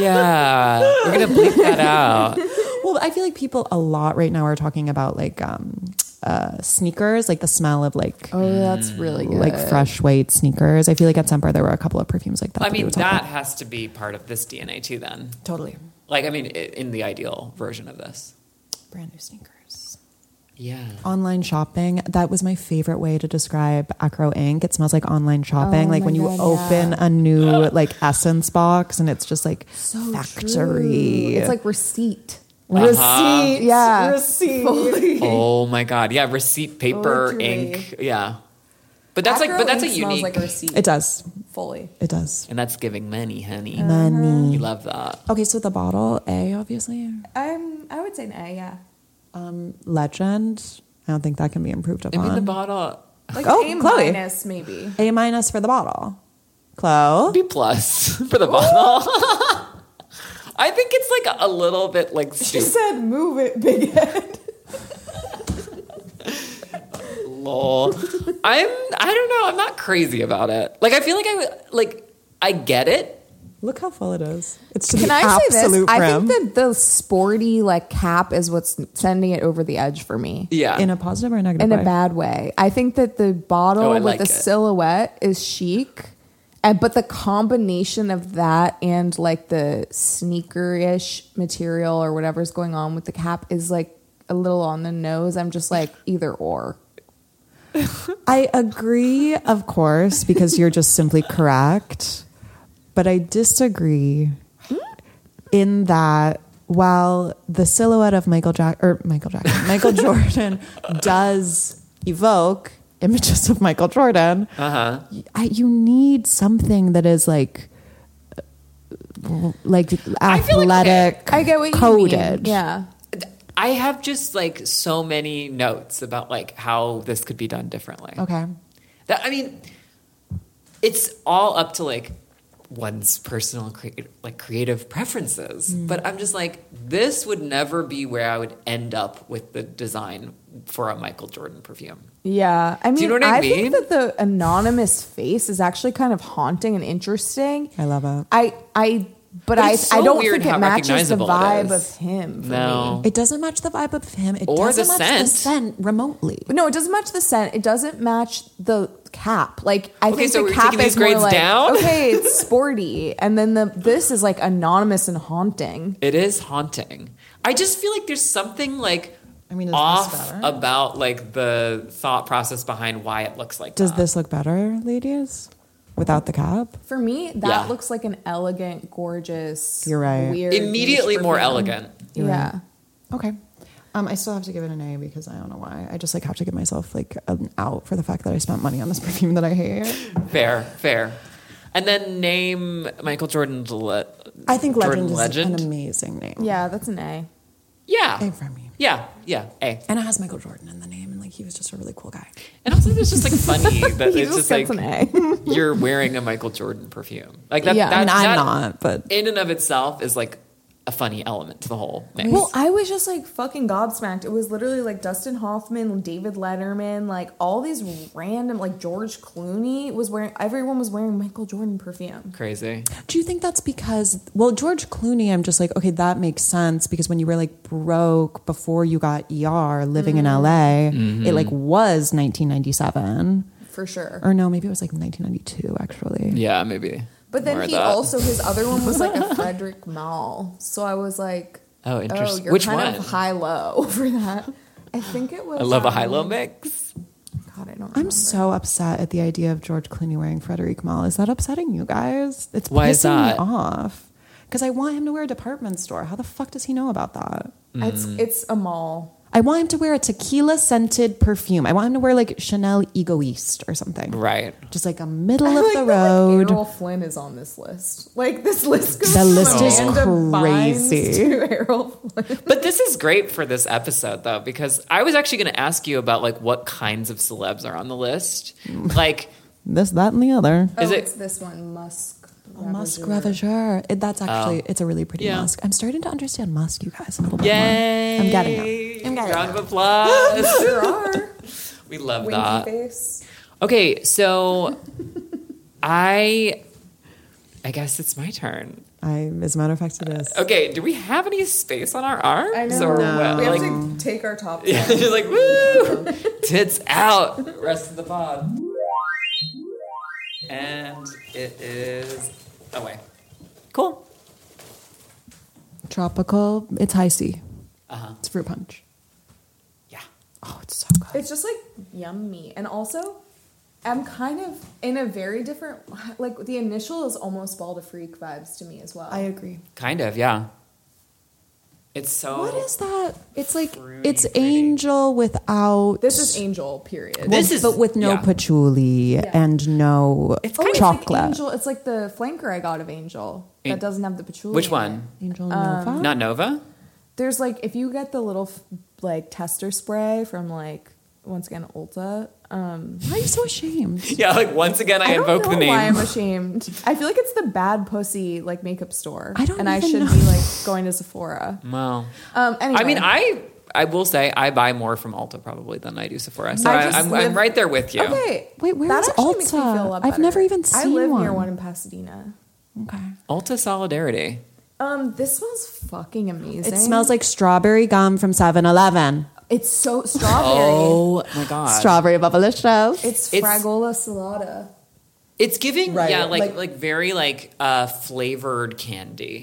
[SPEAKER 1] yeah. We're going to bleep that out.
[SPEAKER 2] Well, I feel like people a lot right now are talking about like um, uh, sneakers, like the smell of like
[SPEAKER 3] oh, that's really
[SPEAKER 1] Mm,
[SPEAKER 3] good.
[SPEAKER 2] like fresh white sneakers. I feel like at Semper there were a couple of perfumes like that.
[SPEAKER 1] I
[SPEAKER 2] we
[SPEAKER 1] mean,
[SPEAKER 2] were talking
[SPEAKER 1] that
[SPEAKER 2] about.
[SPEAKER 1] has to be part of this DNA too, then.
[SPEAKER 2] totally
[SPEAKER 1] Like, I mean, i- in the ideal version of this.
[SPEAKER 2] brand new sneakers.
[SPEAKER 1] Yeah.
[SPEAKER 2] Online shopping. That was my favorite way to describe Acro Inc. It smells like online shopping,
[SPEAKER 3] Oh
[SPEAKER 2] like
[SPEAKER 3] my
[SPEAKER 2] when you
[SPEAKER 3] God,
[SPEAKER 2] open a new like essence box and it's just like factory.
[SPEAKER 3] It's like receipt.
[SPEAKER 1] Uh-huh.
[SPEAKER 2] receipt.
[SPEAKER 3] Yeah.
[SPEAKER 2] receipt.
[SPEAKER 1] Oh my God. Yeah. Receipt paper,
[SPEAKER 4] Poetry.
[SPEAKER 1] ink. Yeah. But that's like,
[SPEAKER 4] Acro
[SPEAKER 1] but that's
[SPEAKER 4] Oh,
[SPEAKER 1] a
[SPEAKER 4] ink smells
[SPEAKER 1] unique.
[SPEAKER 4] like a receipt
[SPEAKER 2] It does.
[SPEAKER 4] fully.
[SPEAKER 2] It does.
[SPEAKER 1] and that's giving money, honey.
[SPEAKER 4] Oh.
[SPEAKER 2] Money.
[SPEAKER 1] Mm. You love that.
[SPEAKER 2] Okay, so the bottle A, obviously.
[SPEAKER 4] Um, I would say an A. Yeah.
[SPEAKER 2] um, legend. I don't think that can be improved upon.
[SPEAKER 1] Maybe the bottle
[SPEAKER 4] Like
[SPEAKER 2] Oh,
[SPEAKER 4] A
[SPEAKER 2] Chloe.
[SPEAKER 4] minus maybe.
[SPEAKER 2] A minus for the bottle. Chloe.
[SPEAKER 1] B plus for the bottle. I think it's like a little bit like
[SPEAKER 4] She
[SPEAKER 1] stupid.
[SPEAKER 4] said, "Move it, big head."
[SPEAKER 1] Lol. I'm. I don't know. I'm not crazy about it. Like I feel like I would- like I get it.
[SPEAKER 2] Look how full it is. It's to
[SPEAKER 3] Can
[SPEAKER 2] the
[SPEAKER 3] I say this?
[SPEAKER 2] absolute
[SPEAKER 3] I
[SPEAKER 2] rim.
[SPEAKER 3] think that the sporty like cap is what's sending it over the edge for me.
[SPEAKER 1] Yeah.
[SPEAKER 2] in a positive or a negative
[SPEAKER 3] in
[SPEAKER 2] way.
[SPEAKER 3] a bad way. I think that the bottle
[SPEAKER 1] Oh, I
[SPEAKER 3] with
[SPEAKER 1] like
[SPEAKER 3] the
[SPEAKER 1] it.
[SPEAKER 3] silhouette is chic, and but the combination of that and like the sneaker-ish material or whatever's going on with the cap is like a little on the nose. I'm just like either or.
[SPEAKER 2] I agree, of course, because you're just simply correct. But I disagree in that while the silhouette of Michael Jack or Michael Jackson, Michael Jordan does evoke images of Michael Jordan, uh-huh. you need something that is like uh, like
[SPEAKER 1] feel like-
[SPEAKER 2] athletic
[SPEAKER 3] I get what
[SPEAKER 2] coded.
[SPEAKER 3] you mean. Yeah.
[SPEAKER 1] I have just like so many notes about like how this could be done differently.
[SPEAKER 2] Okay.
[SPEAKER 1] That I mean, it's all up to like one's personal crea- like creative preferences.
[SPEAKER 2] Mm-hmm.
[SPEAKER 1] But I'm just like this would never be where I would end up with the design for a Michael Jordan perfume.
[SPEAKER 3] Yeah, I mean,
[SPEAKER 1] you know what I mean?
[SPEAKER 3] think that the anonymous face is actually kind of haunting and interesting.
[SPEAKER 2] I love it.
[SPEAKER 3] I, I, but,
[SPEAKER 1] But
[SPEAKER 3] I,
[SPEAKER 1] it's so
[SPEAKER 3] I don't
[SPEAKER 1] weird
[SPEAKER 3] think
[SPEAKER 1] how
[SPEAKER 3] it matches the
[SPEAKER 1] recognizable it
[SPEAKER 3] vibe
[SPEAKER 1] is.
[SPEAKER 3] of him. For
[SPEAKER 1] No.
[SPEAKER 2] It doesn't match the vibe of him. It
[SPEAKER 1] Or the
[SPEAKER 2] doesn't match the
[SPEAKER 1] scent.
[SPEAKER 2] scent remotely.
[SPEAKER 3] me. no, it doesn't match the scent. It doesn't match the cap. Like I
[SPEAKER 1] Okay,
[SPEAKER 3] think
[SPEAKER 1] so
[SPEAKER 3] the
[SPEAKER 1] we're
[SPEAKER 3] cap
[SPEAKER 1] taking these
[SPEAKER 3] is more
[SPEAKER 1] grades
[SPEAKER 3] like,
[SPEAKER 1] down?
[SPEAKER 3] Okay, it's sporty, and then the this is like anonymous and haunting.
[SPEAKER 1] It is haunting. I just feel like there's something like
[SPEAKER 2] I mean, is this
[SPEAKER 1] off
[SPEAKER 2] better?
[SPEAKER 1] about like the thought process behind why it looks like
[SPEAKER 2] Does
[SPEAKER 1] that.
[SPEAKER 2] this look better, ladies? Without the cap?
[SPEAKER 3] For me, that
[SPEAKER 1] Yeah.
[SPEAKER 3] looks like an elegant, gorgeous.
[SPEAKER 2] You're right.
[SPEAKER 3] Weird,
[SPEAKER 1] immediately
[SPEAKER 3] niche
[SPEAKER 1] more
[SPEAKER 3] perfume.
[SPEAKER 1] elegant.
[SPEAKER 2] You're
[SPEAKER 3] yeah.
[SPEAKER 2] right. Okay. Um, I still have to give it an A because I don't know why. I just like have to give myself like an out for the fact that I spent money on this perfume that I hate.
[SPEAKER 1] Fair, fair. And then name Michael Jordan's le-
[SPEAKER 2] I think
[SPEAKER 1] Jordan
[SPEAKER 2] Legend is
[SPEAKER 1] Legend?
[SPEAKER 2] an amazing name.
[SPEAKER 3] Yeah, that's an A.
[SPEAKER 1] Yeah.
[SPEAKER 2] A for me.
[SPEAKER 1] Yeah, yeah, A.
[SPEAKER 2] And it has Michael Jordan in the name, and like he was just a really cool guy.
[SPEAKER 1] And also it's just like funny that
[SPEAKER 3] He
[SPEAKER 1] it's
[SPEAKER 3] just
[SPEAKER 1] just
[SPEAKER 3] gets
[SPEAKER 1] like
[SPEAKER 3] an
[SPEAKER 1] you're wearing a Michael Jordan perfume. Like that,
[SPEAKER 3] Yeah, I
[SPEAKER 1] that,
[SPEAKER 2] I mean, I'm
[SPEAKER 1] that
[SPEAKER 2] not, but
[SPEAKER 1] in and of itself is like a funny element to the whole mix.
[SPEAKER 4] Well, I was just like fucking gobsmacked. It was literally like Dustin Hoffman, David Letterman, like all these random, like George Clooney was wearing. Everyone was wearing Michael Jordan perfume.
[SPEAKER 1] Crazy.
[SPEAKER 2] do you think that's because, well, George Clooney, I'm just like, okay, that makes sense because when you were like broke before you got ER living in LA, it like was 1997.
[SPEAKER 4] For sure.
[SPEAKER 2] or no, maybe it was like 1992 actually.
[SPEAKER 1] Yeah, maybe.
[SPEAKER 4] But
[SPEAKER 1] More
[SPEAKER 4] then
[SPEAKER 1] of
[SPEAKER 4] he
[SPEAKER 1] that.
[SPEAKER 4] also his other one was like a Frederick Mall. So I was like,
[SPEAKER 1] Oh, interesting.
[SPEAKER 4] you're
[SPEAKER 1] Which
[SPEAKER 4] kind
[SPEAKER 1] one?
[SPEAKER 4] of high low for that. I think it was.
[SPEAKER 1] I love a
[SPEAKER 4] um,
[SPEAKER 1] high low mix.
[SPEAKER 4] God, I don't. Remember.
[SPEAKER 2] I'm so upset at the idea of George Clooney wearing Frederic Mall. Is that upsetting you guys? It's
[SPEAKER 1] Why
[SPEAKER 2] pissing
[SPEAKER 1] is that?
[SPEAKER 2] me off because I want him to wear a department store. How the fuck does he know about that?
[SPEAKER 4] It's
[SPEAKER 1] Mm.
[SPEAKER 4] it's a mall.
[SPEAKER 2] I want him to wear a tequila scented perfume. I want him to wear like Chanel Egoist or something.
[SPEAKER 1] Right.
[SPEAKER 2] Just like a middle
[SPEAKER 4] I
[SPEAKER 2] of
[SPEAKER 4] like
[SPEAKER 2] the
[SPEAKER 4] that, like,
[SPEAKER 2] road.
[SPEAKER 4] Errol Flynn is on this list. Like this list goes.
[SPEAKER 2] The list
[SPEAKER 4] from
[SPEAKER 2] is
[SPEAKER 4] Amanda Bynes
[SPEAKER 2] crazy.
[SPEAKER 4] To Errol Flynn.
[SPEAKER 1] But this is great for this episode though, because I was actually gonna ask you about like what kinds of celebs are on the list. Like
[SPEAKER 2] this, that, and the other.
[SPEAKER 1] Is
[SPEAKER 4] oh,
[SPEAKER 1] it-
[SPEAKER 4] it's this one, Musk?
[SPEAKER 2] Musk
[SPEAKER 4] Ravageur.
[SPEAKER 2] Ravageur. It- That's actually it's a really pretty
[SPEAKER 1] Oh. Yeah.
[SPEAKER 2] musk. I'm starting to understand musk, you guys, a little bit
[SPEAKER 1] Yay!
[SPEAKER 2] more. I'm getting it.
[SPEAKER 1] I'm getting Round of applause.
[SPEAKER 4] There are
[SPEAKER 1] we love
[SPEAKER 4] winky
[SPEAKER 1] that.
[SPEAKER 4] face.
[SPEAKER 1] Okay, so I I guess it's my turn.
[SPEAKER 2] I, as a matter of fact, it is.
[SPEAKER 1] Okay, do we have any space on our arms?
[SPEAKER 4] I know.
[SPEAKER 1] Or
[SPEAKER 2] No.
[SPEAKER 1] what?
[SPEAKER 4] We have
[SPEAKER 1] Like,
[SPEAKER 4] to take our top.
[SPEAKER 1] yeah, just like woo, tits out. Rest of the pod. And it is away. Cool.
[SPEAKER 2] Tropical. It's high C.
[SPEAKER 1] Uh huh.
[SPEAKER 2] It's fruit punch.
[SPEAKER 1] Yeah.
[SPEAKER 2] Oh, it's so good.
[SPEAKER 4] It's just like yummy, and also I'm kind of in a very different. Like the initial is almost ball to freak vibes to me as well.
[SPEAKER 2] agree.
[SPEAKER 1] Kind of. Yeah. It's so.
[SPEAKER 2] What is that? It's like
[SPEAKER 1] Oh, Fruity,
[SPEAKER 2] it's
[SPEAKER 1] fruity.
[SPEAKER 2] angel without.
[SPEAKER 4] this is angel period.
[SPEAKER 1] This is-
[SPEAKER 2] but with no
[SPEAKER 1] yeah.
[SPEAKER 2] patchouli and no
[SPEAKER 1] It's
[SPEAKER 4] Oh,
[SPEAKER 1] kind
[SPEAKER 4] it's like
[SPEAKER 2] chocolate.
[SPEAKER 4] angel. It's like the flanker I got of angel
[SPEAKER 1] An-
[SPEAKER 4] that doesn't have the patchouli.
[SPEAKER 1] Which
[SPEAKER 4] in it.
[SPEAKER 1] one?
[SPEAKER 2] Angel Nova.
[SPEAKER 1] Not Nova.
[SPEAKER 3] There's like if you get the little f- like tester spray from like once again Ulta. Um,
[SPEAKER 2] Why are you so ashamed?
[SPEAKER 1] Yeah, like once again, I,
[SPEAKER 3] I don't
[SPEAKER 1] invoke
[SPEAKER 3] know
[SPEAKER 1] the name.
[SPEAKER 3] why I'm ashamed. I feel like it's the bad pussy like makeup store.
[SPEAKER 2] I don't
[SPEAKER 3] and I
[SPEAKER 2] even
[SPEAKER 3] should
[SPEAKER 2] know.
[SPEAKER 3] be like going to Sephora.
[SPEAKER 1] Wow.
[SPEAKER 3] Um, anyway,
[SPEAKER 1] I mean, I I will say I buy more from Ulta probably than I do Sephora, so
[SPEAKER 3] I
[SPEAKER 1] I
[SPEAKER 3] just
[SPEAKER 1] am I'm
[SPEAKER 3] live-
[SPEAKER 1] right there with you.
[SPEAKER 3] Okay,
[SPEAKER 2] Wait, where
[SPEAKER 3] that
[SPEAKER 2] is
[SPEAKER 3] actually makes me
[SPEAKER 2] Ulta?
[SPEAKER 3] feel a lot
[SPEAKER 2] I've
[SPEAKER 3] better.
[SPEAKER 2] never even
[SPEAKER 3] I
[SPEAKER 2] seen
[SPEAKER 3] live near
[SPEAKER 2] one.
[SPEAKER 3] one in Pasadena.
[SPEAKER 2] Okay.
[SPEAKER 1] Ulta solidarity.
[SPEAKER 3] Um, this smells fucking amazing.
[SPEAKER 2] It smells like strawberry gum from 7 Eleven.
[SPEAKER 3] it's so strawberry.
[SPEAKER 1] Oh my god.
[SPEAKER 2] Strawberry bubblicious.
[SPEAKER 3] It's
[SPEAKER 1] It's-
[SPEAKER 3] Fragola salata.
[SPEAKER 1] It's giving
[SPEAKER 2] Right,
[SPEAKER 1] yeah, like, like
[SPEAKER 2] like-
[SPEAKER 1] very like uh flavored candy.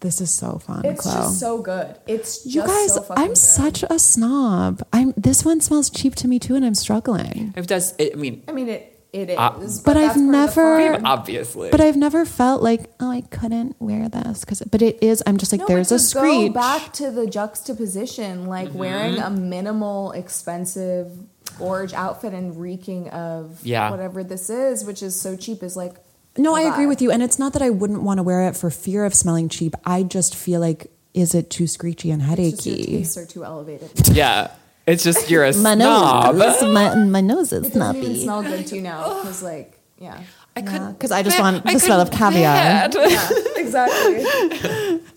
[SPEAKER 2] This is so fun,
[SPEAKER 3] It's
[SPEAKER 2] Chloe.
[SPEAKER 3] just so good. It's just
[SPEAKER 2] you guys,
[SPEAKER 3] so fucking
[SPEAKER 2] I'm
[SPEAKER 3] good.
[SPEAKER 2] such a snob. I'm this one smells cheap to me too, and I'm struggling.
[SPEAKER 1] It does. It, I mean,
[SPEAKER 3] I mean, it it is.
[SPEAKER 1] Uh,
[SPEAKER 2] But I've
[SPEAKER 3] that's part of the
[SPEAKER 2] never-
[SPEAKER 3] fun.
[SPEAKER 2] Sure.
[SPEAKER 1] obviously.
[SPEAKER 2] But I've never felt like oh, I couldn't wear this because. But it is. I'm just like
[SPEAKER 3] No,
[SPEAKER 2] there's
[SPEAKER 3] but
[SPEAKER 2] a
[SPEAKER 3] to
[SPEAKER 2] screech.
[SPEAKER 3] Go back to the juxtaposition, like
[SPEAKER 1] Mm-hmm.
[SPEAKER 3] wearing a minimal, expensive, gorge outfit and reeking of
[SPEAKER 1] Yeah.
[SPEAKER 3] whatever this is, which is so cheap, is like
[SPEAKER 2] No, I agree
[SPEAKER 3] vibe.
[SPEAKER 2] with you. And it's not that I wouldn't want to wear it for fear of smelling cheap. I just feel like, is it too screechy and
[SPEAKER 3] Just your
[SPEAKER 2] headachy?
[SPEAKER 3] tastes are too elevated.
[SPEAKER 1] yeah, it's just you're a
[SPEAKER 2] My nose,
[SPEAKER 1] snob.
[SPEAKER 2] my, my nose is
[SPEAKER 3] It doesn't even
[SPEAKER 2] snobby.
[SPEAKER 3] smell good to you now because, like, yeah,
[SPEAKER 1] I couldn't
[SPEAKER 2] Because I just want
[SPEAKER 1] I
[SPEAKER 2] the smell of
[SPEAKER 1] couldn't
[SPEAKER 2] caviar.
[SPEAKER 1] bear it.
[SPEAKER 3] yeah, exactly.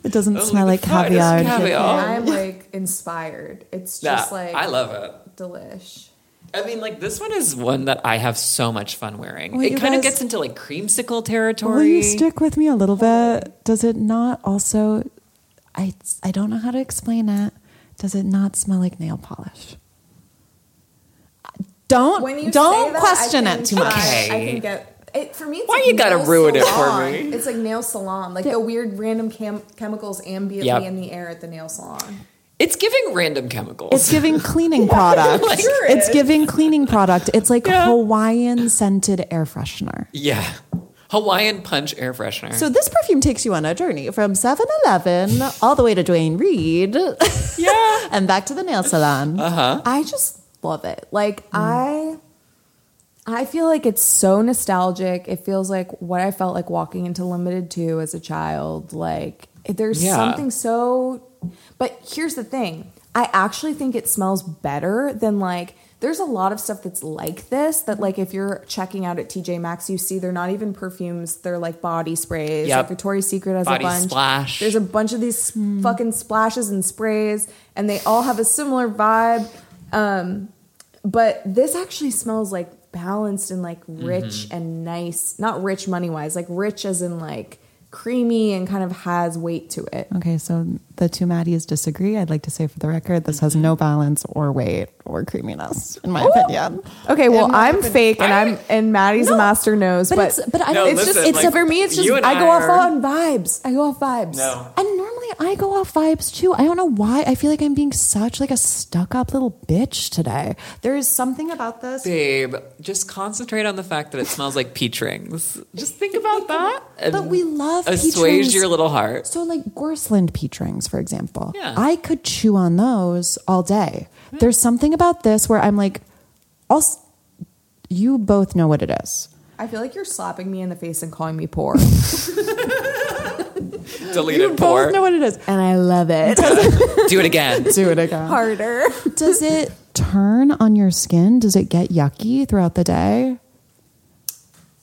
[SPEAKER 2] It doesn't smell
[SPEAKER 1] the
[SPEAKER 2] like
[SPEAKER 1] finest
[SPEAKER 2] caviar.
[SPEAKER 1] caviar.
[SPEAKER 3] I'm like inspired. It's just
[SPEAKER 1] Yeah,
[SPEAKER 3] like
[SPEAKER 1] I love it.
[SPEAKER 3] delish.
[SPEAKER 1] I mean, like this one is one that I have so much fun wearing.
[SPEAKER 2] Well,
[SPEAKER 1] it
[SPEAKER 2] you
[SPEAKER 1] kind of
[SPEAKER 2] guys-
[SPEAKER 1] gets into like creamsicle
[SPEAKER 2] Will
[SPEAKER 1] territory.
[SPEAKER 2] you stick with me a little
[SPEAKER 3] Oh.
[SPEAKER 2] bit? Does it not also? I I don't know how to explain it. Does it not smell like nail polish? Don't
[SPEAKER 3] When you
[SPEAKER 2] don't
[SPEAKER 3] say that, I
[SPEAKER 2] question
[SPEAKER 3] can
[SPEAKER 2] it too
[SPEAKER 3] try-
[SPEAKER 2] much.
[SPEAKER 1] Okay.
[SPEAKER 3] I can get it for me. It's
[SPEAKER 1] Why
[SPEAKER 3] like
[SPEAKER 1] you gotta
[SPEAKER 3] nail
[SPEAKER 1] ruin it for
[SPEAKER 3] salon.
[SPEAKER 1] me?
[SPEAKER 3] It's like nail salon, like the weird random cam- chemicals ambiently
[SPEAKER 1] Yep.
[SPEAKER 3] in the air at the nail salon.
[SPEAKER 1] It's giving random chemicals.
[SPEAKER 2] It's giving cleaning product.
[SPEAKER 3] it sure
[SPEAKER 2] it's
[SPEAKER 3] is.
[SPEAKER 2] giving cleaning product. It's like
[SPEAKER 1] Yeah.
[SPEAKER 2] Hawaiian scented air freshener.
[SPEAKER 1] yeah, Hawaiian punch air freshener.
[SPEAKER 2] So this perfume takes you on a journey from 7-Eleven all the way to Dwayne Reed.
[SPEAKER 1] Yeah.
[SPEAKER 2] and back to the nail salon.
[SPEAKER 3] I just love it. Like
[SPEAKER 1] Hmm.
[SPEAKER 3] I, I feel like it's so nostalgic. It feels like what I felt like walking into Limited Two as a child. Like there's
[SPEAKER 1] Yeah.
[SPEAKER 3] something so. But here's the thing: I actually think it smells better than like. There's a lot of stuff that's like this that like if you're checking out at TJ Maxx, you see they're not even perfumes; they're like body sprays.
[SPEAKER 1] Yep.
[SPEAKER 3] Like Victoria's Secret has
[SPEAKER 1] Body
[SPEAKER 3] a bunch.
[SPEAKER 1] splash.
[SPEAKER 3] There's a a bunch of these fucking splashes and sprays, and they all have a similar vibe. Um, but this actually smells like balanced and like rich
[SPEAKER 1] Mm-hmm.
[SPEAKER 3] and nice. Not rich money wise, like rich as in like creamy and kind of has weight to it.
[SPEAKER 2] Okay, so the two Maddies disagree. I'd like to say for the record, this has no balance or weight or creaminess, in my opinion.
[SPEAKER 3] Okay, well
[SPEAKER 2] In my
[SPEAKER 3] I'm fake and I'm and Maddie's a
[SPEAKER 2] No,
[SPEAKER 3] master knows, but,
[SPEAKER 2] but it's- but I-
[SPEAKER 1] No,
[SPEAKER 3] it's
[SPEAKER 1] listen,
[SPEAKER 3] just it's
[SPEAKER 1] like,
[SPEAKER 3] for me. It's just
[SPEAKER 1] you and
[SPEAKER 3] I go
[SPEAKER 1] I
[SPEAKER 3] off
[SPEAKER 1] are-
[SPEAKER 3] on vibes. I go off vibes.
[SPEAKER 1] no.
[SPEAKER 2] And normally I go off vibes too. I don't know why. I feel like I'm being such like a stuck up little bitch today. There is something about this.
[SPEAKER 1] Babe, just concentrate on the fact that it smells like peach rings. Just think about that.
[SPEAKER 2] But
[SPEAKER 1] and
[SPEAKER 2] we love peach
[SPEAKER 1] assuage
[SPEAKER 2] rings.
[SPEAKER 1] your little heart.
[SPEAKER 2] So like Gorseland peach rings, for example.
[SPEAKER 1] Yeah.
[SPEAKER 2] I could chew on those all day. There's something about this where I'm like, I'll, s- you both know what it is.
[SPEAKER 3] I feel like you're slapping me in the face and calling me poor,
[SPEAKER 1] Delete
[SPEAKER 2] You
[SPEAKER 1] it for.
[SPEAKER 2] both know what it is.
[SPEAKER 3] and I love it
[SPEAKER 1] Do it again.
[SPEAKER 2] Do it again.
[SPEAKER 3] harder.
[SPEAKER 2] Does it turn on your skin? Does it get yucky throughout the day?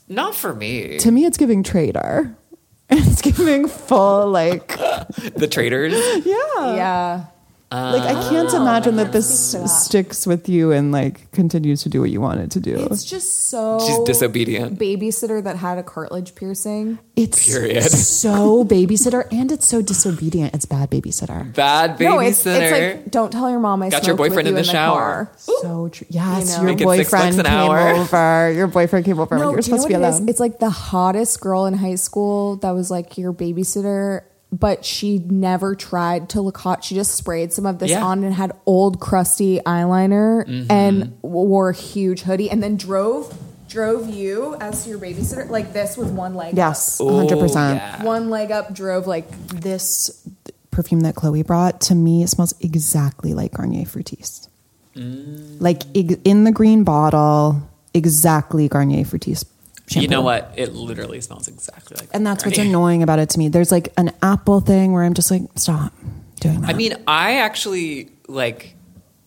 [SPEAKER 1] Not for me.
[SPEAKER 2] To me, it's giving trader. It's giving full like
[SPEAKER 1] The traders.
[SPEAKER 2] yeah.
[SPEAKER 3] yeah.
[SPEAKER 2] Like I
[SPEAKER 1] Ah.
[SPEAKER 2] can't imagine that this sticks with you and like continues to do what you want it to do.
[SPEAKER 3] It's just so
[SPEAKER 1] She's disobedient.
[SPEAKER 3] Babysitter that had a cartilage piercing.
[SPEAKER 2] It's
[SPEAKER 1] Period.
[SPEAKER 2] so babysitter and it's so disobedient. It's bad babysitter.
[SPEAKER 1] Bad babysitter.
[SPEAKER 3] No, it's, it's like don't tell your mom I
[SPEAKER 1] Got your
[SPEAKER 3] smoked with
[SPEAKER 1] boyfriend in
[SPEAKER 3] you
[SPEAKER 1] the shower.
[SPEAKER 3] car.
[SPEAKER 2] So true. Yes,
[SPEAKER 3] You know.
[SPEAKER 2] your
[SPEAKER 1] Making six bucks
[SPEAKER 2] boyfriend
[SPEAKER 1] an
[SPEAKER 2] came
[SPEAKER 1] hour.
[SPEAKER 2] over. Your boyfriend came over when
[SPEAKER 3] No,
[SPEAKER 2] you're
[SPEAKER 3] do you know
[SPEAKER 2] supposed to
[SPEAKER 3] what
[SPEAKER 2] be
[SPEAKER 3] it is?
[SPEAKER 2] alone.
[SPEAKER 3] It's like the hottest girl in high school that was like your babysitter, but she never tried to look hot. She just sprayed some of this
[SPEAKER 1] Yeah. Mm-hmm.
[SPEAKER 3] on and had old crusty eyeliner and wore a huge hoodie and then drove drove you as your babysitter like this with one leg.
[SPEAKER 2] Yes,
[SPEAKER 1] Oh,
[SPEAKER 2] hundred percent.
[SPEAKER 1] yeah.
[SPEAKER 3] up. One leg up drove like
[SPEAKER 2] This perfume that Chloe brought to me smells exactly like Garnier Fructis.
[SPEAKER 1] Mm.
[SPEAKER 2] Like ex- in the green bottle, exactly Garnier Fructis. Shampoo.
[SPEAKER 1] You know what? It literally smells exactly like
[SPEAKER 2] And that's what's
[SPEAKER 1] Barney.
[SPEAKER 2] annoying about it to me. There's like an apple thing where I'm just like, stop, doing that.
[SPEAKER 1] I mean, I actually like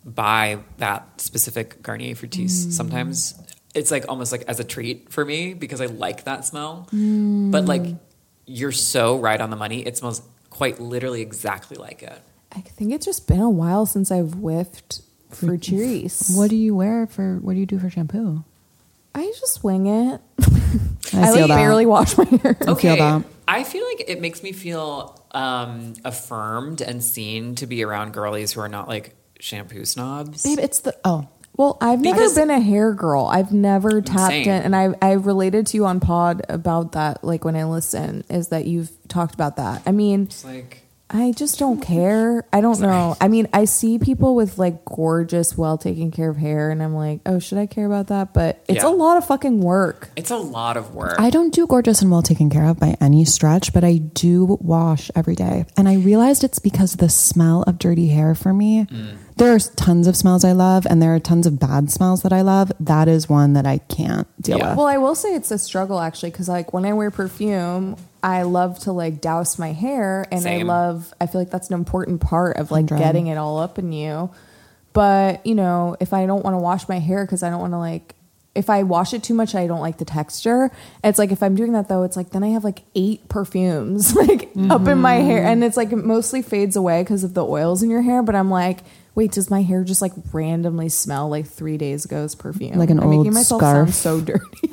[SPEAKER 1] buy that specific Garnier
[SPEAKER 2] Mm.
[SPEAKER 1] Fructis sometimes. It's like almost like as a treat for me because I like that smell.
[SPEAKER 2] Mm.
[SPEAKER 1] But like you're so right on the money. It smells quite literally exactly like it.
[SPEAKER 3] I think it's just been a while since I've whiffed for cherries.
[SPEAKER 2] what do you wear for? What do you do for shampoo?
[SPEAKER 3] I just wing it.
[SPEAKER 2] I
[SPEAKER 3] I, Oh,
[SPEAKER 2] feel
[SPEAKER 3] like
[SPEAKER 2] that.
[SPEAKER 3] barely wash my hair.
[SPEAKER 2] I feel that.
[SPEAKER 1] I feel like it makes me feel um, affirmed and seen to be around girlies who are not like shampoo snobs.
[SPEAKER 2] Babe, it's the oh.
[SPEAKER 3] uh, Well, I've never
[SPEAKER 1] Because-
[SPEAKER 3] been a hair girl. I've never tapped
[SPEAKER 1] Same.
[SPEAKER 3] in, and I I related to you on pod about that. Like when I listen, is that you've talked about that? I mean,
[SPEAKER 1] It's like
[SPEAKER 3] I just don't care. I don't know. I mean, I see people with like gorgeous, well taken care of hair, and I'm like, oh, should I care about that? But it's
[SPEAKER 1] Yeah.
[SPEAKER 3] a lot of fucking work.
[SPEAKER 1] it's a lot of work.
[SPEAKER 2] I don't do gorgeous and well taken care of by any stretch, but I do wash every day. And I realized it's because the smell of dirty hair for me. There are tons of smells I love, and there are tons of bad smells that I love. That is one that I can't deal
[SPEAKER 1] Yeah.
[SPEAKER 2] with.
[SPEAKER 3] Well, I will say it's a struggle actually, because like when I wear perfume, I love to like douse my hair, and
[SPEAKER 1] Same.
[SPEAKER 3] I love. I feel like that's an important part of like
[SPEAKER 2] Hundred.
[SPEAKER 3] getting it all up in you. But you know, if I don't want to wash my hair because I don't want to like, if I wash it too much, I don't like the texture. It's like if I'm doing that though, it's like then I have like eight perfumes like up in my hair, and it's like it mostly fades away because of the oils in your hair. But I'm like. Wait, does my hair just like randomly smell like three days ago's perfume?
[SPEAKER 2] Like an
[SPEAKER 3] I'm making
[SPEAKER 2] old
[SPEAKER 3] myself
[SPEAKER 2] scarf.
[SPEAKER 3] Sound so dirty.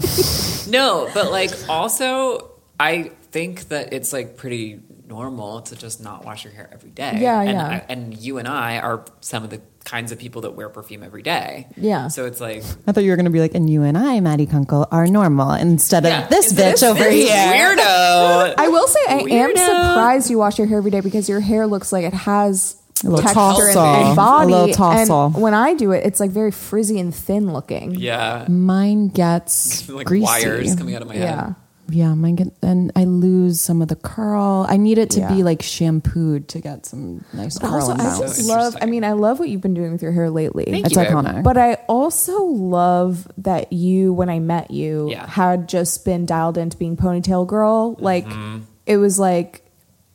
[SPEAKER 1] No, but like also, I think that it's like pretty normal to just not wash your hair every day.
[SPEAKER 3] Yeah,
[SPEAKER 1] and
[SPEAKER 3] yeah.
[SPEAKER 1] I, and you and I are some of the kinds of people that wear perfume every day.
[SPEAKER 3] Yeah.
[SPEAKER 1] So it's like
[SPEAKER 2] I thought you were going to be like, and you and I, Maddie Kunkel, are normal instead of
[SPEAKER 1] yeah,
[SPEAKER 2] this
[SPEAKER 1] it's
[SPEAKER 2] bitch over
[SPEAKER 1] this
[SPEAKER 2] here.
[SPEAKER 1] weirdo.
[SPEAKER 3] I will say I am
[SPEAKER 1] Weirdo.
[SPEAKER 3] surprised you wash your hair every day because your hair looks like it has
[SPEAKER 2] A little
[SPEAKER 3] texture
[SPEAKER 2] tussle.
[SPEAKER 3] and,
[SPEAKER 2] A
[SPEAKER 3] and body.
[SPEAKER 2] little tussle.
[SPEAKER 3] And when I do it, it's like very frizzy and thin looking.
[SPEAKER 1] yeah,
[SPEAKER 2] Mine gets
[SPEAKER 1] like
[SPEAKER 2] greasy.
[SPEAKER 1] wires coming out of my
[SPEAKER 3] Yeah.
[SPEAKER 1] head.
[SPEAKER 2] Yeah, mine get and I lose some of the curl. I need it to
[SPEAKER 3] Yeah.
[SPEAKER 2] be like shampooed to get some nice
[SPEAKER 3] But
[SPEAKER 2] curl.
[SPEAKER 3] also,
[SPEAKER 2] and
[SPEAKER 3] I
[SPEAKER 2] bounce.
[SPEAKER 3] just
[SPEAKER 1] So
[SPEAKER 3] love. I
[SPEAKER 1] interesting.
[SPEAKER 3] mean, I love what you've been doing with your hair lately.
[SPEAKER 1] Thank
[SPEAKER 2] it's
[SPEAKER 1] you, babe.
[SPEAKER 2] iconic.
[SPEAKER 3] But I also love that you, when I met you,
[SPEAKER 1] Yeah.
[SPEAKER 3] had just been dialed into being ponytail girl. Like
[SPEAKER 1] Mm-hmm.
[SPEAKER 3] it was like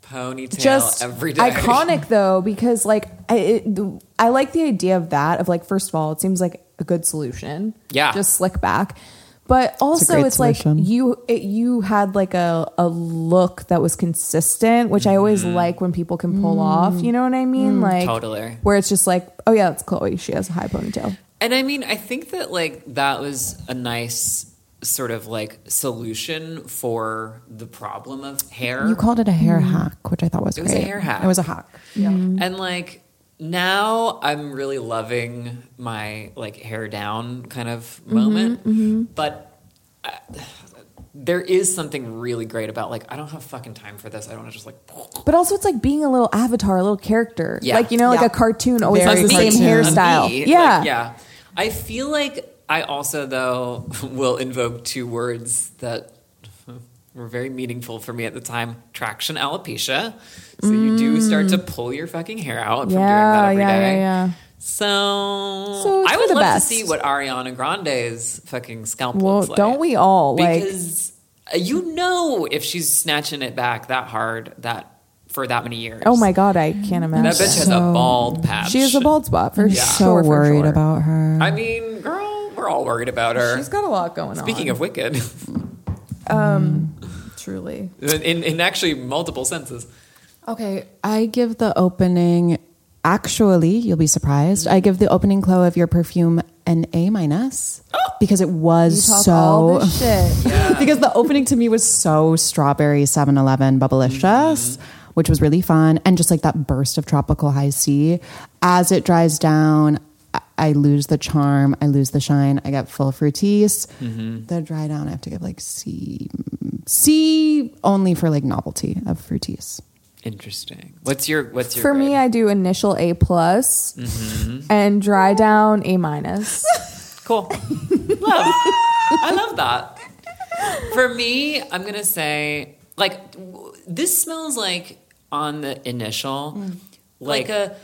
[SPEAKER 1] Ponytail
[SPEAKER 3] just
[SPEAKER 1] every day.
[SPEAKER 3] iconic though because like I it, th- I like the idea of that of like first of all it seems like a good solution
[SPEAKER 1] Yeah.
[SPEAKER 3] just slick back but also
[SPEAKER 2] great
[SPEAKER 3] it's,
[SPEAKER 2] solution.
[SPEAKER 3] like you it, you had like a a look that was consistent which I always
[SPEAKER 1] Mm-hmm.
[SPEAKER 3] like when people can pull
[SPEAKER 2] Mm-hmm.
[SPEAKER 3] off you know what I mean like
[SPEAKER 1] Totally.
[SPEAKER 3] where it's just like oh yeah that's Chloe she has a high ponytail
[SPEAKER 1] And I mean, I think that like that was a nice sort of like solution for the problem of hair.
[SPEAKER 2] You called it a hair hack, which I thought was
[SPEAKER 1] It
[SPEAKER 2] great.
[SPEAKER 1] was a hair hack.
[SPEAKER 2] It was a hack.
[SPEAKER 3] Mm-hmm.
[SPEAKER 1] And like now I'm really loving my like hair down kind of
[SPEAKER 3] Mm-hmm,
[SPEAKER 1] moment. But uh, there is something really great about like I don't have fucking time for this. I don't want to just like
[SPEAKER 3] but also it's like being a little avatar a little character
[SPEAKER 1] Yeah.
[SPEAKER 3] like you know like
[SPEAKER 2] Yeah.
[SPEAKER 3] a cartoon always
[SPEAKER 2] Very
[SPEAKER 3] has the same
[SPEAKER 1] a
[SPEAKER 2] cartoon.
[SPEAKER 3] hairstyle
[SPEAKER 1] me. Like,
[SPEAKER 3] yeah
[SPEAKER 1] yeah. I feel like I also though will invoke two words that were very meaningful for me at the time: traction alopecia. So you do start to pull your fucking hair out from doing that
[SPEAKER 3] Mm. Yeah,
[SPEAKER 1] every day.
[SPEAKER 3] yeah, yeah, yeah.
[SPEAKER 1] So,
[SPEAKER 3] So it's
[SPEAKER 1] I
[SPEAKER 3] for
[SPEAKER 1] would
[SPEAKER 3] the
[SPEAKER 1] love
[SPEAKER 3] best.
[SPEAKER 1] to see what Ariana Grande's fucking scalp
[SPEAKER 3] Well,
[SPEAKER 1] looks like.
[SPEAKER 3] don't we all, like-
[SPEAKER 1] Because uh, you know, if she's snatching it back that hard that for that many years,
[SPEAKER 3] oh my god I can't imagine
[SPEAKER 1] that bitch has a
[SPEAKER 2] So-
[SPEAKER 1] bald patch.
[SPEAKER 3] She has a bald spot for
[SPEAKER 2] I'm so
[SPEAKER 3] sure. for
[SPEAKER 2] worried
[SPEAKER 3] sure.
[SPEAKER 2] about her.
[SPEAKER 1] I mean, girl, we're all worried about her.
[SPEAKER 3] She's got a lot going
[SPEAKER 1] Speaking
[SPEAKER 3] on.
[SPEAKER 1] of Wicked,
[SPEAKER 3] Speaking of, truly,
[SPEAKER 1] in in actually multiple senses,
[SPEAKER 2] Okay, I give the opening. Actually, you'll be surprised. I give the opening Chloe of your perfume an A minus because it
[SPEAKER 3] you
[SPEAKER 2] was
[SPEAKER 3] talk
[SPEAKER 2] so.
[SPEAKER 3] all this shit.
[SPEAKER 2] because the opening to me was so strawberry 7-Eleven bubblicious,
[SPEAKER 1] Mm-hmm.
[SPEAKER 2] which was really fun, and just like that burst of tropical high sea. As it dries down, I- I lose the charm, I lose the shine, I get full fruities.
[SPEAKER 1] Mm-hmm.
[SPEAKER 2] The dry down, I have to give like C, C only for like novelty of fruities.
[SPEAKER 1] interesting. What's your what's your
[SPEAKER 3] For me,
[SPEAKER 1] grade?
[SPEAKER 3] I do initial A plus
[SPEAKER 1] Mm-hmm.
[SPEAKER 3] and dry down A minus.
[SPEAKER 1] Cool. love. I love that. For me, I'm going to say, like, w- this smells like on the initial, like, a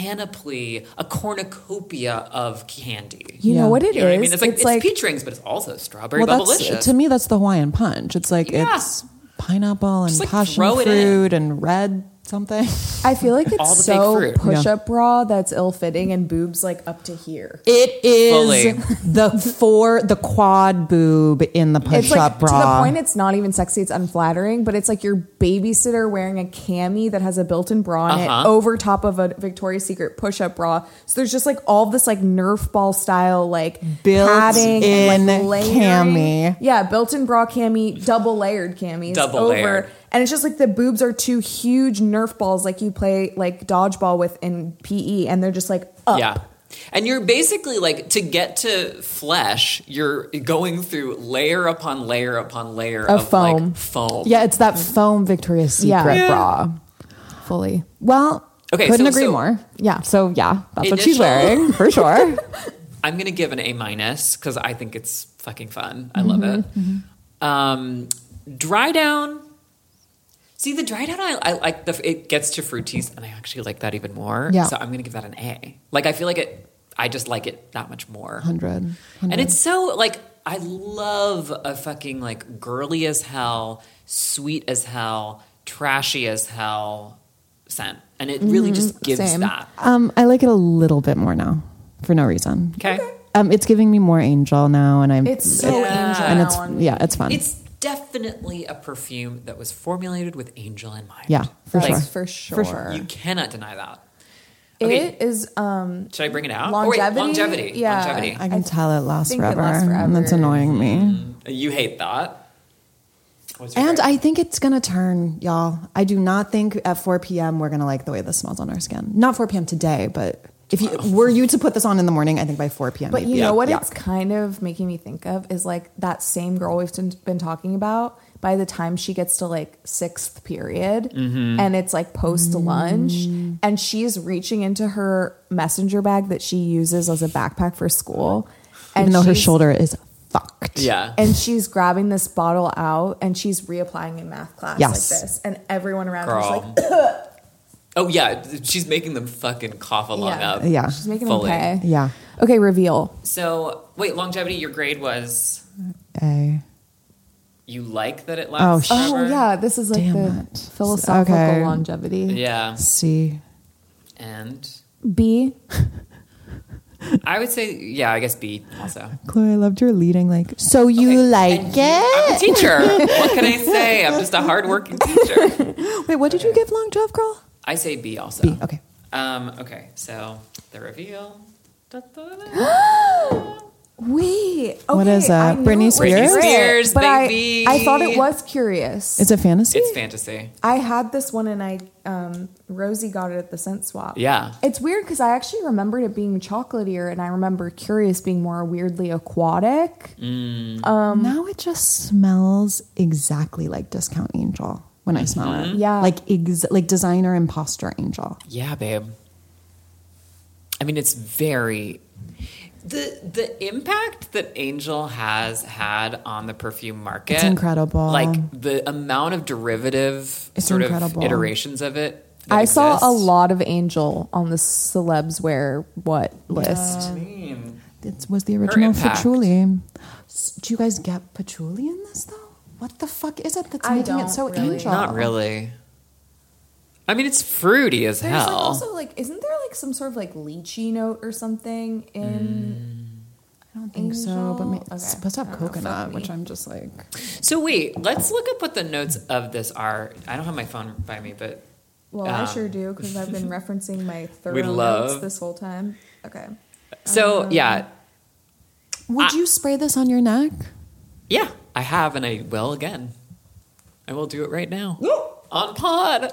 [SPEAKER 1] panoply, a cornucopia of candy.
[SPEAKER 3] You
[SPEAKER 2] Yeah.
[SPEAKER 3] know what it is?
[SPEAKER 1] You know what I mean? It's like, it's,
[SPEAKER 3] like
[SPEAKER 1] peach rings, but it's also strawberry
[SPEAKER 2] Well,
[SPEAKER 1] bubblicious.
[SPEAKER 2] that's to me that's the Hawaiian punch. It's like
[SPEAKER 1] Yeah.
[SPEAKER 2] it's pineapple and
[SPEAKER 1] Just, like,
[SPEAKER 2] passion
[SPEAKER 1] throw it in.
[SPEAKER 2] fruit and red something.
[SPEAKER 3] I feel like
[SPEAKER 1] All
[SPEAKER 3] it's
[SPEAKER 1] the big
[SPEAKER 3] so
[SPEAKER 1] fruit.
[SPEAKER 3] push up bra that's ill fitting and boobs like up to here.
[SPEAKER 2] It is
[SPEAKER 1] Fully.
[SPEAKER 2] the four, the quad boob in the
[SPEAKER 3] It's
[SPEAKER 2] push
[SPEAKER 3] like
[SPEAKER 2] up
[SPEAKER 3] to the
[SPEAKER 2] bra.
[SPEAKER 3] point it's not even sexy, it's unflattering, but it's like your babysitter wearing a cami that has a built-in bra in
[SPEAKER 1] Uh-huh.
[SPEAKER 3] it over top of a Victoria's Secret push-up bra. So there's just like all this like Nerf ball style like
[SPEAKER 2] Built
[SPEAKER 3] padding and like
[SPEAKER 2] in
[SPEAKER 3] layering.
[SPEAKER 2] cami.
[SPEAKER 3] Yeah, built-in bra cami, double layered cami. It's
[SPEAKER 1] Double
[SPEAKER 3] over.
[SPEAKER 1] layered.
[SPEAKER 3] And it's just like the boobs are two huge Nerf balls like you play like dodgeball with in PE and they're just like up.
[SPEAKER 1] Yeah. And you're basically like to get to flesh, you're going through layer upon layer upon layer of,
[SPEAKER 3] Of
[SPEAKER 1] Like,
[SPEAKER 3] foam.
[SPEAKER 1] foam.
[SPEAKER 2] yeah, it's that foam Victoria's
[SPEAKER 3] Yeah.
[SPEAKER 2] Secret
[SPEAKER 1] Yeah.
[SPEAKER 2] bra.
[SPEAKER 3] Fully.
[SPEAKER 2] Well,
[SPEAKER 1] Okay,
[SPEAKER 2] couldn't
[SPEAKER 1] so-
[SPEAKER 2] agree
[SPEAKER 1] so-
[SPEAKER 2] more.
[SPEAKER 3] Yeah.
[SPEAKER 2] So yeah, that's what she's
[SPEAKER 1] Initial-
[SPEAKER 2] wearing for sure.
[SPEAKER 1] I'm gonna give an A minus because I think it's fucking fun. I love it. Um, dry down. See the dry down. I, I like the. It gets to fruities, and I actually like that even more.
[SPEAKER 2] Yeah.
[SPEAKER 1] So I'm gonna give that an A. Like I feel like it. I just like it that much more.
[SPEAKER 2] 100.
[SPEAKER 1] And it's so like I love a fucking like girly as hell, sweet as hell, trashy as hell scent. And it really just gives
[SPEAKER 3] same.
[SPEAKER 1] that.
[SPEAKER 2] Um, I like it a little bit more now for no reason.
[SPEAKER 1] Okay.
[SPEAKER 2] Um, it's giving me more angel now, and I'm
[SPEAKER 3] It's so
[SPEAKER 1] Yeah.
[SPEAKER 3] angel.
[SPEAKER 2] and it's
[SPEAKER 3] now and-
[SPEAKER 2] yeah, it's fun.
[SPEAKER 1] It's definitely a perfume that was formulated with angel in mind.
[SPEAKER 2] yeah, for
[SPEAKER 1] Like,
[SPEAKER 2] sure.
[SPEAKER 3] That's for sure.
[SPEAKER 1] You cannot deny that. Okay.
[SPEAKER 3] It is um
[SPEAKER 1] Should I bring it out? Oh, wait,
[SPEAKER 3] Longevity?
[SPEAKER 1] longevity.
[SPEAKER 3] Yeah.
[SPEAKER 1] Longevity.
[SPEAKER 2] I can tell it lasts
[SPEAKER 3] think it
[SPEAKER 2] forever,
[SPEAKER 3] lasts
[SPEAKER 2] and that's
[SPEAKER 3] forever.
[SPEAKER 2] annoying me.
[SPEAKER 1] Mm. You hate that. What's your
[SPEAKER 2] And
[SPEAKER 1] favorite?
[SPEAKER 2] I think it's gonna turn, y'all. I do not think at 4 p.m. we're gonna like the way this smells on our skin. Not 4 p.m. today, but if you were you to put this on in the morning, I think by 4 p.m.
[SPEAKER 3] But
[SPEAKER 2] you'd
[SPEAKER 3] you
[SPEAKER 2] be
[SPEAKER 3] know
[SPEAKER 2] like,
[SPEAKER 3] what
[SPEAKER 2] yuck.
[SPEAKER 3] it's kind of making me think of is like that same girl we've been- been talking about. By the time she gets to like sixth period
[SPEAKER 1] Mm-hmm.
[SPEAKER 3] and it's like post lunch,
[SPEAKER 2] Mm.
[SPEAKER 3] and she's reaching into her messenger bag that she uses as a backpack for school,
[SPEAKER 2] even though her
[SPEAKER 3] she's-
[SPEAKER 2] shoulder is fucked.
[SPEAKER 1] yeah.
[SPEAKER 3] and she's grabbing this bottle out and she's reapplying in math class
[SPEAKER 2] Yes.
[SPEAKER 3] like this, and everyone around her is like,
[SPEAKER 1] Girl. oh, yeah. She's making them fucking cough along
[SPEAKER 3] Yeah.
[SPEAKER 1] up.
[SPEAKER 2] Yeah.
[SPEAKER 3] she's making
[SPEAKER 1] Fully.
[SPEAKER 3] them pay.
[SPEAKER 2] Yeah.
[SPEAKER 3] Okay, reveal.
[SPEAKER 1] So, wait, longevity, your grade was
[SPEAKER 2] A.
[SPEAKER 1] you like that it lasts
[SPEAKER 2] Oh, sh-
[SPEAKER 1] forever?
[SPEAKER 3] Oh yeah, this is like
[SPEAKER 2] Damn
[SPEAKER 3] the
[SPEAKER 2] it.
[SPEAKER 3] philosophical
[SPEAKER 2] Okay.
[SPEAKER 3] longevity.
[SPEAKER 1] Yeah.
[SPEAKER 2] C.
[SPEAKER 1] And
[SPEAKER 3] B.
[SPEAKER 1] I would say, yeah, I guess B also.
[SPEAKER 2] Chloe, I loved your leading. Like, so you like
[SPEAKER 1] And
[SPEAKER 2] it?
[SPEAKER 1] you- I'm a teacher. what can I say? I'm just a hardworking teacher.
[SPEAKER 2] Wait, what did you give Long Jeff Girl?
[SPEAKER 1] I say B also.
[SPEAKER 2] B. Okay.
[SPEAKER 1] Um, okay, so the reveal. Da-da-da.
[SPEAKER 3] Wait. Okay,
[SPEAKER 2] What is that?
[SPEAKER 3] I knew
[SPEAKER 2] Britney
[SPEAKER 3] it was
[SPEAKER 2] Spears?
[SPEAKER 1] Britney Spears,
[SPEAKER 3] but
[SPEAKER 1] baby.
[SPEAKER 3] I, I thought it was curious.
[SPEAKER 2] It's a fantasy.
[SPEAKER 1] It's fantasy.
[SPEAKER 3] I had this one and I um, Rosie got it at the scent swap.
[SPEAKER 1] Yeah.
[SPEAKER 3] It's weird because I actually remembered it being chocolatier and I remember curious being more weirdly aquatic.
[SPEAKER 1] Mm.
[SPEAKER 2] Um, now it just smells exactly like Discount Angel when I smell it.
[SPEAKER 3] Yeah.
[SPEAKER 2] like ex- like designer imposter angel.
[SPEAKER 1] Yeah, babe. I mean, it's very the the impact that Angel has had on the perfume market.
[SPEAKER 2] It's incredible.
[SPEAKER 1] Like the amount of derivative
[SPEAKER 2] It's
[SPEAKER 1] sort
[SPEAKER 2] incredible.
[SPEAKER 1] of iterations of it. that
[SPEAKER 3] I saw a
[SPEAKER 1] exist.
[SPEAKER 3] lot of Angel on the celebs wear what list.
[SPEAKER 2] It was the original
[SPEAKER 1] impact.
[SPEAKER 2] patchouli. S- Do you guys get patchouli in this though? What the fuck is it that's
[SPEAKER 3] I
[SPEAKER 2] making it
[SPEAKER 3] don't
[SPEAKER 2] so
[SPEAKER 3] really.
[SPEAKER 2] angel?
[SPEAKER 1] Not really. I mean, it's fruity as
[SPEAKER 3] There's
[SPEAKER 1] hell.
[SPEAKER 3] like also like isn't there like some sort of like lychee note or something
[SPEAKER 1] Mm.
[SPEAKER 3] in
[SPEAKER 2] I don't think so. But ma-
[SPEAKER 3] Angel?
[SPEAKER 2] it's
[SPEAKER 3] Okay.
[SPEAKER 2] supposed to
[SPEAKER 3] I
[SPEAKER 2] have
[SPEAKER 3] don't know.
[SPEAKER 2] coconut,
[SPEAKER 3] Fuck
[SPEAKER 2] which
[SPEAKER 3] me.
[SPEAKER 2] I'm just like.
[SPEAKER 1] so wait, let's look up what the notes of this are. I don't have my phone by me, but
[SPEAKER 3] Well, I
[SPEAKER 1] Um,
[SPEAKER 3] sure do because I've been referencing my thorough
[SPEAKER 1] love-
[SPEAKER 3] notes this whole time. Okay.
[SPEAKER 1] so yeah,
[SPEAKER 2] Would
[SPEAKER 1] I-
[SPEAKER 2] you spray this on your neck?
[SPEAKER 1] Yeah, I have, and I will again. I will do it right now on pod,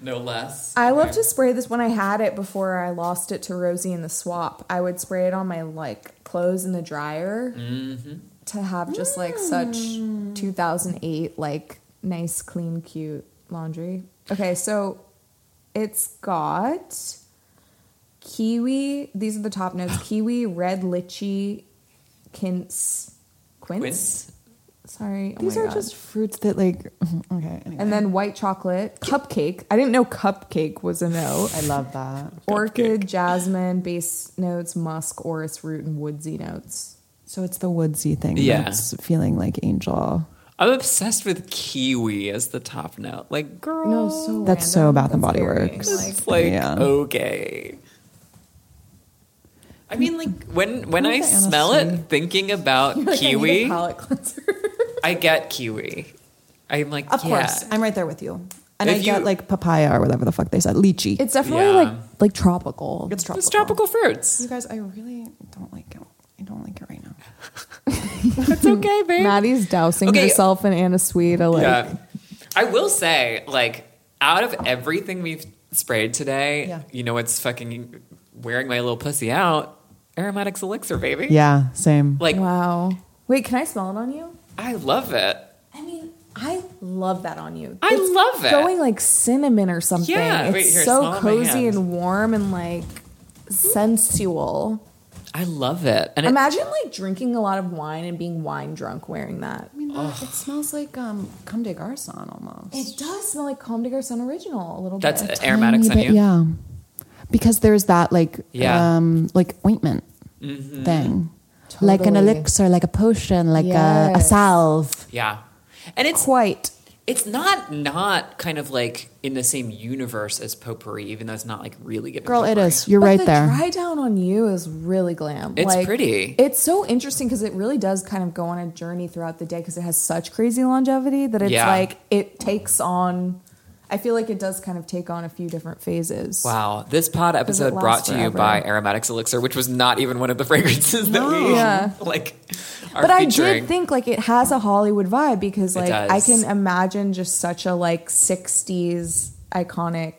[SPEAKER 1] no less.
[SPEAKER 3] I love to spray this when I had it before I lost it to Rosie in the swap. I would spray it on my like clothes in the dryer
[SPEAKER 2] Mm-hmm.
[SPEAKER 3] to have just like such
[SPEAKER 2] Mm.
[SPEAKER 3] 2008 like nice, clean, cute laundry. Okay, so it's got kiwi. These are the top notes: kiwi, red lychee, quince, quince.
[SPEAKER 1] Quince.
[SPEAKER 3] Sorry, oh
[SPEAKER 2] These
[SPEAKER 3] my
[SPEAKER 2] are
[SPEAKER 3] God.
[SPEAKER 2] just fruits that like. Okay. Anyway.
[SPEAKER 3] And then white chocolate, cupcake. I didn't know cupcake was a note.
[SPEAKER 2] I love that.
[SPEAKER 3] Orchid, jasmine, base notes, musk, orris root, and woodsy notes.
[SPEAKER 2] So it's the woodsy thing.
[SPEAKER 1] Yeah.
[SPEAKER 2] That's feeling like angel.
[SPEAKER 1] I'm obsessed with kiwi as the top note. Like, girl,
[SPEAKER 5] No, so
[SPEAKER 2] That's so
[SPEAKER 5] random.
[SPEAKER 2] Bath and Body
[SPEAKER 5] very,
[SPEAKER 2] Works.
[SPEAKER 5] like-
[SPEAKER 1] it's like
[SPEAKER 2] Yeah.
[SPEAKER 1] okay. I mean, like when when I
[SPEAKER 2] Okay,
[SPEAKER 1] smell
[SPEAKER 2] honestly.
[SPEAKER 1] it, thinking about
[SPEAKER 5] Like, I need a
[SPEAKER 1] kiwi, I,
[SPEAKER 5] palate cleanser.
[SPEAKER 1] get kiwi. I'm like,
[SPEAKER 2] Of
[SPEAKER 1] yeah.
[SPEAKER 2] course, I'm right there with you. And
[SPEAKER 1] If
[SPEAKER 2] I get
[SPEAKER 1] you-
[SPEAKER 2] like papaya or whatever the fuck they said, lychee.
[SPEAKER 5] It's definitely
[SPEAKER 1] Yeah.
[SPEAKER 5] like like tropical.
[SPEAKER 2] it's tropical.
[SPEAKER 1] It's tropical fruits.
[SPEAKER 2] You guys, I really don't like it. I don't like it right now.
[SPEAKER 1] It's
[SPEAKER 2] Hmm.
[SPEAKER 1] okay, babe.
[SPEAKER 5] Maddie's dousing
[SPEAKER 1] Okay.
[SPEAKER 5] herself in Anastasia. Like,
[SPEAKER 1] yeah. I will say, like, out of everything we've sprayed today,
[SPEAKER 2] Yeah.
[SPEAKER 1] you know what's fucking wearing my little pussy out? Aromatics Elixir, baby.
[SPEAKER 2] Yeah, same.
[SPEAKER 1] Like,
[SPEAKER 5] wow.
[SPEAKER 3] Wait, can I smell it on you?
[SPEAKER 1] I love it.
[SPEAKER 3] I mean, I love that on you.
[SPEAKER 1] I
[SPEAKER 3] It's
[SPEAKER 1] love it.
[SPEAKER 3] Going like cinnamon or something.
[SPEAKER 1] Yeah,
[SPEAKER 3] it's
[SPEAKER 1] wait, here, smell
[SPEAKER 3] so
[SPEAKER 1] on my
[SPEAKER 3] cozy
[SPEAKER 1] hand.
[SPEAKER 3] and warm and like sensual.
[SPEAKER 1] I love it. And it,
[SPEAKER 3] Imagine like drinking a lot of wine and being wine drunk wearing that.
[SPEAKER 2] I mean, that, it smells like um, Comme des Garçons almost.
[SPEAKER 3] It does smell like Comme des Garçons original a little
[SPEAKER 1] that's
[SPEAKER 3] bit.
[SPEAKER 1] aromatics on
[SPEAKER 2] Tiny
[SPEAKER 1] you.
[SPEAKER 2] bit, Yeah, because there's that like
[SPEAKER 1] Yeah. Mm-hmm.
[SPEAKER 2] um, like ointment thing, like an
[SPEAKER 3] Totally.
[SPEAKER 2] elixir, like a potion, like a, a
[SPEAKER 3] Yes.
[SPEAKER 2] salve.
[SPEAKER 1] Yeah. And it's
[SPEAKER 3] Quite.
[SPEAKER 1] it's not not kind of like in the same universe as potpourri, even though it's not like really giving.
[SPEAKER 2] Girl, it
[SPEAKER 1] potpourri.
[SPEAKER 2] is. You're
[SPEAKER 3] But
[SPEAKER 2] right
[SPEAKER 3] the
[SPEAKER 2] there.
[SPEAKER 3] Dry down on you is really glam.
[SPEAKER 1] It's pretty.
[SPEAKER 3] It's so interesting because it really does kind of go on a journey throughout the day because it has such crazy longevity that it's
[SPEAKER 1] Yeah.
[SPEAKER 3] like it takes on. I feel like it does kind of take on a few different phases.
[SPEAKER 1] Wow, this pod episode
[SPEAKER 3] last
[SPEAKER 1] brought to you
[SPEAKER 3] forever?
[SPEAKER 1] by Aromatics Elixir, which was not even one of the fragrances that we
[SPEAKER 3] Yeah.
[SPEAKER 1] like. Are
[SPEAKER 3] But I
[SPEAKER 1] featuring.
[SPEAKER 3] did think like it has a Hollywood vibe because
[SPEAKER 1] It
[SPEAKER 3] like I
[SPEAKER 1] does.
[SPEAKER 3] can imagine just such a like '60s iconic,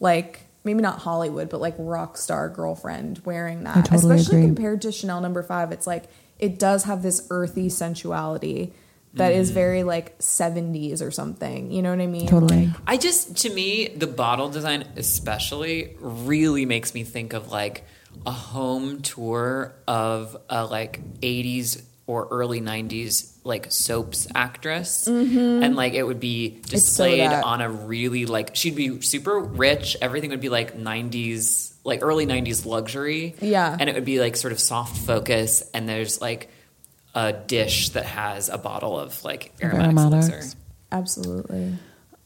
[SPEAKER 3] like maybe not Hollywood, but like rock star girlfriend wearing that.
[SPEAKER 2] totally
[SPEAKER 3] Especially
[SPEAKER 2] agree.
[SPEAKER 3] compared to Chanel Number Five, it's like it does have this earthy sensuality that is
[SPEAKER 1] Mm.
[SPEAKER 3] very like '70s or something. You know what I mean?
[SPEAKER 2] Totally.
[SPEAKER 1] I just, to me, the bottle design especially really makes me think of like a home tour of a like 80s or early 90s like soaps actress. And like it would be displayed
[SPEAKER 3] Mm-hmm. that.
[SPEAKER 1] on a really like, she'd be super rich. Everything would be like 90s, like early 90s luxury.
[SPEAKER 3] Yeah.
[SPEAKER 1] And it would be like sort of soft focus. And there's like, a dish that has a bottle of like aromatics,
[SPEAKER 2] aromatics.
[SPEAKER 1] elixir.
[SPEAKER 3] Absolutely.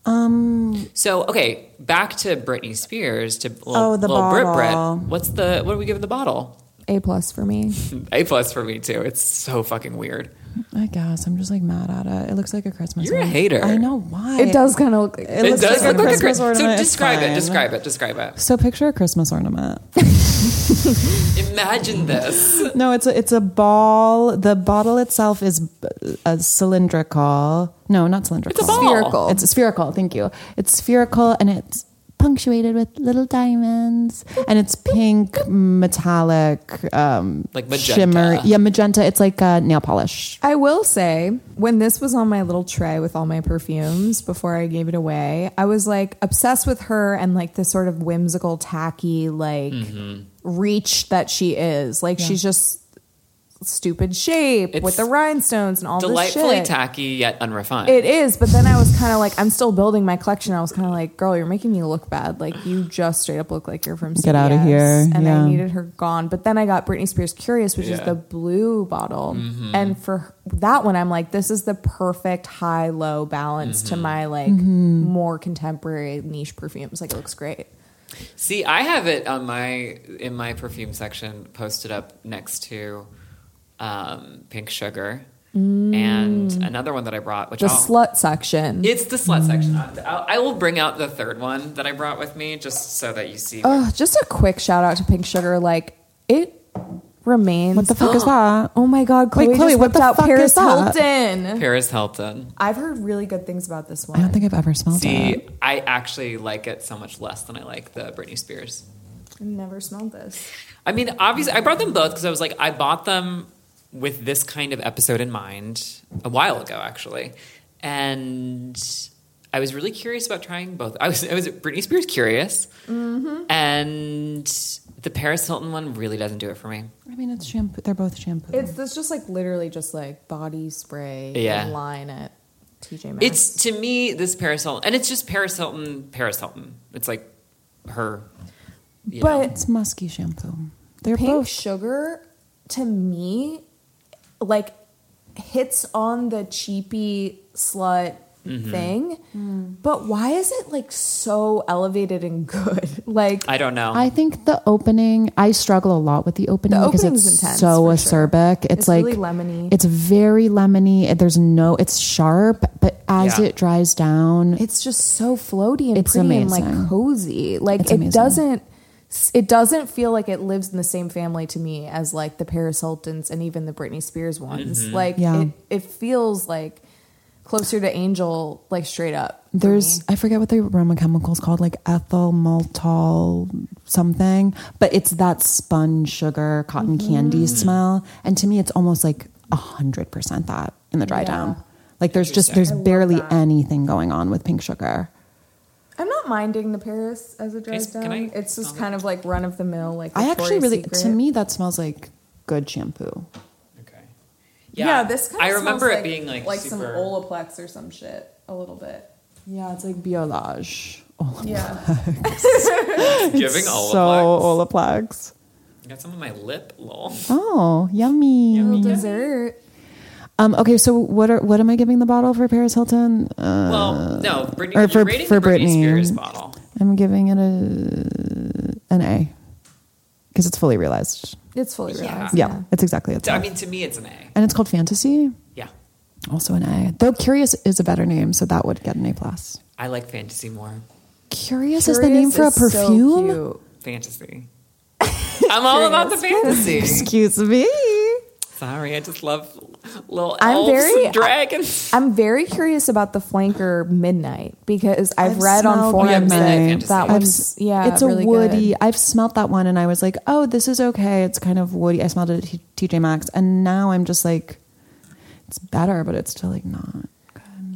[SPEAKER 2] Um,
[SPEAKER 1] So okay, back to Britney Spears to little,
[SPEAKER 2] Oh, the
[SPEAKER 1] little Brit
[SPEAKER 2] bottle.
[SPEAKER 1] Brit. What's the what are we giving the bottle?
[SPEAKER 3] A plus for me.
[SPEAKER 1] A plus for me too. It's so fucking weird.
[SPEAKER 2] I guess I'm just like mad at it. It looks like a Christmas.
[SPEAKER 1] You're a
[SPEAKER 2] ornament.
[SPEAKER 1] hater.
[SPEAKER 2] I know why.
[SPEAKER 3] It does kind of look like
[SPEAKER 2] It
[SPEAKER 1] It
[SPEAKER 2] looks
[SPEAKER 1] does
[SPEAKER 2] like
[SPEAKER 1] look
[SPEAKER 2] a
[SPEAKER 1] like a
[SPEAKER 2] Christmas
[SPEAKER 1] Christmas
[SPEAKER 2] ornament.
[SPEAKER 1] So
[SPEAKER 2] It's
[SPEAKER 1] describe it.
[SPEAKER 2] fine.
[SPEAKER 1] Describe it. Describe it.
[SPEAKER 2] So picture a Christmas ornament.
[SPEAKER 1] Imagine this.
[SPEAKER 2] No, it's a it's a ball. The bottle itself is b- a cylindrical. No, not cylindrical.
[SPEAKER 1] ball.
[SPEAKER 3] spherical.
[SPEAKER 2] It's spherical. Thank you. It's spherical and it's punctuated with little diamonds and it's pink, metallic, um,
[SPEAKER 1] Like magenta.
[SPEAKER 2] shimmer. Yeah, magenta. It's like uh, nail polish.
[SPEAKER 3] I will say, when this was on my little tray with all my perfumes before I gave it away, I was like obsessed with her and like this sort of whimsical, tacky, like
[SPEAKER 1] Mm-hmm.
[SPEAKER 3] reach that she is. Like she's just stupid shape
[SPEAKER 1] It's
[SPEAKER 3] with the rhinestones and all this
[SPEAKER 1] Delightfully
[SPEAKER 3] shit.
[SPEAKER 1] tacky yet unrefined.
[SPEAKER 3] It is, but then I was kind of like, I'm still building my collection. I was kind of like, girl, you're making me look bad. Like you just straight up look like you're from CBS.
[SPEAKER 2] Get outta here,
[SPEAKER 3] And
[SPEAKER 2] yeah.
[SPEAKER 3] I needed her gone. But then I got Britney Spears Curious, which is
[SPEAKER 1] Yeah.
[SPEAKER 3] the blue bottle, and for that one, I'm like, this is the perfect high low balance to my like
[SPEAKER 2] Mm-hmm.
[SPEAKER 3] more contemporary niche perfumes. Like it looks great.
[SPEAKER 1] See, I have it on my in my perfume section posted up next to um, pink sugar
[SPEAKER 2] Mm.
[SPEAKER 1] and another one that I brought, which
[SPEAKER 3] The
[SPEAKER 1] I'll,
[SPEAKER 3] slut section.
[SPEAKER 1] it's the slut section. I'll, I will bring out the third one that I brought with me just so that you see.
[SPEAKER 3] Ugh, just a quick shout out to Pink Sugar. Like it remains.
[SPEAKER 2] What the fuck is that?
[SPEAKER 3] Oh my God, Chloe,
[SPEAKER 2] Wait, Chloe,
[SPEAKER 3] just
[SPEAKER 2] what
[SPEAKER 3] whipped
[SPEAKER 2] the
[SPEAKER 3] out
[SPEAKER 2] fuck
[SPEAKER 3] Paris
[SPEAKER 2] is that?
[SPEAKER 3] Hilton.
[SPEAKER 1] Paris Hilton.
[SPEAKER 3] I've heard really good things about this one.
[SPEAKER 2] I don't think I've ever smelled it.
[SPEAKER 1] See, I actually like it so much less than I like the Britney Spears.
[SPEAKER 3] I've never smelled this.
[SPEAKER 1] I mean, obviously, I brought them both because I was like, I bought them with this kind of episode in mind a while ago, actually, and I was really curious about trying both. I was, I was Britney Spears curious, and the Paris Hilton one really doesn't do it for me.
[SPEAKER 2] I mean, it's shampoo. They're both shampoo.
[SPEAKER 3] It's this just like literally just like body spray
[SPEAKER 1] Yeah.
[SPEAKER 3] line at TJ Maxx.
[SPEAKER 1] It's to me this Paris Hilton, and it's just Paris Hilton, Paris Hilton. It's like her. you know.
[SPEAKER 3] but
[SPEAKER 2] it's musky shampoo. They're
[SPEAKER 3] pink
[SPEAKER 2] both.
[SPEAKER 3] sugar to me like hits on the cheapy slut
[SPEAKER 1] Mm-hmm.
[SPEAKER 3] thing. But why is it like so elevated and good? Like
[SPEAKER 1] I don't know.
[SPEAKER 2] I think the opening. I struggle a lot with the opening
[SPEAKER 3] Um, The
[SPEAKER 2] because
[SPEAKER 3] opening's
[SPEAKER 2] it's
[SPEAKER 3] intense,
[SPEAKER 2] so
[SPEAKER 3] for sure.
[SPEAKER 2] acerbic. It's,
[SPEAKER 3] It's
[SPEAKER 2] like
[SPEAKER 3] really lemony.
[SPEAKER 2] It's very lemony. There's no. It's sharp, but as
[SPEAKER 1] Yeah.
[SPEAKER 2] it dries down,
[SPEAKER 3] it's just so floaty and
[SPEAKER 2] It's
[SPEAKER 3] pretty and
[SPEAKER 2] amazing.
[SPEAKER 3] like cozy. Like
[SPEAKER 2] It's
[SPEAKER 3] it
[SPEAKER 2] amazing.
[SPEAKER 3] doesn't it doesn't feel like it lives in the same family to me as like the Paris Hiltons and even the Britney Spears ones.
[SPEAKER 1] Mm-hmm.
[SPEAKER 3] Like
[SPEAKER 2] Yeah.
[SPEAKER 3] it, it feels like closer to Angel, like straight up. for
[SPEAKER 2] There's
[SPEAKER 3] me.
[SPEAKER 2] I forget what the aroma chemicals called, like ethyl maltol something, but it's that sponge sugar cotton
[SPEAKER 3] Mm-hmm.
[SPEAKER 2] candy smell. And to me, it's almost like hundred percent that in the dry down. Like there's just there's barely anything going on with pink sugar.
[SPEAKER 3] I'm not minding the Paris as it
[SPEAKER 1] I-
[SPEAKER 3] drives
[SPEAKER 1] can
[SPEAKER 3] down.
[SPEAKER 1] I-
[SPEAKER 3] It's just kind of like run of the mill. Like
[SPEAKER 2] I actually
[SPEAKER 3] Victoria's
[SPEAKER 2] really
[SPEAKER 3] Secret.
[SPEAKER 2] to me that smells like good shampoo.
[SPEAKER 1] okay.
[SPEAKER 3] Yeah, this kind of
[SPEAKER 1] I remember
[SPEAKER 3] smells
[SPEAKER 1] it
[SPEAKER 3] like,
[SPEAKER 1] being like
[SPEAKER 3] like some
[SPEAKER 1] super-
[SPEAKER 3] Olaplex or some shit a little bit.
[SPEAKER 2] Yeah, it's like Biolage. Oh,
[SPEAKER 3] Yeah,
[SPEAKER 1] giving
[SPEAKER 2] so
[SPEAKER 1] Olaplex.
[SPEAKER 2] Olaplex.
[SPEAKER 1] I got some on my lip, lol.
[SPEAKER 2] Oh, yummy.
[SPEAKER 1] Yummy.
[SPEAKER 3] dessert.
[SPEAKER 2] Um, okay, so what are what am I giving the bottle for Paris Hilton? Uh,
[SPEAKER 1] well, no, Britney,
[SPEAKER 2] or
[SPEAKER 1] you're
[SPEAKER 2] for-
[SPEAKER 1] rating
[SPEAKER 2] for
[SPEAKER 1] the Britney,
[SPEAKER 2] Britney.
[SPEAKER 1] Spears bottle.
[SPEAKER 2] I'm giving it a an A because it's fully realized.
[SPEAKER 3] It's fully realized.
[SPEAKER 2] Yeah, it's exactly it's.
[SPEAKER 1] Ah. I mean, to me, it's an A.
[SPEAKER 2] and it's called Fantasy,
[SPEAKER 1] Yeah.
[SPEAKER 2] also an A. Though Curious is a better name, so that would get an A plus.
[SPEAKER 1] I like fantasy more.
[SPEAKER 2] Curious, is the name for a perfume.
[SPEAKER 1] Fantasy. I'm all about the fantasy.
[SPEAKER 2] Excuse me.
[SPEAKER 1] Sorry, I just love little elves
[SPEAKER 3] I'm very-
[SPEAKER 1] and dragons.
[SPEAKER 3] I'm very curious about the flanker midnight because I've,
[SPEAKER 2] I've
[SPEAKER 3] read on
[SPEAKER 2] smelled
[SPEAKER 1] Oh,
[SPEAKER 3] forums that
[SPEAKER 2] Midnight.
[SPEAKER 3] that
[SPEAKER 1] I've
[SPEAKER 3] one's
[SPEAKER 2] s-
[SPEAKER 3] yeah,
[SPEAKER 2] it's a
[SPEAKER 3] really
[SPEAKER 2] woody.
[SPEAKER 3] good.
[SPEAKER 2] I've smelt that one, and I was like, "Oh, this is okay. It's kind of woody." I smelled it at T- TJ Maxx, and now I'm just like, "It's better, but it's still like not."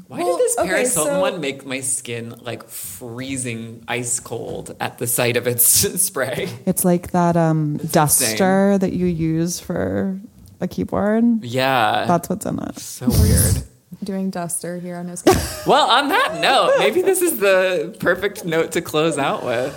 [SPEAKER 1] Why
[SPEAKER 3] Well,
[SPEAKER 1] did this
[SPEAKER 3] okay,
[SPEAKER 1] Paris Hilton
[SPEAKER 3] so-
[SPEAKER 1] one make my skin like freezing ice cold at the sight of its spray?
[SPEAKER 2] It's like that um, duster that you use for a keyboard.
[SPEAKER 1] Yeah.
[SPEAKER 2] That's what's in it.
[SPEAKER 1] so weird.
[SPEAKER 3] Doing duster here on his.
[SPEAKER 1] Well, on that note, maybe this is the perfect note to close out with.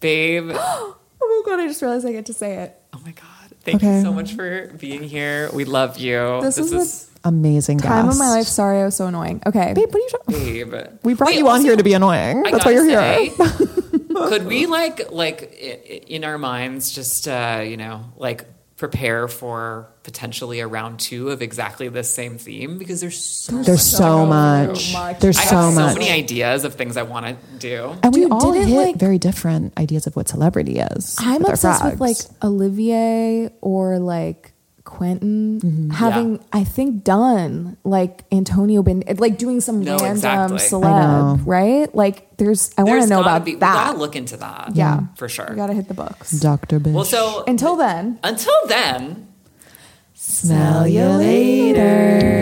[SPEAKER 1] Babe,
[SPEAKER 3] oh my god! I just realized I get to say it.
[SPEAKER 1] oh my God. Thank
[SPEAKER 2] Okay.
[SPEAKER 1] you so much for being here. We love you.
[SPEAKER 3] This was
[SPEAKER 2] Amazing guest.
[SPEAKER 3] Time of my life. Sorry, I was so annoying. Okay,
[SPEAKER 2] Babe, what are you talking
[SPEAKER 1] Babe.
[SPEAKER 2] We brought
[SPEAKER 1] Wait,
[SPEAKER 2] you on
[SPEAKER 1] also-
[SPEAKER 2] here to be annoying.
[SPEAKER 1] I
[SPEAKER 2] That's why
[SPEAKER 1] gotta
[SPEAKER 2] you're
[SPEAKER 1] say,
[SPEAKER 2] here.
[SPEAKER 1] could we like like i- i- in our minds just uh, you know like prepare for potentially a round two of exactly the same theme because there's so
[SPEAKER 2] There's so, much. There's
[SPEAKER 1] I
[SPEAKER 2] so
[SPEAKER 1] have
[SPEAKER 2] much.
[SPEAKER 1] so many ideas of things I want to do.
[SPEAKER 2] and we
[SPEAKER 3] Dude,
[SPEAKER 2] all
[SPEAKER 3] didn't,
[SPEAKER 2] hit
[SPEAKER 3] like-
[SPEAKER 2] very different ideas of what celebrity is.
[SPEAKER 3] I'm
[SPEAKER 2] our
[SPEAKER 3] obsessed with
[SPEAKER 2] frags.
[SPEAKER 3] like Olivier or like Quentin
[SPEAKER 1] Mm-hmm.
[SPEAKER 3] having I think done like Antonio Ben like doing some
[SPEAKER 1] No,
[SPEAKER 3] random
[SPEAKER 1] exactly.
[SPEAKER 2] I know.
[SPEAKER 3] celeb, right? Like there's I want
[SPEAKER 1] There's
[SPEAKER 3] to know
[SPEAKER 1] gotta
[SPEAKER 3] about
[SPEAKER 1] be- We
[SPEAKER 3] that.
[SPEAKER 1] gotta look into that.
[SPEAKER 3] Yeah.
[SPEAKER 1] for sure.
[SPEAKER 3] You gotta hit the books.
[SPEAKER 2] Dr. Bish.
[SPEAKER 1] well, so
[SPEAKER 3] Until then,
[SPEAKER 1] until then.
[SPEAKER 2] smell you later.